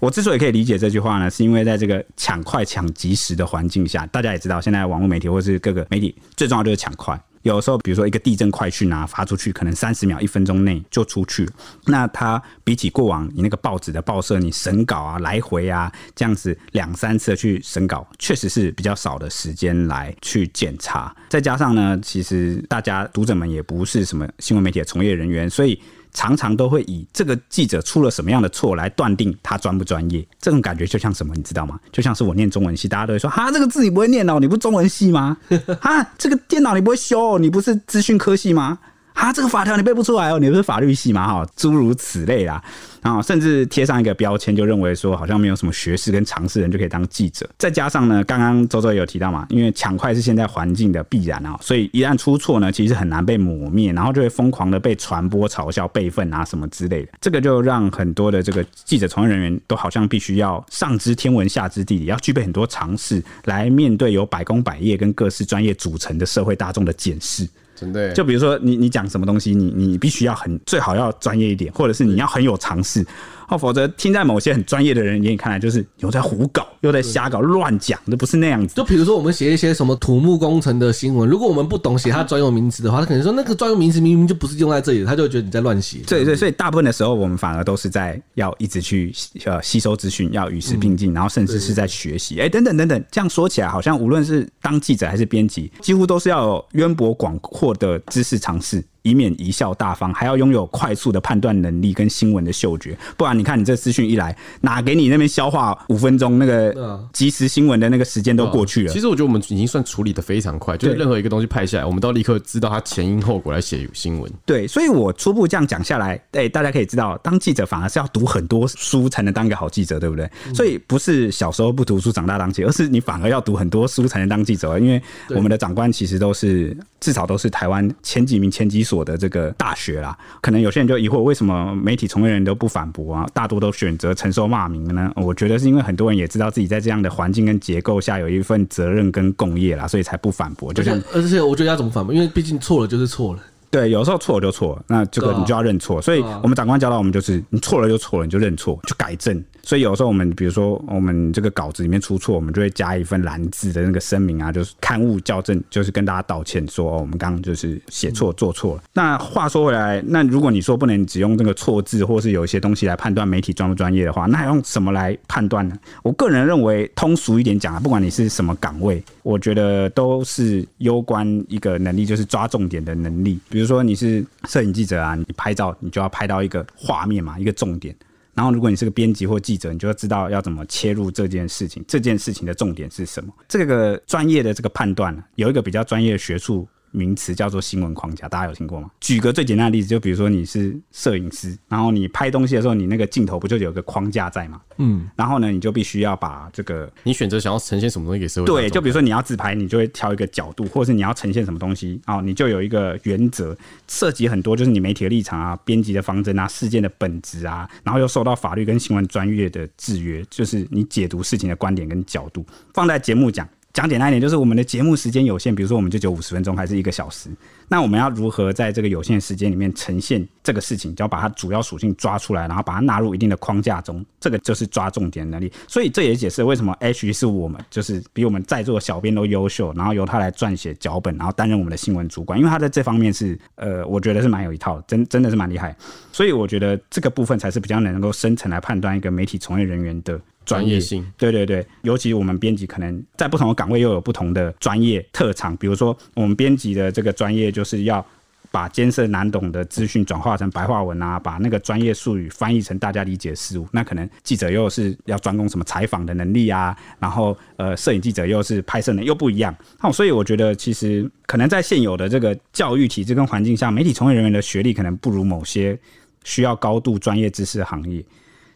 [SPEAKER 1] 我之所以可以理解这句话呢，是因为在这个抢快、抢及时的环境下，大家也知道，现在网络媒体或是各个媒体最重要就是抢快。有时候，比如说一个地震快讯啊，发出去可能三十秒、一分钟内就出去了。那它比起过往你那个报纸的报社，你审稿啊、来回啊这样子两三次的去审稿，确实是比较少的时间来去检查。再加上呢，其实大家读者们也不是什么新闻媒体的从业人员，所以常常都会以这个记者出了什么样的错来断定他专不专业，这种感觉就像什么，你知道吗？就像是我念中文系，大家都会说哈，这个字你不会念哦，你不是中文系吗？哈，这个电脑你不会修哦，你不是资讯科系吗？哈，啊这个法条你背不出来哦，你不是法律系吗？哈，诸如此类啦，然后甚至贴上一个标签，就认为说好像没有什么学识跟常识人就可以当记者。再加上呢，刚刚周周也有提到嘛，因为抢快是现在环境的必然啊、所以一旦出错呢，其实很难被抹灭，然后就会疯狂的被传播、嘲笑、备份啊什么之类的。这个就让很多的这个记者从业人员都好像必须要上知天文下知地理，要具备很多常识来面对由百工百业跟各式专业组成的社会大众的检视。
[SPEAKER 3] 真的耶
[SPEAKER 1] 就比如说你你讲什么东西，你你必须要很最好要专业一点，或者是你要很有尝试，哦，否则听在某些很专业的人眼里看来，就是又在胡搞，又在瞎搞，乱讲，这不是那样子。
[SPEAKER 4] 就比如说我们写一些什么土木工程的新闻，如果我们不懂写它专用名词的话，他可能说那个专用名词明明就不是用在这里的，他就会觉得你在乱写。
[SPEAKER 1] 对对，所以大部分的时候，我们反而都是在要一直去呃吸收资讯，要与时并
[SPEAKER 4] 嗯
[SPEAKER 1] 进，然后甚至是在学习。哎、等等等等，这样说起来，好像无论是当记者还是编辑，几乎都是要有渊博广阔的知识常识。以免贻笑大方，还要拥有快速的判断能力跟新闻的嗅觉，不然你看你这资讯一来，哪给你那边消化五分钟，那
[SPEAKER 4] 对啊
[SPEAKER 1] 个即时新闻的那个时间都过去了
[SPEAKER 3] 嗯其。实我觉得我们已经算处理的非常快，就是
[SPEAKER 1] 对
[SPEAKER 3] 任何一个东西派下来，我们都立刻知道它前因后果来写新闻。
[SPEAKER 1] 对，所以我初步这样讲下来，哎、大家可以知道，当记者反而是要读很多书才能当一个好记者，对不对？所以不是小时候不读书，长大当记者，而是你反而要读很多书才能当记者，因为我们的长官其实都是至少都是台湾前几名、前几所的这个大学啦。可能有些人就疑惑，为什么媒体从业人都不反驳啊？大多都选择承受骂名呢？我觉得是因为很多人也知道自己在这样的环境跟结构下有一份责任跟共业啦，所以才不反驳。就
[SPEAKER 4] 而且
[SPEAKER 1] 像
[SPEAKER 4] 而且我觉得要怎么反驳，因为毕竟错了就是错了。
[SPEAKER 1] 对，有时候错了就错了，那这个
[SPEAKER 4] 对啊
[SPEAKER 1] 你就要认错。所以
[SPEAKER 4] 对啊
[SPEAKER 1] 我们长官教导我们就是，你错了就错了，你就认错，就改正。所以有时候我们，比如说我们这个稿子里面出错，我们就会加一份蓝字的那个声明啊，就是刊物校正，就是跟大家道歉说，哦、我们刚刚就是写错做错了。那话说回来，那如果你说不能只用这个错字，或是有一些东西来判断媒体专不专业的话，那还用什么来判断呢？我个人认为，通俗一点讲啊，不管你是什么岗位，我觉得都是攸关一个能力，就是抓重点的能力。比如说你是摄影记者啊，你拍照你就要拍到一个画面嘛，一个重点。然后，如果你是个编辑或记者，你就要知道要怎么切入这件事情，这件事情的重点是什么。这个专业的这个判断啊，有一个比较专业的学术名词叫做新闻框架，大家有听过吗？举个最简单的例子，就比如说你是摄影师，然后你拍东西的时候，你那个镜头不就有个框架在吗？嗯，然后呢，你就必须要把这个
[SPEAKER 3] 你选择想要呈现什么东西给社会大众看？
[SPEAKER 1] 对，就比如说你要自拍，你就会挑一个角度，或者是你要呈现什么东西哦，你就有一个原则，涉及很多就是你媒体的立场啊、编辑的方针啊、事件的本质啊，然后又受到法律跟新闻专业的制约，就是你解读事情的观点跟角度。放在节目讲，讲简单一点，就是我们的节目时间有限，比如说我们就只有五十分钟还是一个小时，那我们要如何在这个有限时间里面呈现这个事情，就要把它主要属性抓出来，然后把它纳入一定的框架中，这个就是抓重点能力。所以这也解释为什么 H E 是我们，就是比我们在座的小编都优秀，然后由他来撰写脚本，然后担任我们的新闻主管，因为他在这方面是呃，我觉得是蛮有一套的，真真的是蛮厉害。所以我觉得这个部分才是比较能够深层来判断一个媒体从业人员的。专
[SPEAKER 3] 专
[SPEAKER 1] 业
[SPEAKER 3] 业性
[SPEAKER 1] 对对对，尤其我们编辑可能在不同的岗位又有不同的专业特长，比如说我们编辑的这个专业就是要。把艰涩难懂的资讯转化成白话文啊，把那个专业术语翻译成大家理解的事物。那可能记者又是要专攻什么采访的能力啊，然后呃，摄影记者又是拍摄能力又不一样。那、所以我觉得，其实可能在现有的这个教育体制跟环境下，媒体从业人员的学历可能不如某些需要高度专业知识的行业。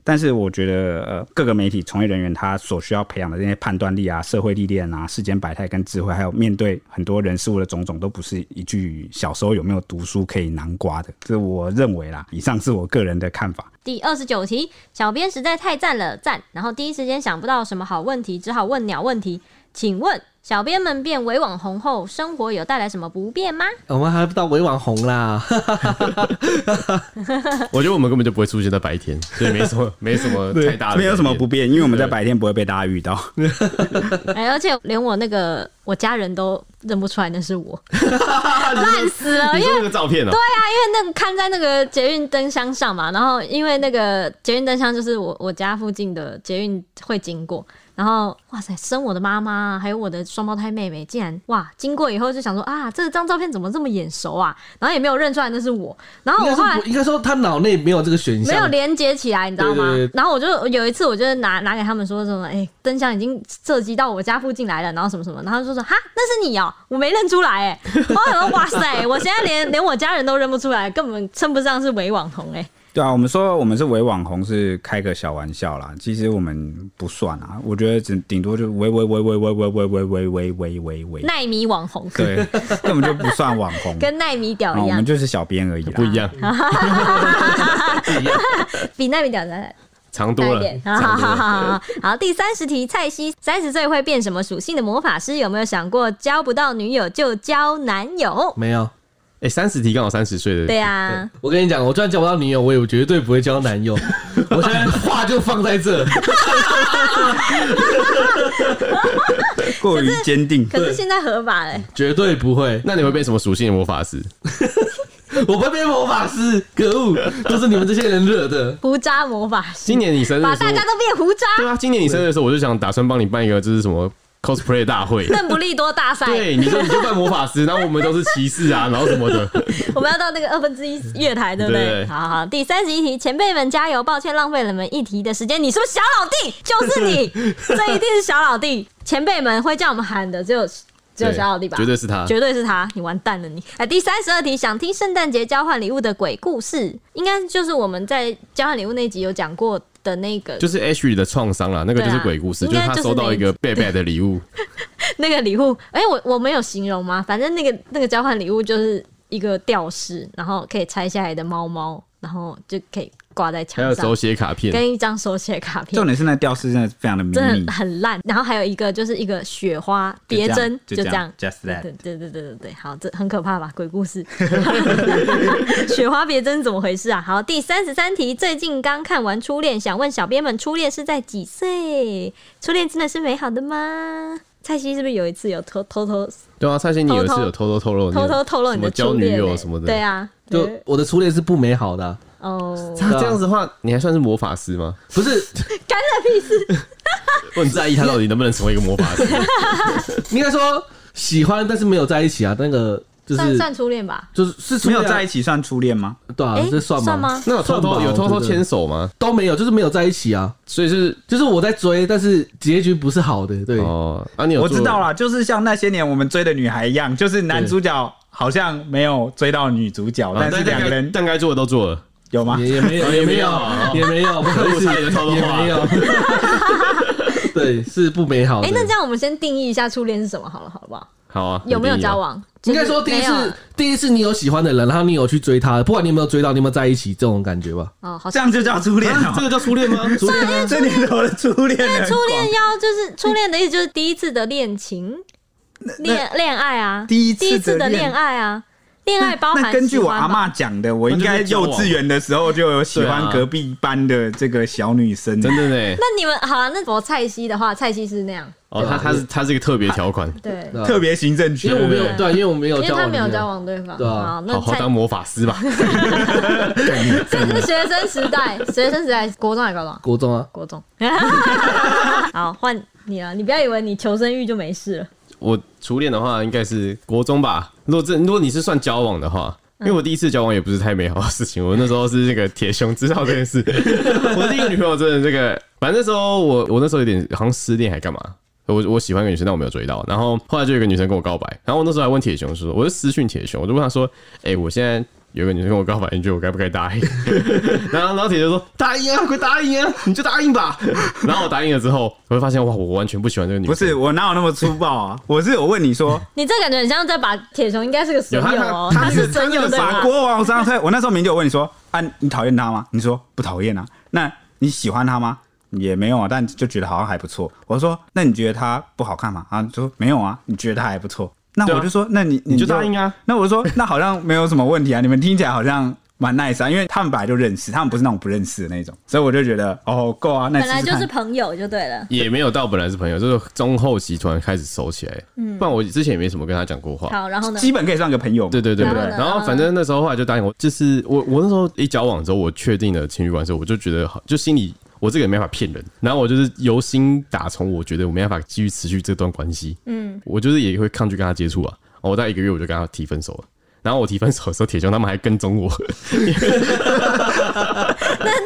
[SPEAKER 1] 但是我觉得，呃，各个媒体从业人员他所需要培养的那些判断力啊、社会历练啊、世间百态跟智慧，还有面对很多人事物的种种，都不是一句小时候有没有读书可以南瓜的。这我认为啦，以上是我个人的看法。
[SPEAKER 2] 第二十九题，小编实在太赞了，赞！然后第一时间想不到什么好问题，只好问鸟问题。请问，小编们变伪网红后，生活有带来什么不便吗？
[SPEAKER 4] 我们还不到伪网红啦，
[SPEAKER 3] 我觉得我们根本就不会出现在白天，所以没 什么没什么太大的改变，
[SPEAKER 1] 没有什么不便，因为我们在白天不会被大家遇到。
[SPEAKER 2] 哎，而且连我那个我家人都认不出来那是我，烂死了！
[SPEAKER 3] 你
[SPEAKER 2] 因为啊
[SPEAKER 3] 说那个照片哦、对，
[SPEAKER 2] 因为那个看在那个捷运灯箱上嘛，然后因为那个捷运灯箱就是我我家附近的捷运会经过，然后哇塞，生我的妈妈还有我的双胞胎妹妹，竟然哇经过以后就想说啊，这张照片怎么这么眼熟啊？然后也没有认出来那是我，然哦后我
[SPEAKER 4] 应
[SPEAKER 2] 后
[SPEAKER 4] 该
[SPEAKER 2] 来
[SPEAKER 4] 是不应该说他脑内没有这个选项，
[SPEAKER 2] 没有连接起来，你知道吗？
[SPEAKER 4] 对对对
[SPEAKER 2] 然后我就有一次，我就拿拿给他们说什么，哎、灯箱已经涉及到我家附近来了，然后什么什么，然后他们就说哈，那是你哦、我没认出来、 哎，我想说哇塞，我现在连连我家人都认不出来，根本称不上是伪网红、哎，
[SPEAKER 1] 对啊，我们说我们是伪网红是开个小玩笑啦，其实我们不算啊。我觉得只顶多就喂喂喂喂喂喂喂喂喂喂喂喂喂，
[SPEAKER 2] 奈米网红，
[SPEAKER 1] 对，根本就不算网红。
[SPEAKER 2] 跟奈米屌
[SPEAKER 1] 啊
[SPEAKER 2] 哦一
[SPEAKER 1] 我
[SPEAKER 2] 样
[SPEAKER 1] 们，就是小编而已啦，
[SPEAKER 3] 不一 样，
[SPEAKER 2] 比奈米屌难
[SPEAKER 3] 长多
[SPEAKER 2] 大一
[SPEAKER 3] 了
[SPEAKER 2] 点，。好
[SPEAKER 3] 长多
[SPEAKER 2] 好
[SPEAKER 3] 了。
[SPEAKER 2] 好好，好，第三十题，蔡西三十岁会变什么属性的魔法师？有没有想过交不到女友就交男友？
[SPEAKER 4] 没有。
[SPEAKER 3] 哎，三十题刚好三十岁的，
[SPEAKER 2] 对啊，
[SPEAKER 4] 我跟你讲，我就算交不到女友，我也绝对不会交男 友。我现在话就放在这，
[SPEAKER 1] 过于坚定。
[SPEAKER 2] 可是现在合法嘞、
[SPEAKER 4] 绝对不会。
[SPEAKER 3] 那你会变什么属性的魔法师？
[SPEAKER 4] 我不会变魔法师，可恶，都是你们这些人惹的。
[SPEAKER 2] 胡渣魔法师，
[SPEAKER 3] 今年你生日
[SPEAKER 2] 把
[SPEAKER 3] 的时
[SPEAKER 2] 大
[SPEAKER 3] 候
[SPEAKER 2] 家，都变胡渣，
[SPEAKER 3] 对啊，今年你生日的时候，我就想打算帮你办一个，就是什么 cosplay 大会。
[SPEAKER 2] 邓布利多大赛，
[SPEAKER 3] 对，你说你就扮魔法师，然后我们都是骑士啊，然后什么的，
[SPEAKER 2] 我们要到那个二分之一月台，对不对？
[SPEAKER 3] 对
[SPEAKER 2] 好好，第三十一题，前辈们加油！抱歉浪费了你们一题的时间，你是不是小老弟？就是 你，这一定是小老弟。前辈们会叫我们喊的，只有只有
[SPEAKER 3] 对，
[SPEAKER 2] 小老弟吧？
[SPEAKER 3] 绝对啊是他。
[SPEAKER 2] 绝对是他，你完蛋了你！哎，第三十二题，想听圣诞节交换礼物的鬼故事，应该就是我们在交换礼物那集有讲过的那个
[SPEAKER 3] 就是 Ashley 的创伤啦，那个就是
[SPEAKER 2] 对啊
[SPEAKER 3] 鬼故事，
[SPEAKER 2] 应
[SPEAKER 3] 就是
[SPEAKER 2] 该
[SPEAKER 3] 他
[SPEAKER 2] 就是
[SPEAKER 3] 收
[SPEAKER 2] 那
[SPEAKER 3] 到
[SPEAKER 2] 一
[SPEAKER 3] 一个贝贝的 礼物，
[SPEAKER 2] 那个礼物，哎、我我没有形容吗？反正那个那个交换礼物就是一个吊饰，然后可以拆下来的猫猫，然后就可以挂在
[SPEAKER 3] 还
[SPEAKER 2] 墙
[SPEAKER 3] 有手
[SPEAKER 2] 上，
[SPEAKER 3] 写卡片，
[SPEAKER 2] 跟一张手写卡片
[SPEAKER 1] 重，点是那吊饰真的非常的迷
[SPEAKER 2] 真
[SPEAKER 1] 你
[SPEAKER 2] 的，很烂。然后还有一个就是一个雪花
[SPEAKER 1] 就这
[SPEAKER 2] 别
[SPEAKER 1] 样
[SPEAKER 2] 针，
[SPEAKER 1] 就
[SPEAKER 2] 这
[SPEAKER 1] 这样，just
[SPEAKER 2] 对
[SPEAKER 1] that
[SPEAKER 2] 对对对对对对，好，这很可怕吧？鬼故事，雪花别针怎么回事啊？好，第三十三题，最近刚看完《初恋》，想问小编们，初恋是在几岁？初恋真的是美好的吗？蔡西是不是有一次有偷偷偷
[SPEAKER 3] 对啊，蔡心你有一次
[SPEAKER 2] 偷偷
[SPEAKER 3] 有偷偷透露，
[SPEAKER 2] 偷偷透露你
[SPEAKER 3] 什么
[SPEAKER 2] 的
[SPEAKER 3] 交
[SPEAKER 2] 初
[SPEAKER 3] 女
[SPEAKER 2] 恋、
[SPEAKER 3] 友
[SPEAKER 2] 欸
[SPEAKER 3] 什么的，
[SPEAKER 2] 对啊，
[SPEAKER 4] 就
[SPEAKER 2] 对
[SPEAKER 4] 我的初恋是不美好的啊、
[SPEAKER 2] 哦，
[SPEAKER 3] 他这样子的话，你还算是魔法师吗？
[SPEAKER 4] 不是
[SPEAKER 2] 干了屁事，
[SPEAKER 3] 我很在意他到底能不能成为一个魔法师。
[SPEAKER 4] 应该说喜欢，但是没有在一起啊。那个就
[SPEAKER 2] 算
[SPEAKER 4] 是
[SPEAKER 2] 算初恋吧，
[SPEAKER 4] 就是是初
[SPEAKER 1] 没
[SPEAKER 4] 恋
[SPEAKER 1] 有
[SPEAKER 4] 啊
[SPEAKER 1] 在一起算初恋吗？
[SPEAKER 4] 对啊
[SPEAKER 2] 诶，
[SPEAKER 4] 这算
[SPEAKER 2] 算
[SPEAKER 4] 吗
[SPEAKER 2] 吗？
[SPEAKER 3] 那有偷
[SPEAKER 4] 算
[SPEAKER 3] 偷
[SPEAKER 4] 吧
[SPEAKER 3] 有偷
[SPEAKER 4] 我
[SPEAKER 3] 偷
[SPEAKER 4] 觉得
[SPEAKER 3] 牵手吗？
[SPEAKER 4] 都没有，就是没有在一起啊。
[SPEAKER 3] 所以是
[SPEAKER 4] 就是我在追，但是结局不是好的，对。
[SPEAKER 3] 哦，啊，你有
[SPEAKER 1] 我知道
[SPEAKER 3] 了，
[SPEAKER 1] 啦，就是像那些年我们追的女孩一样，就是男主角好像没有追到女主角，
[SPEAKER 3] 啊
[SPEAKER 1] 但是两个人
[SPEAKER 3] 但该做的都做了，
[SPEAKER 1] 有吗？
[SPEAKER 4] 也也没有，
[SPEAKER 3] 哦
[SPEAKER 4] 也
[SPEAKER 3] 也
[SPEAKER 4] 没
[SPEAKER 3] 没有
[SPEAKER 4] 有
[SPEAKER 3] 啊，
[SPEAKER 4] 也没有，不 好意思
[SPEAKER 3] 我差点就偷偷
[SPEAKER 4] 也
[SPEAKER 3] 画
[SPEAKER 4] 没有。 对，是不美好的。
[SPEAKER 2] 哎、那这样我们先定义一下初恋是什么好了，好不好？
[SPEAKER 3] 好啊，
[SPEAKER 2] 有没有
[SPEAKER 3] 很低啊
[SPEAKER 2] 交？往？
[SPEAKER 4] 应该说第一
[SPEAKER 2] 就是没有啊
[SPEAKER 4] 次，第一次你有喜欢的人，然后你有去追他，不管你有没有追到，你有没有在一起，这种感觉吧。
[SPEAKER 2] 哦，好
[SPEAKER 1] 这
[SPEAKER 2] 像
[SPEAKER 1] 样就叫初恋
[SPEAKER 3] 啊这
[SPEAKER 1] 哦。
[SPEAKER 3] 个叫 初恋吗？
[SPEAKER 4] 初恋啊，
[SPEAKER 1] 这年头的初恋很广，
[SPEAKER 2] 初恋要就是初恋的意思就是第一次的恋情，恋恋爱啊，
[SPEAKER 1] 第一次的
[SPEAKER 2] 第一次的
[SPEAKER 1] 恋
[SPEAKER 2] 恋爱啊，恋爱包
[SPEAKER 1] 那
[SPEAKER 2] 含
[SPEAKER 1] 根据我
[SPEAKER 2] 喜欢
[SPEAKER 1] 阿
[SPEAKER 2] 吧
[SPEAKER 1] 妈讲的，我应该
[SPEAKER 3] 那就是交
[SPEAKER 1] 幼
[SPEAKER 3] 往
[SPEAKER 1] 稚园的时候就有喜
[SPEAKER 3] 对
[SPEAKER 1] 欢
[SPEAKER 3] 啊
[SPEAKER 1] 隔壁班的这个小女生，
[SPEAKER 3] 真的呢，
[SPEAKER 2] 那你们好啊？那我蔡西的话，蔡西是那样，
[SPEAKER 3] 哦，他他是他是一个特别条款，
[SPEAKER 2] 对，
[SPEAKER 4] 对啊
[SPEAKER 1] 特别行政区
[SPEAKER 4] 因为我没有对，啊因为我没有
[SPEAKER 2] 因为
[SPEAKER 4] 交往，
[SPEAKER 2] 他没有交。往对方。
[SPEAKER 4] 对啊
[SPEAKER 2] 好，那
[SPEAKER 3] 好好
[SPEAKER 2] 蔡
[SPEAKER 3] 当魔法师吧。
[SPEAKER 2] 这是 学生时代，学生时代，国中还是高中？
[SPEAKER 4] 国中啊，
[SPEAKER 2] 国中。好，换你了，你不要以为你求生欲就没事了。
[SPEAKER 3] 我初恋的话应该是国中吧。如果这如果你是算交往的话，因为我第一次交往也不是太美好的事情，我那时候是那个铁熊知道这件事。我第一个女朋友真的这个，反正那时候我我那时候有点好像失恋还干嘛。我我喜欢一个女生，但我没有追到。然后后来就有一个女生跟我告白，然后我那时候还问铁熊说，我就私讯铁熊，我就问他说，哎、我现在有一个女生跟我告白，你觉得我该不该答应？ 然后然后铁熊说答应啊，快答应啊，你就答应吧。然后我答应了之后，我会发现哇，我完全不喜欢这个女生。
[SPEAKER 1] 不是我哪有那么粗暴啊？我是我问你说，
[SPEAKER 2] 你这感觉很像在把铁熊应该是个损
[SPEAKER 3] 有他
[SPEAKER 2] 友
[SPEAKER 3] 他
[SPEAKER 2] 哦，
[SPEAKER 1] 他
[SPEAKER 2] 是
[SPEAKER 1] 是他
[SPEAKER 2] 损友
[SPEAKER 1] 是
[SPEAKER 2] 的
[SPEAKER 3] 啊
[SPEAKER 1] 法
[SPEAKER 2] 吧？
[SPEAKER 1] 啊国王张 翠，我那时候明就问你说啊，你讨厌他吗？你说不讨厌啊。那你喜欢他吗？也没有啊，但就觉得好像还不错。我说那你觉得他不好看吗？啊，你说没有啊，你觉得他还不错。那
[SPEAKER 3] 对啊
[SPEAKER 1] 我就说，那你
[SPEAKER 3] 你就答应啊。
[SPEAKER 1] 那我说， 那好像没有什么问题啊。你们听起来好像蛮 nice 啊，因为他们本来就认识，他们不是那种不认识的那种，所以我就觉得哦，够啊。那
[SPEAKER 5] 本来
[SPEAKER 1] 试试
[SPEAKER 5] 就是
[SPEAKER 1] 看
[SPEAKER 5] 朋友就对了。
[SPEAKER 3] 也没有到本来是朋友， 就是中后期突然开始熟起来。不然我之前也没什么跟他讲过话。
[SPEAKER 5] 嗯好，然后呢？
[SPEAKER 1] 基本可以算个朋友嘛。
[SPEAKER 3] 对对对
[SPEAKER 5] 然
[SPEAKER 3] 对
[SPEAKER 5] 后呢
[SPEAKER 3] 然后反正那时候后来就答应我，就是我我那时候一交往之后，我确定了情侣关系，我就觉得好，就心里我这个也没法骗人。然后我就是由心打从，我觉得我没办法继续持续这段关系。嗯，我就是也会抗拒跟他接触啊。我大概一个月我就跟他提分手了。然后我提分手的时候，铁熊他们还 跟踪我，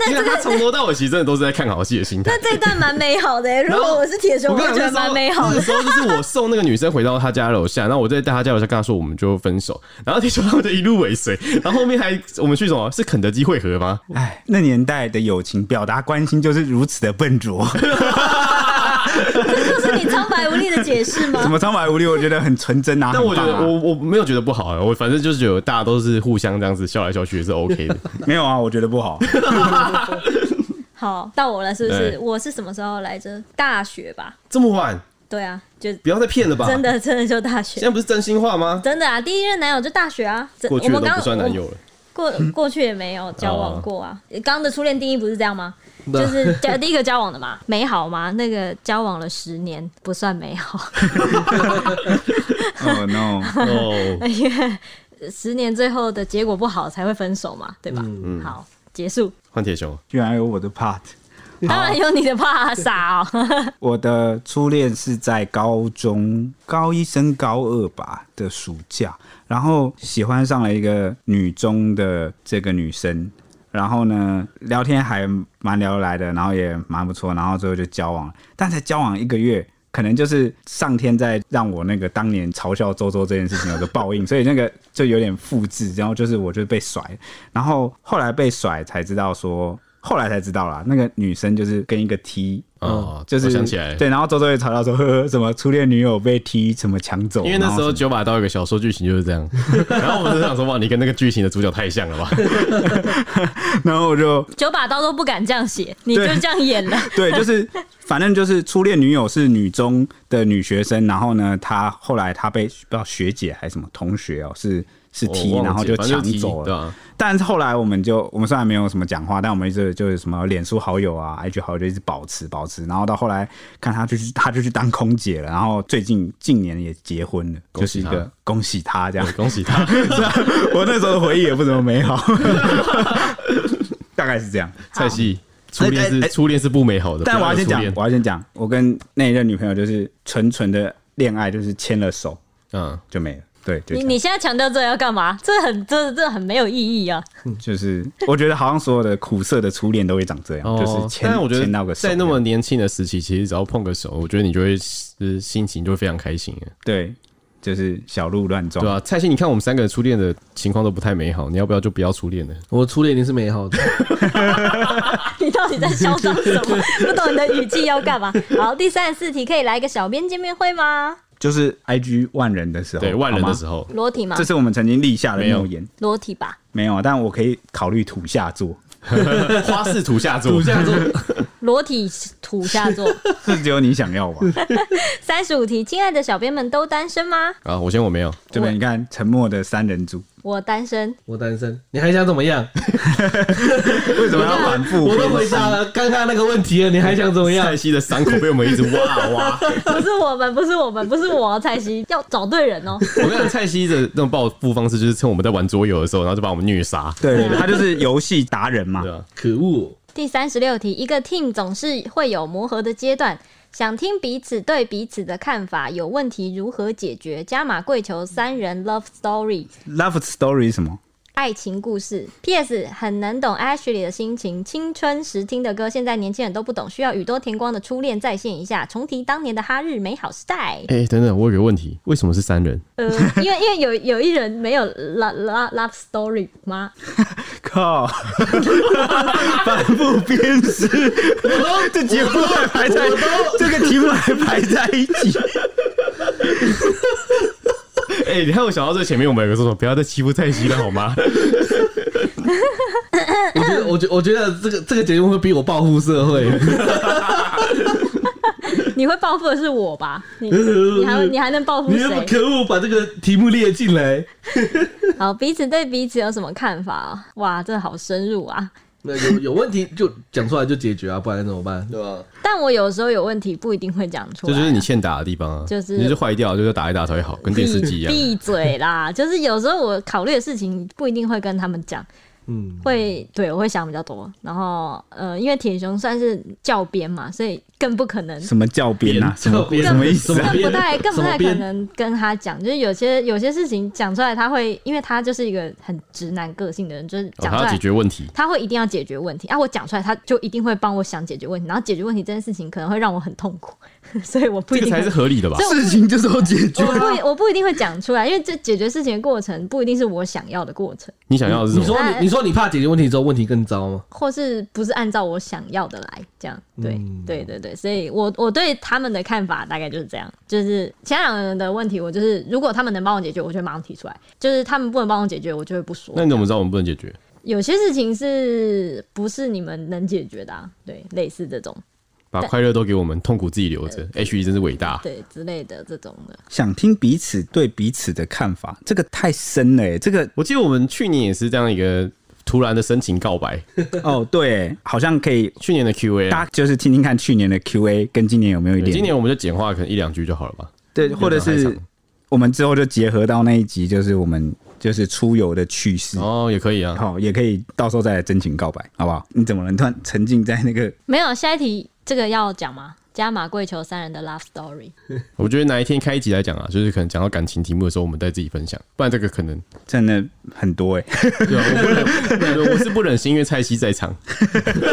[SPEAKER 3] 因为他从头到尾其实真的都是在看好戏的心态。
[SPEAKER 5] 那这段蛮美好的、欸，如
[SPEAKER 3] 然
[SPEAKER 5] 果
[SPEAKER 3] 后
[SPEAKER 5] 我是铁熊，
[SPEAKER 3] 我
[SPEAKER 5] 我
[SPEAKER 3] 跟
[SPEAKER 5] 会
[SPEAKER 3] 你
[SPEAKER 5] 觉得
[SPEAKER 3] 讲，
[SPEAKER 5] 蛮美好
[SPEAKER 3] 那
[SPEAKER 5] 的。
[SPEAKER 3] 时候就是我送那个女生回到她家楼下，然后我再带她家楼下跟她说我们就分手，然后听说他们就一路尾随，然后后面还我们去什么是肯德基汇合吗？
[SPEAKER 1] 哎，那年代的友情表达关心就是如此的笨 拙，
[SPEAKER 5] 这是你苍白无力的解释吗
[SPEAKER 1] 什？么苍白无力，我觉得很纯真啊。
[SPEAKER 3] 但我觉得
[SPEAKER 1] 很棒啊
[SPEAKER 3] 我我没有觉得不好啊，我反正就是觉得大家都是互相这样子笑来笑去也是 OK 的。
[SPEAKER 1] 没有啊，我觉得不好。
[SPEAKER 5] 好，到我了，是不是
[SPEAKER 3] 对？
[SPEAKER 5] 我是什么时候来着？大学吧。
[SPEAKER 3] 这么晚，
[SPEAKER 5] 对啊，就
[SPEAKER 3] 不要再骗了吧？
[SPEAKER 5] 真，的真的就大
[SPEAKER 3] 现在
[SPEAKER 5] 学，
[SPEAKER 3] 不是真心话吗？
[SPEAKER 5] 真的啊，第一任男友就大学啊。这
[SPEAKER 3] 过去的
[SPEAKER 5] 我
[SPEAKER 3] 都
[SPEAKER 5] 们刚
[SPEAKER 3] 不算男
[SPEAKER 5] 我
[SPEAKER 3] 友了，
[SPEAKER 5] 过
[SPEAKER 1] 嗯
[SPEAKER 5] 过去也没有交往过啊。
[SPEAKER 1] 哦
[SPEAKER 5] 刚刚的初恋定义不是这样吗？
[SPEAKER 4] 那
[SPEAKER 5] 就是交第一个交往的嘛， 美好吗？那个交往了十年不算美好，
[SPEAKER 1] Oh no！
[SPEAKER 3] 哦，
[SPEAKER 5] 因为十年最后的结果不好才会分手嘛，对吧？
[SPEAKER 1] 嗯
[SPEAKER 5] 好，结束。
[SPEAKER 3] 换铁熊，
[SPEAKER 1] 居然有我的 part。
[SPEAKER 5] 当然有你的怕傻 哦。
[SPEAKER 1] 我的初恋是在高中高一升高二吧的暑假，然后喜欢上了一个女中的这个女生，然后呢聊天还蛮聊得来的，然后也蛮不错，然后最后就交往了，但才交往一个月。可能就是上天在让我那个当年嘲笑周周这件事情有个报应，所以那个就有点复制，然后就是我就被甩，然后后来被甩才知道说，后来才知道啦，那个女生就是跟一个 T
[SPEAKER 3] 哦，
[SPEAKER 1] 就是
[SPEAKER 3] 我想起来了，
[SPEAKER 1] 对，然后周周也吵到说，呵 呵，什么初恋女友被踢，什么抢走，
[SPEAKER 3] 因为那时
[SPEAKER 1] 然后
[SPEAKER 3] 候
[SPEAKER 1] 什么
[SPEAKER 3] 九把刀有个小说剧情就是 这样，然后我就想说哇，你跟那个剧情的主角太像了 吧？
[SPEAKER 1] 然后我就
[SPEAKER 5] 九把刀都不敢这样写，你就这样演了。
[SPEAKER 1] 对，就是反正就是初恋女友是女中的女学生，然后呢，她后来她被不知道学姐还是什么同学哦、是是
[SPEAKER 3] 我
[SPEAKER 1] 踢，
[SPEAKER 3] 忘记
[SPEAKER 1] 然后就
[SPEAKER 3] 反正
[SPEAKER 1] 抢
[SPEAKER 3] 踢
[SPEAKER 1] 走
[SPEAKER 3] 对
[SPEAKER 1] 了。
[SPEAKER 3] 啊，
[SPEAKER 1] 但是后来我们就我们虽然没有什么讲话，但我们一直就是什么脸书好友啊、IG 好友就一直保持保持，然后到后来看她就去 她就去当空姐了，然后最近近年也结婚了，
[SPEAKER 3] 恭
[SPEAKER 1] 就
[SPEAKER 3] 喜
[SPEAKER 1] 是一个
[SPEAKER 3] 她
[SPEAKER 1] 恭喜她这样
[SPEAKER 3] 对。恭喜他。
[SPEAKER 1] 我那时候的回忆也不怎么美好， 大概是这样。
[SPEAKER 3] 蔡西，初恋
[SPEAKER 1] 哎哎
[SPEAKER 3] 是
[SPEAKER 1] 哎
[SPEAKER 3] 初恋是不美好的，
[SPEAKER 1] 但
[SPEAKER 3] 不
[SPEAKER 1] 我要
[SPEAKER 3] 要有
[SPEAKER 1] 先
[SPEAKER 3] 初
[SPEAKER 1] 讲
[SPEAKER 3] 恋，
[SPEAKER 1] 我要先讲，我跟那一任女朋友就是纯纯的恋爱，就是牵了手
[SPEAKER 3] 嗯，
[SPEAKER 1] 就没了。 对，就这
[SPEAKER 2] 你
[SPEAKER 1] 样
[SPEAKER 2] 你现在强调这要干嘛？这很这这很没有意义 啊！
[SPEAKER 1] 就是我觉得好像所有的苦涩的初恋都会长这样，就是牵
[SPEAKER 3] 哦但是我觉
[SPEAKER 1] 牵到
[SPEAKER 3] 得
[SPEAKER 1] 个手
[SPEAKER 3] 在那么
[SPEAKER 1] 这样
[SPEAKER 3] 年轻的时期，其实只要碰个手，我觉得你就会就是心情就会非常开心耶，
[SPEAKER 1] 对，就是小鹿乱撞，
[SPEAKER 3] 对啊吧、蔡欣，你看我们三个初恋的情况都不太美好，你要不要就不要初恋了？
[SPEAKER 4] 我初恋一定是美好的。
[SPEAKER 2] 你到底在嚣 张什么？不懂你的语气要干嘛？好，第三十四题可以来一个小编见面会吗？
[SPEAKER 1] 就是 I G 万人的时候，
[SPEAKER 3] 对，万人的时
[SPEAKER 1] 候，
[SPEAKER 3] 候，
[SPEAKER 2] 裸体吗
[SPEAKER 1] 这？是我们曾经立下的诺言。
[SPEAKER 2] 裸体吧。
[SPEAKER 1] 没有啊，但我可以考虑土下座，
[SPEAKER 3] 花式土下座，
[SPEAKER 4] 土下座，
[SPEAKER 2] 裸体土下座。
[SPEAKER 1] 是只有你想要吧？
[SPEAKER 2] 三十五题，亲爱的小编们都单身吗？
[SPEAKER 3] 啊，我先我没有，
[SPEAKER 1] 这边你看，沉默的三人组
[SPEAKER 2] 我单身。
[SPEAKER 4] 我单身，你还想怎么样？
[SPEAKER 1] 为什么要反复？
[SPEAKER 4] 我都回答了刚刚那个问题了，你还想怎么样
[SPEAKER 3] 蔡？西的伤口被我们一直挖啊挖。
[SPEAKER 2] 不是我们，不是我们，不是我，蔡西要找对人哦。
[SPEAKER 3] 我跟你讲，蔡西的那种报复方式就是趁我们在玩桌游的时候，然后就把我们虐杀。
[SPEAKER 1] 对对对，他就是游戏达人嘛
[SPEAKER 3] 对。啊，
[SPEAKER 4] 可恶！
[SPEAKER 2] 第三十六题，一个 team 总是会有磨合的阶段，想听彼此对彼此的看法，有问题如何解决？加码跪求三人 love story。
[SPEAKER 1] Love Story 是什么？
[SPEAKER 2] 爱情故事。P.S. 很能懂 Ashley 的心情，青春时听的歌，现在年轻人都不懂，需要宇多田光的初恋再现一下，重提当年的哈日美好时代。
[SPEAKER 3] 哎、等等，我有个问题，为什么是三人？
[SPEAKER 2] 呃，因为因为有有一人没有 love love love story 吗？
[SPEAKER 1] 靠！ 反复鞭尸，这节目还排在这个题目还排在一起，
[SPEAKER 3] 哎、你看我想到这前面，我们有个说什么，不要再欺负蔡西了好吗？
[SPEAKER 4] 我
[SPEAKER 2] 嗯
[SPEAKER 4] 觉得，我觉，我觉得这个这个节目会逼我报复社会。
[SPEAKER 2] 你会报复的是我吧？你你还会你还能报复
[SPEAKER 4] 你那么
[SPEAKER 2] 谁？
[SPEAKER 4] 可恶，把这个题目列进来。
[SPEAKER 2] 好，彼此对彼此有什么看法啊？哇，这好深入啊！
[SPEAKER 4] 那有有问题就讲出来就解决啊，不然怎么办？对吧？
[SPEAKER 2] 但我有时候有问题不一定会讲出
[SPEAKER 3] 这
[SPEAKER 2] 来啊，
[SPEAKER 3] 就是你欠打的地方啊，
[SPEAKER 2] 就是
[SPEAKER 3] 你就坏掉，就是打一打才会好，跟电视机一样。啊
[SPEAKER 2] 闭嘴啦！就是有时候我考虑的事情不一定会跟他们讲，
[SPEAKER 4] 嗯，
[SPEAKER 2] 会对我会想比较多。然后呃，因为铁熊算是教编嘛，所以更不可能，
[SPEAKER 1] 什么教鞭啊？什么
[SPEAKER 4] 编
[SPEAKER 1] 什么意思
[SPEAKER 4] 什么
[SPEAKER 1] 啊？
[SPEAKER 2] 更
[SPEAKER 4] 编
[SPEAKER 2] 不太哦更不
[SPEAKER 4] 什
[SPEAKER 2] 太可
[SPEAKER 4] 么编
[SPEAKER 2] 能跟他讲。就是有些有些事情讲出来，他会，因为他就是一个很直男个性的人，就是
[SPEAKER 3] 哦、
[SPEAKER 2] 讲
[SPEAKER 3] 他
[SPEAKER 2] 出
[SPEAKER 3] 要
[SPEAKER 2] 来。
[SPEAKER 3] 解决问题，
[SPEAKER 2] 他会一定要解决问题啊！我讲出来，他就一定会帮我想解决问题，然后解决问题这件事情可能会让我很痛苦，所以我不一
[SPEAKER 3] 这个
[SPEAKER 2] 定
[SPEAKER 3] 才
[SPEAKER 2] 会
[SPEAKER 3] 是合理的吧？
[SPEAKER 1] 事情就是要解决
[SPEAKER 2] 我。不我不一定会讲出来，因为这解决事情的过程不一定是我想要的过程，
[SPEAKER 3] 你想要的是
[SPEAKER 4] 你
[SPEAKER 3] 什么？
[SPEAKER 4] 说你你说你怕解决问题之后问题更糟吗？
[SPEAKER 2] 或是不是按照我想要的来，这样对、
[SPEAKER 4] 嗯
[SPEAKER 2] 对对对，所以我我对他们的看法大概就是这样，就是前两个人的问题，我就是如果他们能帮我解决，我就会马上提出来；就是他们不能帮我解决，我就会不说
[SPEAKER 3] 那。你怎么知道我们不能解决？
[SPEAKER 2] 有些事情是不是你们能解决的、啊？对，类似这种
[SPEAKER 3] 把快乐都给我们，痛苦自己留着。H E 真是伟大。
[SPEAKER 2] 对之类的这种的，
[SPEAKER 1] 想听彼此对彼此的看法，这个太深了耶！这个
[SPEAKER 3] 我记得我们去年也是这样一个突然的深情告白，
[SPEAKER 1] 哦，对，好像可以，
[SPEAKER 3] 去年的 Q A，
[SPEAKER 1] 大家就是听听看去年的 Q&A 跟今年有没有一点，
[SPEAKER 3] 今年我们就简化，可能一两句就好了吧？
[SPEAKER 1] 对，或者
[SPEAKER 3] 太长
[SPEAKER 1] 是我们之后就结合到那一集，就是我们就是出游的趣事。
[SPEAKER 4] 嗯
[SPEAKER 3] 哦，也可以啊。
[SPEAKER 1] 好，也可以到时候再来真情告白，好不好？你怎么能突然沉浸在那个？
[SPEAKER 2] 没有下一题这个要讲吗？加马跪求三人的 love story。
[SPEAKER 3] 我觉得哪一天开一集来讲啊，就是可能讲到感情题目的时候，我们再自己分享，不然这个可能
[SPEAKER 1] 真的很多哎、
[SPEAKER 3] 对啊，我不忍，对我是不忍心，因为蔡西在场，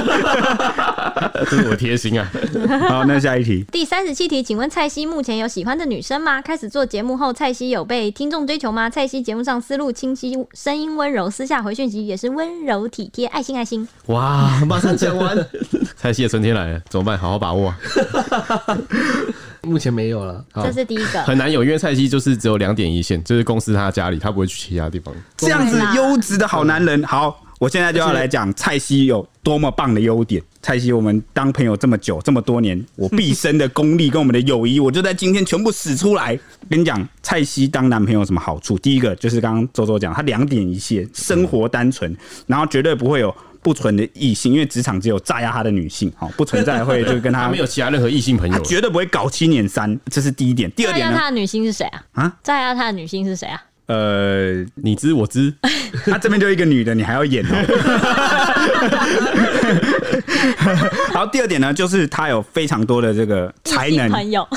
[SPEAKER 3] 这是我贴心啊。
[SPEAKER 1] 好，那下一题，
[SPEAKER 2] 第三十七题，请问蔡西目前有喜欢的女生吗？开始做节目后，蔡西有被听众追求吗？蔡西节目上思路清晰，声音温柔，私下回讯息也是温柔体贴，爱心爱心。
[SPEAKER 3] 哇，马上讲完， 蔡西的春天来了，怎么办？好好把握啊，
[SPEAKER 4] 目前没有了。好
[SPEAKER 2] 这，是第一个。
[SPEAKER 3] 很难有，因为蔡西就是只有两点一线，就是公司他家里，他不会去其他地方。
[SPEAKER 1] 这样子
[SPEAKER 2] 对啦
[SPEAKER 1] 优质的好男人，嗯好，我现在就要来讲蔡西有多么棒的优点。蔡西，我们当朋友这么久，这么多年，我毕生的功力跟我们的友谊，我就在今天全部使出来。跟你讲，蔡西当男朋友有什么好处？第一个就是刚刚周周讲，他两点一线，生活单纯，然后绝对不会有。不纯的异性，因为职场只有榨压他的女性，好不存在会就跟
[SPEAKER 3] 他
[SPEAKER 1] 他
[SPEAKER 3] 没有其他任何异性朋友
[SPEAKER 1] 他
[SPEAKER 3] 了，
[SPEAKER 1] 绝对不会搞七捻三，这是第一点。第二
[SPEAKER 2] 再
[SPEAKER 1] 点
[SPEAKER 2] 要
[SPEAKER 1] 呢
[SPEAKER 2] 他，的女星是谁啊？
[SPEAKER 1] 啊？
[SPEAKER 2] 再要他的女星是谁啊？
[SPEAKER 1] 呃，
[SPEAKER 3] 你 知我知，
[SPEAKER 1] 他这边就一个女的，你还要演哦？然后第二点呢，就是他有非常多的这个才能，
[SPEAKER 5] 朋友，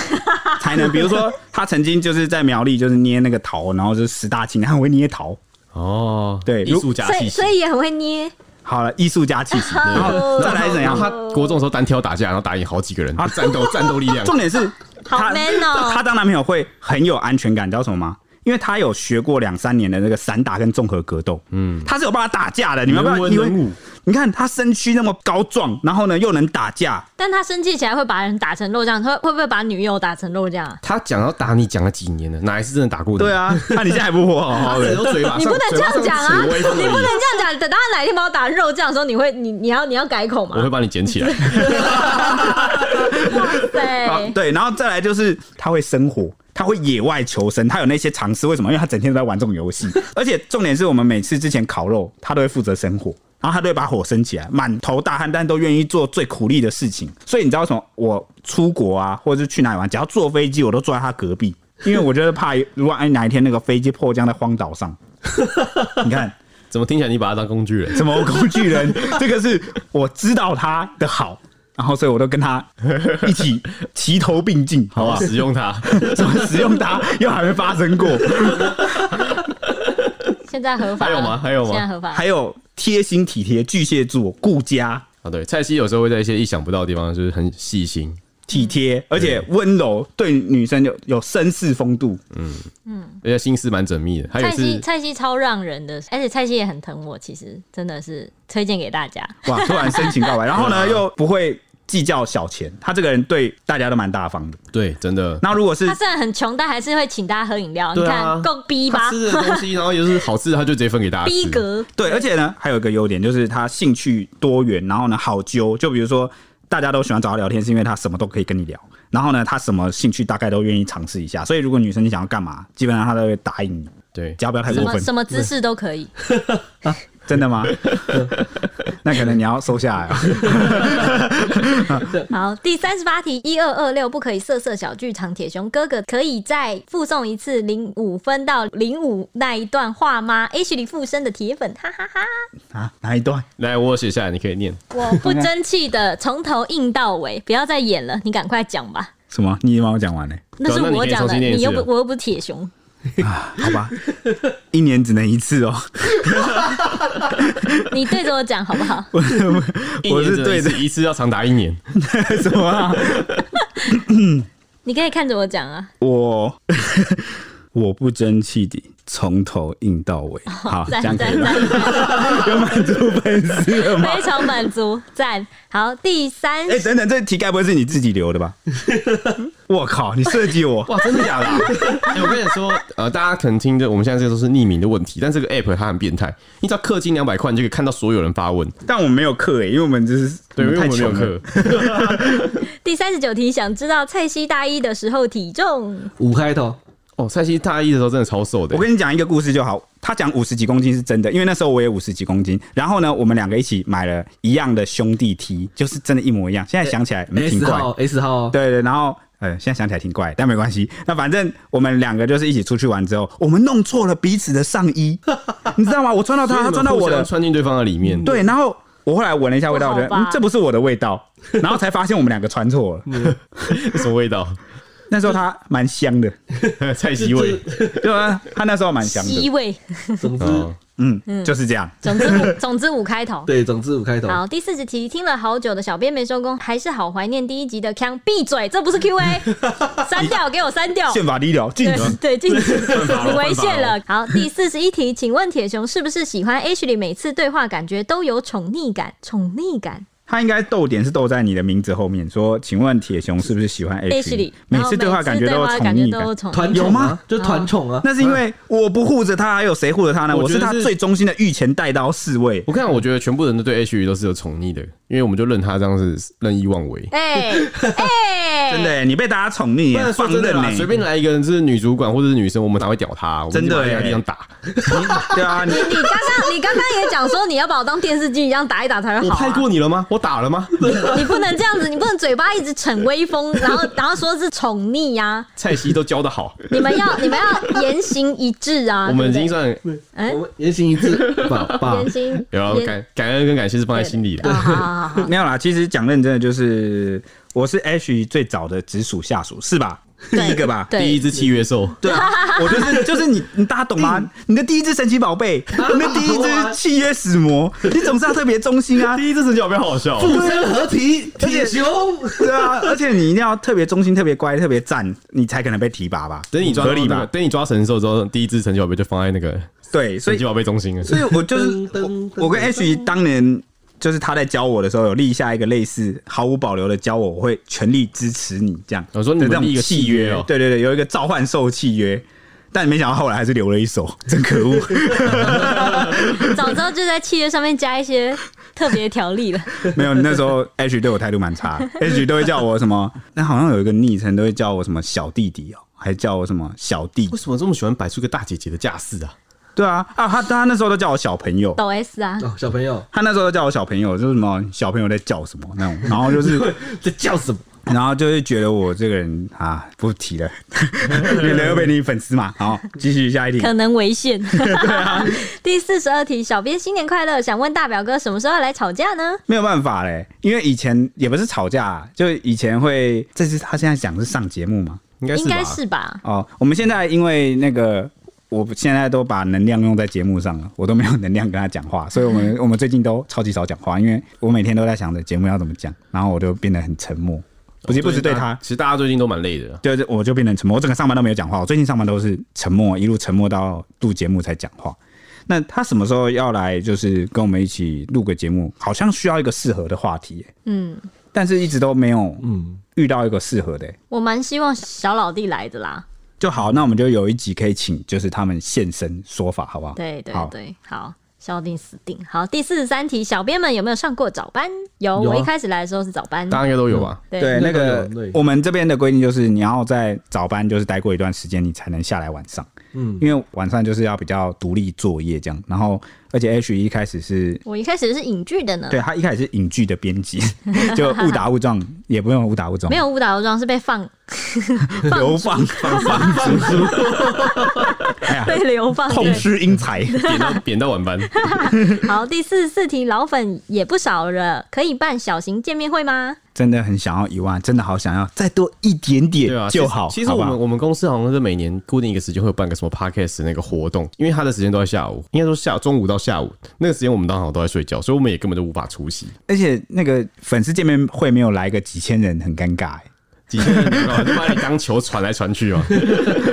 [SPEAKER 1] 才能，比如说他曾经就是在苗栗就是捏那个桃，然后就是十大青，他很会捏桃。
[SPEAKER 3] 哦，
[SPEAKER 1] 对
[SPEAKER 3] 艺术家
[SPEAKER 2] 所以
[SPEAKER 3] 气息
[SPEAKER 2] 所。以也很会捏，
[SPEAKER 1] 好了，艺术家气 息，然后再来是怎
[SPEAKER 3] 然
[SPEAKER 1] 样啊
[SPEAKER 3] 后？他国中的时候单挑打架，然后打赢好几个人，他 战斗战斗力量。
[SPEAKER 1] 重点是
[SPEAKER 2] 好
[SPEAKER 1] 他
[SPEAKER 2] man 哦
[SPEAKER 1] 他当男朋友会很有安全感，你知道什么吗？因为他有学过两三年的那个散打跟综合格斗，嗯，他是有办法打架的。你们要不要
[SPEAKER 3] 文
[SPEAKER 1] 以
[SPEAKER 3] 人
[SPEAKER 1] 为
[SPEAKER 3] 武？
[SPEAKER 1] 你看他身躯那么高壮，然后呢又能打架，
[SPEAKER 2] 但他生气起来会把人打成肉酱，他会不会把女友打成肉酱啊？
[SPEAKER 3] 他讲要打你讲了几年了，哪一次真的打过你？
[SPEAKER 1] 对，啊，那你现在还不活哦好好
[SPEAKER 3] 他
[SPEAKER 1] 的？
[SPEAKER 3] 只有嘴巴上，
[SPEAKER 2] 你不能这样讲啊！
[SPEAKER 3] 嘴巴上只有
[SPEAKER 2] 你
[SPEAKER 3] 微风
[SPEAKER 2] 不
[SPEAKER 3] 而
[SPEAKER 2] 能
[SPEAKER 3] 已
[SPEAKER 2] 这样讲。等到他哪一天把我打肉酱的时候，你会你你要你要改口
[SPEAKER 3] 我
[SPEAKER 2] 吗？
[SPEAKER 3] 会把你 捡起来。啊
[SPEAKER 1] 好
[SPEAKER 2] 对，
[SPEAKER 1] 对，然后再来就是他会生活，他会野外求生，他有那些常识。为什么？因为他整天都在玩这种游戏，而且重点是我们每次之前烤肉，他都会负责生火。然后他都会把火升起来，满头大汗，但都愿意做最苦力的事情。所以你知道为什么？我出国啊，或者是去哪里玩，只要坐飞机，我都坐在他隔壁，因为我就是怕，如果哎哪一天那个飞机迫降在荒岛上，你看
[SPEAKER 3] 怎么听起来你把他当工具人？
[SPEAKER 1] 什么工具人？这个是我知道他的好，然后所以我都跟他一起齐头并进，好
[SPEAKER 3] 好
[SPEAKER 1] 不
[SPEAKER 3] 啊
[SPEAKER 1] 好
[SPEAKER 3] 吧，？使用它。
[SPEAKER 1] 怎么使用它又还没发生过。
[SPEAKER 2] 现在合法
[SPEAKER 3] 还有吗
[SPEAKER 2] 了
[SPEAKER 3] 还有吗
[SPEAKER 2] 现在合法了，
[SPEAKER 1] 还有贴心体贴，巨蟹座顾家
[SPEAKER 3] 啊，对，蔡西有时候会在一些意想不到的地方，就是很细心。
[SPEAKER 1] 体贴，而且温柔，对女生有有绅士风度。
[SPEAKER 3] 而且心思蛮缜密的。还有
[SPEAKER 2] 蔡
[SPEAKER 3] 一
[SPEAKER 2] 西
[SPEAKER 3] 次，
[SPEAKER 2] 蔡西超让人的，而且蔡西也很疼我，其实真的是推荐给大家。
[SPEAKER 1] 哇，突然深情告白，然后呢又不会计较小钱，他这个人对大家都蛮大方的。
[SPEAKER 3] 对，真的，
[SPEAKER 1] 那如果是
[SPEAKER 2] 他虽然很穷，但还是会请大家喝饮料。你
[SPEAKER 3] 对啊
[SPEAKER 2] 看够逼吧
[SPEAKER 3] 他？吃的东 西，然后又是好吃的，他就直接分给大家
[SPEAKER 2] 逼
[SPEAKER 3] 吃。
[SPEAKER 2] 格
[SPEAKER 1] 对，而且呢还有一个优点就是他兴趣多元，然后呢好揪，就比如说。大家都喜欢找他聊天，是因为他什么都可以跟你聊。然后呢，他什么兴趣大概都愿意尝试一下。所以，如果女生你想要干嘛，基本上他都会答应你，
[SPEAKER 3] 对
[SPEAKER 1] 只，要不要太
[SPEAKER 2] 什
[SPEAKER 1] 过
[SPEAKER 2] 么
[SPEAKER 1] 分。
[SPEAKER 2] 什么姿势都可以。
[SPEAKER 1] 真的吗？ 那可能你要收下 来、啊。
[SPEAKER 2] 好，第三十八题，一二二六不可以色色小剧场，铁熊哥哥可以再附送一次零五分到零五那一段话吗？H 里附身的铁粉，哈哈哈
[SPEAKER 1] 啊，哪一段？
[SPEAKER 3] 来，我写下来，你可以念。
[SPEAKER 2] 我不争气的从头硬到尾，不要再演了，你赶快讲吧。
[SPEAKER 1] 什么？你已经帮我讲完了、
[SPEAKER 2] 那是
[SPEAKER 3] 啊那你
[SPEAKER 2] 我
[SPEAKER 3] 可以
[SPEAKER 2] 讲
[SPEAKER 3] 重
[SPEAKER 2] 的，
[SPEAKER 3] 新念一
[SPEAKER 2] 你又
[SPEAKER 3] 次
[SPEAKER 2] 不
[SPEAKER 3] 啊
[SPEAKER 2] 我又不是铁熊，
[SPEAKER 1] 啊好吧，一年只能一次 哦。
[SPEAKER 2] 你对着我讲好不好？
[SPEAKER 1] 我是
[SPEAKER 3] 一年只能
[SPEAKER 1] 对的
[SPEAKER 3] 一次一次要长达一年。
[SPEAKER 1] 什么啊、
[SPEAKER 2] 你可以看着我讲啊。
[SPEAKER 1] 我 我不争气的，从头硬到尾。 好，啊这
[SPEAKER 2] 赞
[SPEAKER 1] 样可以
[SPEAKER 2] 赞
[SPEAKER 1] 吗？
[SPEAKER 2] 赞，
[SPEAKER 1] 有满足粉丝了吗？
[SPEAKER 2] 非常满 足，赞。好，第三
[SPEAKER 1] 哎、等等，这题该不会是你自己留的吧？我靠，你设计我！
[SPEAKER 3] 哇，真的 假的、哎，我跟你说，呃，大家可能听着我们现在这个都是匿名的问题，但这个 app 它很变态，你只要氪金两百块，你就可以看到所有人发问。
[SPEAKER 1] 但我们没有课哎、因为我们就是
[SPEAKER 3] 对，因为我
[SPEAKER 1] 太
[SPEAKER 3] 们没有
[SPEAKER 1] 穷了。
[SPEAKER 3] 氪，
[SPEAKER 2] 第三十九题，想知道蔡西大一的时候体重？
[SPEAKER 4] 五开头，
[SPEAKER 3] 哦，蔡西大一的时候真的超瘦的、
[SPEAKER 1] 我跟你讲一个故事就好。他讲五十几公斤是真的，因为那时候我也五十几公斤。然后呢，我们两个一起买了一样的兄弟 T，就是真的一模一样。现在想起来、嗯挺
[SPEAKER 4] S
[SPEAKER 3] 哎
[SPEAKER 1] 怪，
[SPEAKER 4] 号 S 号哦，
[SPEAKER 1] 对对。然后呃，现在想起来挺怪，但没关系。那反正我们两个就是一起出去玩之后，我们弄错了彼此的上衣，你知道吗？我穿到
[SPEAKER 3] 所以
[SPEAKER 1] 他，他
[SPEAKER 3] 你们
[SPEAKER 1] 穿到我
[SPEAKER 3] 互
[SPEAKER 1] 的
[SPEAKER 3] 相，穿进对方的里面。
[SPEAKER 1] 对。然后我后来闻了一下味道，我觉得
[SPEAKER 2] 不好
[SPEAKER 1] 嗯
[SPEAKER 2] 吧，
[SPEAKER 1] 这不是我的味道。 然后才发现我们两个穿错了。
[SPEAKER 3] 什么味 道？
[SPEAKER 1] 那时候他蛮香 的，
[SPEAKER 3] 蔡西味。
[SPEAKER 1] 对吧？他那时候蛮香
[SPEAKER 2] 七
[SPEAKER 1] 的，
[SPEAKER 2] 位，
[SPEAKER 4] 总之
[SPEAKER 3] 哦
[SPEAKER 1] 嗯，就是这样。
[SPEAKER 2] 总之五总之五开头。
[SPEAKER 4] 对，总之五开头。
[SPEAKER 2] 好，第四十题，听了好久的小编没收工，还是好怀念第一集的腔。闭嘴，这不是 Q A，删掉，给我删掉。
[SPEAKER 1] 宪法第一条禁止
[SPEAKER 2] 哦对对，禁止，
[SPEAKER 3] 法了
[SPEAKER 2] 你违宪了
[SPEAKER 3] 犯。
[SPEAKER 2] 好，第四十一题，请问铁熊是不是喜欢 H 里每次对话感觉都有宠溺感？宠溺感
[SPEAKER 1] 他应该逗点是逗在你的名字后面，说：“请问铁熊是不是喜欢 H
[SPEAKER 2] H 里，
[SPEAKER 1] 每
[SPEAKER 2] 哎然后
[SPEAKER 1] 次对话感觉
[SPEAKER 2] 每次
[SPEAKER 1] 都有
[SPEAKER 2] 对话
[SPEAKER 1] 宠
[SPEAKER 2] 感觉
[SPEAKER 1] 溺
[SPEAKER 2] 都有
[SPEAKER 1] 感。
[SPEAKER 2] 宠溺
[SPEAKER 4] 团宠啊
[SPEAKER 1] 有吗？
[SPEAKER 4] 就团宠啊，
[SPEAKER 1] 那是因为我不护着他，还有谁护着他呢？
[SPEAKER 3] 我
[SPEAKER 1] 我
[SPEAKER 3] 觉
[SPEAKER 1] 是
[SPEAKER 3] 得
[SPEAKER 1] 他
[SPEAKER 3] 是
[SPEAKER 1] 最忠心的御前带刀侍卫。
[SPEAKER 3] 我看，我觉得全部人都对 H 鱼都是有宠溺的，因为我们就任他这样子任意妄为。
[SPEAKER 2] 哎哎、
[SPEAKER 7] 耶！
[SPEAKER 1] 真的、欸，你被大家宠溺、
[SPEAKER 3] 不
[SPEAKER 1] 欸，
[SPEAKER 3] 然说
[SPEAKER 1] 放
[SPEAKER 3] 真的
[SPEAKER 1] 任
[SPEAKER 3] 啦
[SPEAKER 1] 呢、，
[SPEAKER 3] 随便来一个人是女主管或者是女生，我们哪会屌她、我们
[SPEAKER 1] 真的
[SPEAKER 3] 就把她压
[SPEAKER 1] 欸
[SPEAKER 3] 地上打。
[SPEAKER 1] 对啊，你
[SPEAKER 2] 你刚刚你刚刚也讲说你要把我当电视剧一样打一打才会
[SPEAKER 3] 我
[SPEAKER 2] 好、啊
[SPEAKER 3] 拍，过你了吗？我打了吗？
[SPEAKER 2] 你不能这样子，你不能嘴巴一直逞威风，然后然后说是宠溺呀、啊，
[SPEAKER 3] 蔡西都教的好，
[SPEAKER 2] 你们 要你们要言行一致啊，
[SPEAKER 3] 我们已
[SPEAKER 2] 对
[SPEAKER 3] 经
[SPEAKER 2] 不对
[SPEAKER 3] 算
[SPEAKER 2] 哎
[SPEAKER 4] 我们言行一致， 爸爸。
[SPEAKER 2] 言行
[SPEAKER 3] 有啊
[SPEAKER 2] 言
[SPEAKER 3] 感感恩跟感谢是放在心里
[SPEAKER 2] 啊
[SPEAKER 3] 的。
[SPEAKER 2] 好好好 好，
[SPEAKER 1] 没有啦。其实讲认真的，就是我是 H 最早的直属下属，是吧？第
[SPEAKER 2] 对
[SPEAKER 1] 一个吧。
[SPEAKER 2] 对
[SPEAKER 3] 第一只契约兽，
[SPEAKER 1] 对啊，我 就是就是你，你大家懂
[SPEAKER 3] 嗯
[SPEAKER 1] 吗？你的第一只神奇宝贝，你的第一只契约死 魔，你总是要特别忠心啊。
[SPEAKER 3] 第一只神奇宝贝好笑，
[SPEAKER 4] 互相合体，铁熊，
[SPEAKER 1] 对啊，而且你一定要特别忠心、特别乖、特别赞，你才可能被提拔吧？
[SPEAKER 3] 等你抓
[SPEAKER 1] 合
[SPEAKER 3] 到
[SPEAKER 1] 理
[SPEAKER 3] 那个
[SPEAKER 1] 吧？
[SPEAKER 3] 等你抓神兽之后，第一只神奇宝贝就放在那个
[SPEAKER 1] 对，所
[SPEAKER 3] 神
[SPEAKER 1] 以
[SPEAKER 3] 奇宝贝中心了。
[SPEAKER 1] 所以我就是
[SPEAKER 4] 噔噔
[SPEAKER 1] 我我跟
[SPEAKER 4] 噔
[SPEAKER 1] H 当年就是他在教我的时候，有立下一个类似毫无保留的教我，我会全力支持你这样。
[SPEAKER 3] 哦我说你
[SPEAKER 1] 的
[SPEAKER 3] 们
[SPEAKER 1] 这种
[SPEAKER 3] 立一个
[SPEAKER 1] 契
[SPEAKER 3] 契约哦
[SPEAKER 1] 对对对，有一个召唤兽契约。但没想到后来还是留了一手，真可 恶！
[SPEAKER 2] 早知道就在契约上面加一些特别条例 了。
[SPEAKER 1] 没有，那时候 H 对我态度蛮差的，H 都会叫我什么，那好像有一个昵称都会叫我什么小弟弟哦，还叫我什么小弟
[SPEAKER 3] 为，什么这么喜欢摆出一个大姐姐的架势啊？
[SPEAKER 1] 对啊啊，他他那时候都叫我小朋友，
[SPEAKER 2] 抖 S 啊，
[SPEAKER 4] 哦，小朋友
[SPEAKER 1] 他那时候都叫我小朋友，就是什么小朋友在叫什么那种，然后就是
[SPEAKER 4] 这叫什么？
[SPEAKER 1] 然后就是觉得我这个人啊，不提了， 免得又被你粉丝嘛。好，继续下一题。
[SPEAKER 2] 可能违 宪。
[SPEAKER 3] 啊
[SPEAKER 2] 第四十二题，小编新年快乐！想问大表哥什么时候要来吵架呢？
[SPEAKER 1] 没有办法嘞，因为以前也不是吵架，就以前会，这是他现在讲是上节目嘛？
[SPEAKER 3] 应该是
[SPEAKER 2] 应该
[SPEAKER 3] 吧？
[SPEAKER 2] 是吧？
[SPEAKER 1] 哦，我们现在因为那个，我现在都把能量用在节目上了，我都没有能量跟他讲话，所以我们我们最近都超级少讲话，因为我每天都在想着节目要怎么讲，然后我就变得很沉默，不是不是对他，
[SPEAKER 3] 其实大家最近都蛮累的啦。
[SPEAKER 1] 就是我就变成沉默，我整个上班都没有讲话，我最近上班都是沉默，一路沉默到录节目才讲话。那他什么时候要来，就是跟我们一起录个节目？好像需要一个适合的话题耶、
[SPEAKER 2] 嗯，
[SPEAKER 1] 但是一直都没有
[SPEAKER 4] 嗯，
[SPEAKER 1] 遇到一个适合的耶、
[SPEAKER 2] 我蛮希望小老弟来的啦。
[SPEAKER 1] 就好，那我们就有一集可以请，就是他们现身说法，好不好？
[SPEAKER 2] 对对
[SPEAKER 1] 好
[SPEAKER 2] 对，好。小定死定好，第四十三题，小编们有没有上过早班？有，
[SPEAKER 4] 有啊
[SPEAKER 2] 我一开始来的时候是早班。
[SPEAKER 3] 大家应该都有吧？
[SPEAKER 2] 对，
[SPEAKER 1] 对，那
[SPEAKER 4] 那个
[SPEAKER 1] 个
[SPEAKER 4] 有对
[SPEAKER 1] 我们这边的规定就是你要在早班就是待过一段时间，你才能下来晚上。嗯
[SPEAKER 4] 嗯，
[SPEAKER 1] 因为晚上就是要比较独立作业这样，然后而且 H 一开始是
[SPEAKER 2] 我一开始是影剧的呢，
[SPEAKER 1] 对他一开始是影剧的编辑， 就误打误撞，也不用误打误撞，
[SPEAKER 2] 没有误打误撞是被放
[SPEAKER 1] 流放放放出，哎呀，
[SPEAKER 2] 被流放。
[SPEAKER 1] 痛
[SPEAKER 2] 对
[SPEAKER 1] 失英才。
[SPEAKER 3] 扁到 扁到晚班，
[SPEAKER 2] 好，第四十四题，老粉也不少了，可以办小型见面会吗？
[SPEAKER 1] 真的很想要一万，真的好想要再多一点
[SPEAKER 3] 对啊
[SPEAKER 1] 点，就
[SPEAKER 3] 其实
[SPEAKER 1] 好。
[SPEAKER 3] 其实
[SPEAKER 1] 好不
[SPEAKER 3] 我
[SPEAKER 1] 好
[SPEAKER 3] 们我们公司好像是每年固定一个时间会有办个什么 podcast 那个活动，因为他的时间都在下午，应该说下中午到下午那个时间我们刚好都在睡觉，所以我们也根本就无法出席。
[SPEAKER 1] 而且那个粉丝见面会没有来个几千人，很尴 尬、欸。
[SPEAKER 3] 几千人你知道吗就把你当球传来 传去哦。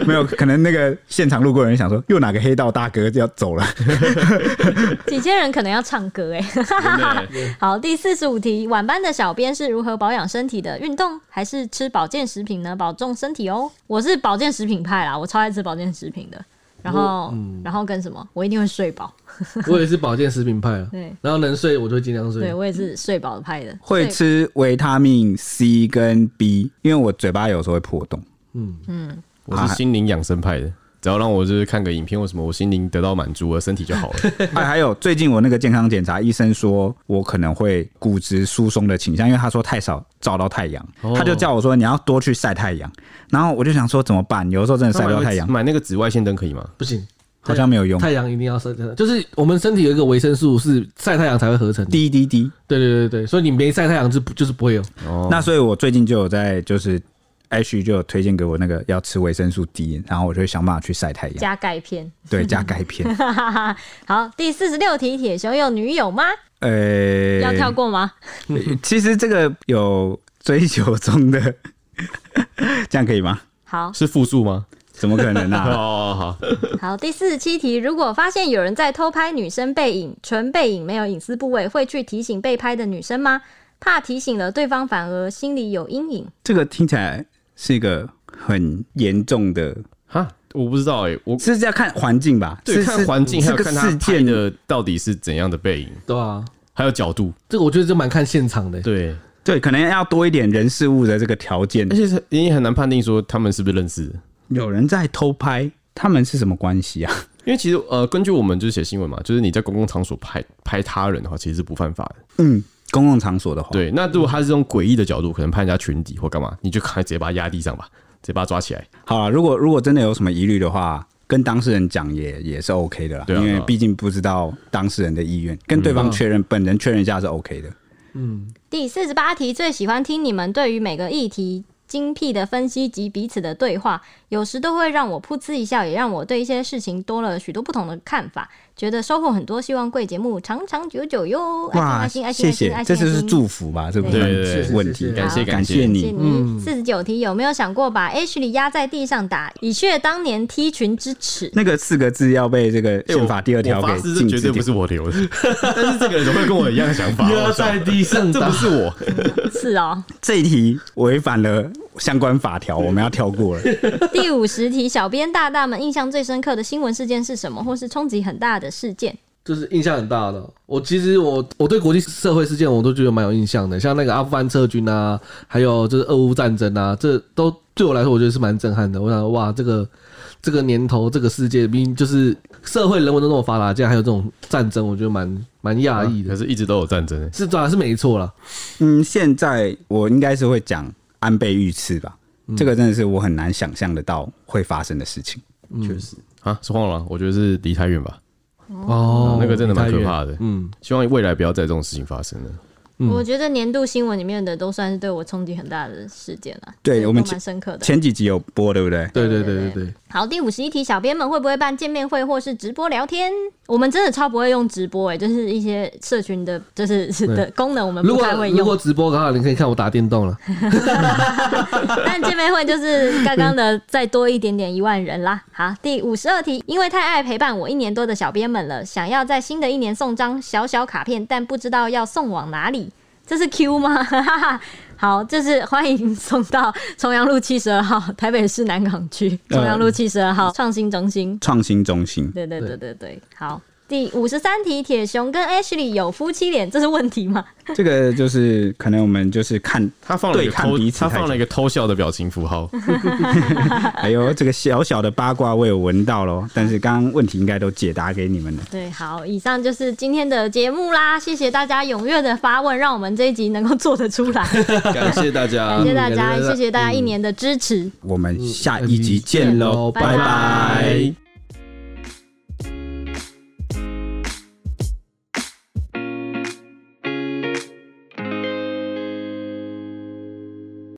[SPEAKER 1] 没有，可能那个现场路过的人想说，又哪个黑道大哥要走了？
[SPEAKER 2] 几千人可能要唱歌哎、
[SPEAKER 3] 真的耶
[SPEAKER 2] 好，第四十五题，晚班的小编是如何保养身体的？运动还是吃保健食品呢？保重身体哦。我是保健食品派啦，我超爱吃保健食品的。然后，然后跟什么？我一定会睡饱。
[SPEAKER 4] 我也是保健食品派 啊。
[SPEAKER 2] 对，
[SPEAKER 4] 然后能睡我就尽量
[SPEAKER 2] 对
[SPEAKER 4] 睡。
[SPEAKER 2] 我也是睡饱派的。
[SPEAKER 1] 会
[SPEAKER 2] 睡
[SPEAKER 1] 吃维他命 C 跟 B，因为我嘴巴有时候会破洞。
[SPEAKER 4] 嗯，
[SPEAKER 3] 我是心灵养生派的，只要让我就是看个影片或什么，我心灵得到满足了，身体就好了。
[SPEAKER 1] 哎，还有最近我那个健康检查，医生说我可能会骨质疏松的倾向，因为他说太少照到太阳，
[SPEAKER 3] 哦
[SPEAKER 1] 他就叫我说你要多去晒太阳。然后我就想说怎么办？有的时候真的 晒不到太阳，
[SPEAKER 3] 买那个紫外线灯可以吗？
[SPEAKER 4] 不行，
[SPEAKER 1] 好像没有用。
[SPEAKER 4] 太阳一定要晒太阳，就是我们身体有一个维生素是晒太阳才会合成的。
[SPEAKER 1] 滴滴滴。
[SPEAKER 4] 对对对对，所以你没晒太阳就不就是不会有。
[SPEAKER 3] 哦，
[SPEAKER 1] 那所以我最近就有在就是 H 就有推荐给我那个要吃维生素 D，然后我就会想办法去晒太阳，
[SPEAKER 2] 加钙片。
[SPEAKER 1] 对，加钙片。
[SPEAKER 2] 好，第四十六题，铁熊有女友吗？
[SPEAKER 1] 呃，
[SPEAKER 2] 要跳过吗？
[SPEAKER 1] 其实这个有追求中的， 这样可以吗？
[SPEAKER 2] 好
[SPEAKER 3] 是复数吗？
[SPEAKER 1] 怎么可能
[SPEAKER 3] 哦
[SPEAKER 1] 啊？
[SPEAKER 3] 哦好，
[SPEAKER 2] 好，第四十七题，如果发现有人在偷拍女生背影，纯背影没有隐私部位，会去提醒被拍的女生吗？怕提醒了对方反而心里有阴影。
[SPEAKER 1] 这个听起来是一个很严重的，
[SPEAKER 3] 哈，我不知道哎、我
[SPEAKER 1] 是要看环境吧？
[SPEAKER 3] 对
[SPEAKER 1] 是
[SPEAKER 3] 看环境还
[SPEAKER 1] 是
[SPEAKER 3] 有
[SPEAKER 1] 个
[SPEAKER 3] 看他
[SPEAKER 1] 事
[SPEAKER 3] 拍
[SPEAKER 1] 件
[SPEAKER 3] 的到底是怎样的背影，
[SPEAKER 4] 对啊，
[SPEAKER 3] 还有角度。
[SPEAKER 4] 这个我觉得就蛮看现场的。
[SPEAKER 3] 对，
[SPEAKER 1] 对，可能要多一点人事物的这个条件
[SPEAKER 3] 而。且是你也很难判定说他们是不是认识的，
[SPEAKER 1] 有人在偷拍，他们是什么关系啊？
[SPEAKER 3] 因为其实呃，根据我们就是写新闻嘛，就是你在公共场所拍拍他人的话，其实是不犯法的。
[SPEAKER 1] 嗯，公共场所的话，，
[SPEAKER 3] 对，那如果他是用诡异的角度，可能拍人家裙底或干嘛，你就赶快直接把他压地上吧，直接把他抓起来。
[SPEAKER 1] 好了，如果如果真的有什么疑虑的话，跟当事人讲也也是 OK 的啦，
[SPEAKER 3] 对啊
[SPEAKER 1] 因为
[SPEAKER 3] 对啊嗯
[SPEAKER 1] 毕竟不知道当事人的意愿，跟对方确认、本人确认一下是 OK 的。
[SPEAKER 2] 第四十八题，最喜欢听你们对于每个议题精辟的分析及彼此的对话，有时都会让我噗嗤一笑，也让我对一些事情多了许多不同的看法，觉得收获很多。希望贵节目长长久久哟！爱心爱
[SPEAKER 1] 谢
[SPEAKER 2] 心爱心
[SPEAKER 1] 谢
[SPEAKER 2] 爱心爱
[SPEAKER 1] 这
[SPEAKER 2] 心，，
[SPEAKER 1] 就是
[SPEAKER 2] 祝。
[SPEAKER 1] 祝福吧，这不
[SPEAKER 2] 对
[SPEAKER 1] 算
[SPEAKER 3] 对对
[SPEAKER 1] 是问题。
[SPEAKER 4] 谢谢
[SPEAKER 3] 感谢
[SPEAKER 1] 感
[SPEAKER 3] 谢
[SPEAKER 1] 谢
[SPEAKER 2] 谢
[SPEAKER 1] 你，
[SPEAKER 2] 你四十九题，有没有想过把 H 里压在地上打，以却当年 T 群之 耻？
[SPEAKER 1] 那个四个字要被这个宪法第二条
[SPEAKER 3] 哎我
[SPEAKER 1] 给
[SPEAKER 3] 发誓这
[SPEAKER 1] 禁
[SPEAKER 3] 绝
[SPEAKER 1] 止
[SPEAKER 3] 对不
[SPEAKER 1] 掉
[SPEAKER 3] 是。我留的， 但是这个人怎么会跟我一样的想 法？
[SPEAKER 4] 压
[SPEAKER 3] 我操
[SPEAKER 4] 在地上
[SPEAKER 3] 这
[SPEAKER 4] 打
[SPEAKER 3] 不，是我，
[SPEAKER 2] 是哦。
[SPEAKER 1] 这一题违反了相关法 条，我们要跳过了。
[SPEAKER 2] 第五十题，小编大大们印象最深刻的新闻事件是什么，或是冲击很大的事件？
[SPEAKER 4] 就是印象很大的。我其实我我对国际社会事件我都觉得蛮有印象的，像那个阿富汗撤军啊，还有就是俄乌战争啊，这都对我来说我觉得是蛮震撼的。我想说哇，这个这个年头，这个世界毕竟就是社会人文都那么发达，竟然还有这种战争，我觉得蛮蛮讶异的。
[SPEAKER 3] 可是一直都有战争欸。
[SPEAKER 4] 是当然是没错啦，
[SPEAKER 1] 嗯，现在我应该是会讲安倍遇刺吧，
[SPEAKER 3] 嗯
[SPEAKER 1] 这个真的是我很难想象得到会发生的事情。
[SPEAKER 3] 确实啊，是忘了吗，我觉得是离太远吧，
[SPEAKER 4] 哦
[SPEAKER 3] 那个真的蛮可怕的
[SPEAKER 4] 嗯，
[SPEAKER 3] 希望未来不要再这种事情发生了。
[SPEAKER 4] 嗯
[SPEAKER 2] 我觉得年度新闻里面的都算是对我冲击很大的事件了，
[SPEAKER 1] 对
[SPEAKER 2] 都
[SPEAKER 1] 我们
[SPEAKER 2] 蛮深刻的。
[SPEAKER 1] 前几集有播，对不对？
[SPEAKER 4] 对对对对对，
[SPEAKER 2] 好，第五十一题，小编们会不会办见面会或是直播聊天？我们真的超不会用直播、欸，就是一些社群的，就是是 的功能我们不
[SPEAKER 4] 如果
[SPEAKER 2] 太会
[SPEAKER 4] 如
[SPEAKER 2] 用
[SPEAKER 4] 果。直播的话，你可以看我打电动了。
[SPEAKER 2] 但见面会就是刚刚的再多一点点一万人啦。好，第五十二题，因为太爱陪伴我一年多的小编们了，想要在新的一年送张小小卡片，但不知道要送往哪里。这是 Q 吗？ 哈哈哈。好，就是欢迎送到重阳路七十二号，台北市南港区重阳路七十二号创新中心。
[SPEAKER 1] 创新中心，
[SPEAKER 2] 对对对对对，好。第五十三题，铁熊跟 Ashley 有夫妻脸，这是问题吗？
[SPEAKER 1] 这个就是可能我们就是看
[SPEAKER 3] 他放了一
[SPEAKER 1] 对
[SPEAKER 3] 个
[SPEAKER 1] 看
[SPEAKER 3] 偷
[SPEAKER 1] 彼，此
[SPEAKER 3] 他
[SPEAKER 1] 太久，
[SPEAKER 3] 放了一个偷笑的表情符号，
[SPEAKER 1] 哎呦，这个小小的八卦我有闻到喽，但是刚刚问题应该都解答给你们了。
[SPEAKER 2] 对，好，以上就是今天的节目啦，谢谢大家踊跃的发问，让我们这一集能够做得 出来，
[SPEAKER 3] 感谢大家
[SPEAKER 2] 感谢大家，
[SPEAKER 4] 嗯
[SPEAKER 2] 谢谢大家一年的支持。
[SPEAKER 1] 我们下一集见喽，
[SPEAKER 4] 见喽
[SPEAKER 1] 拜
[SPEAKER 2] 拜
[SPEAKER 1] 拜
[SPEAKER 2] 拜。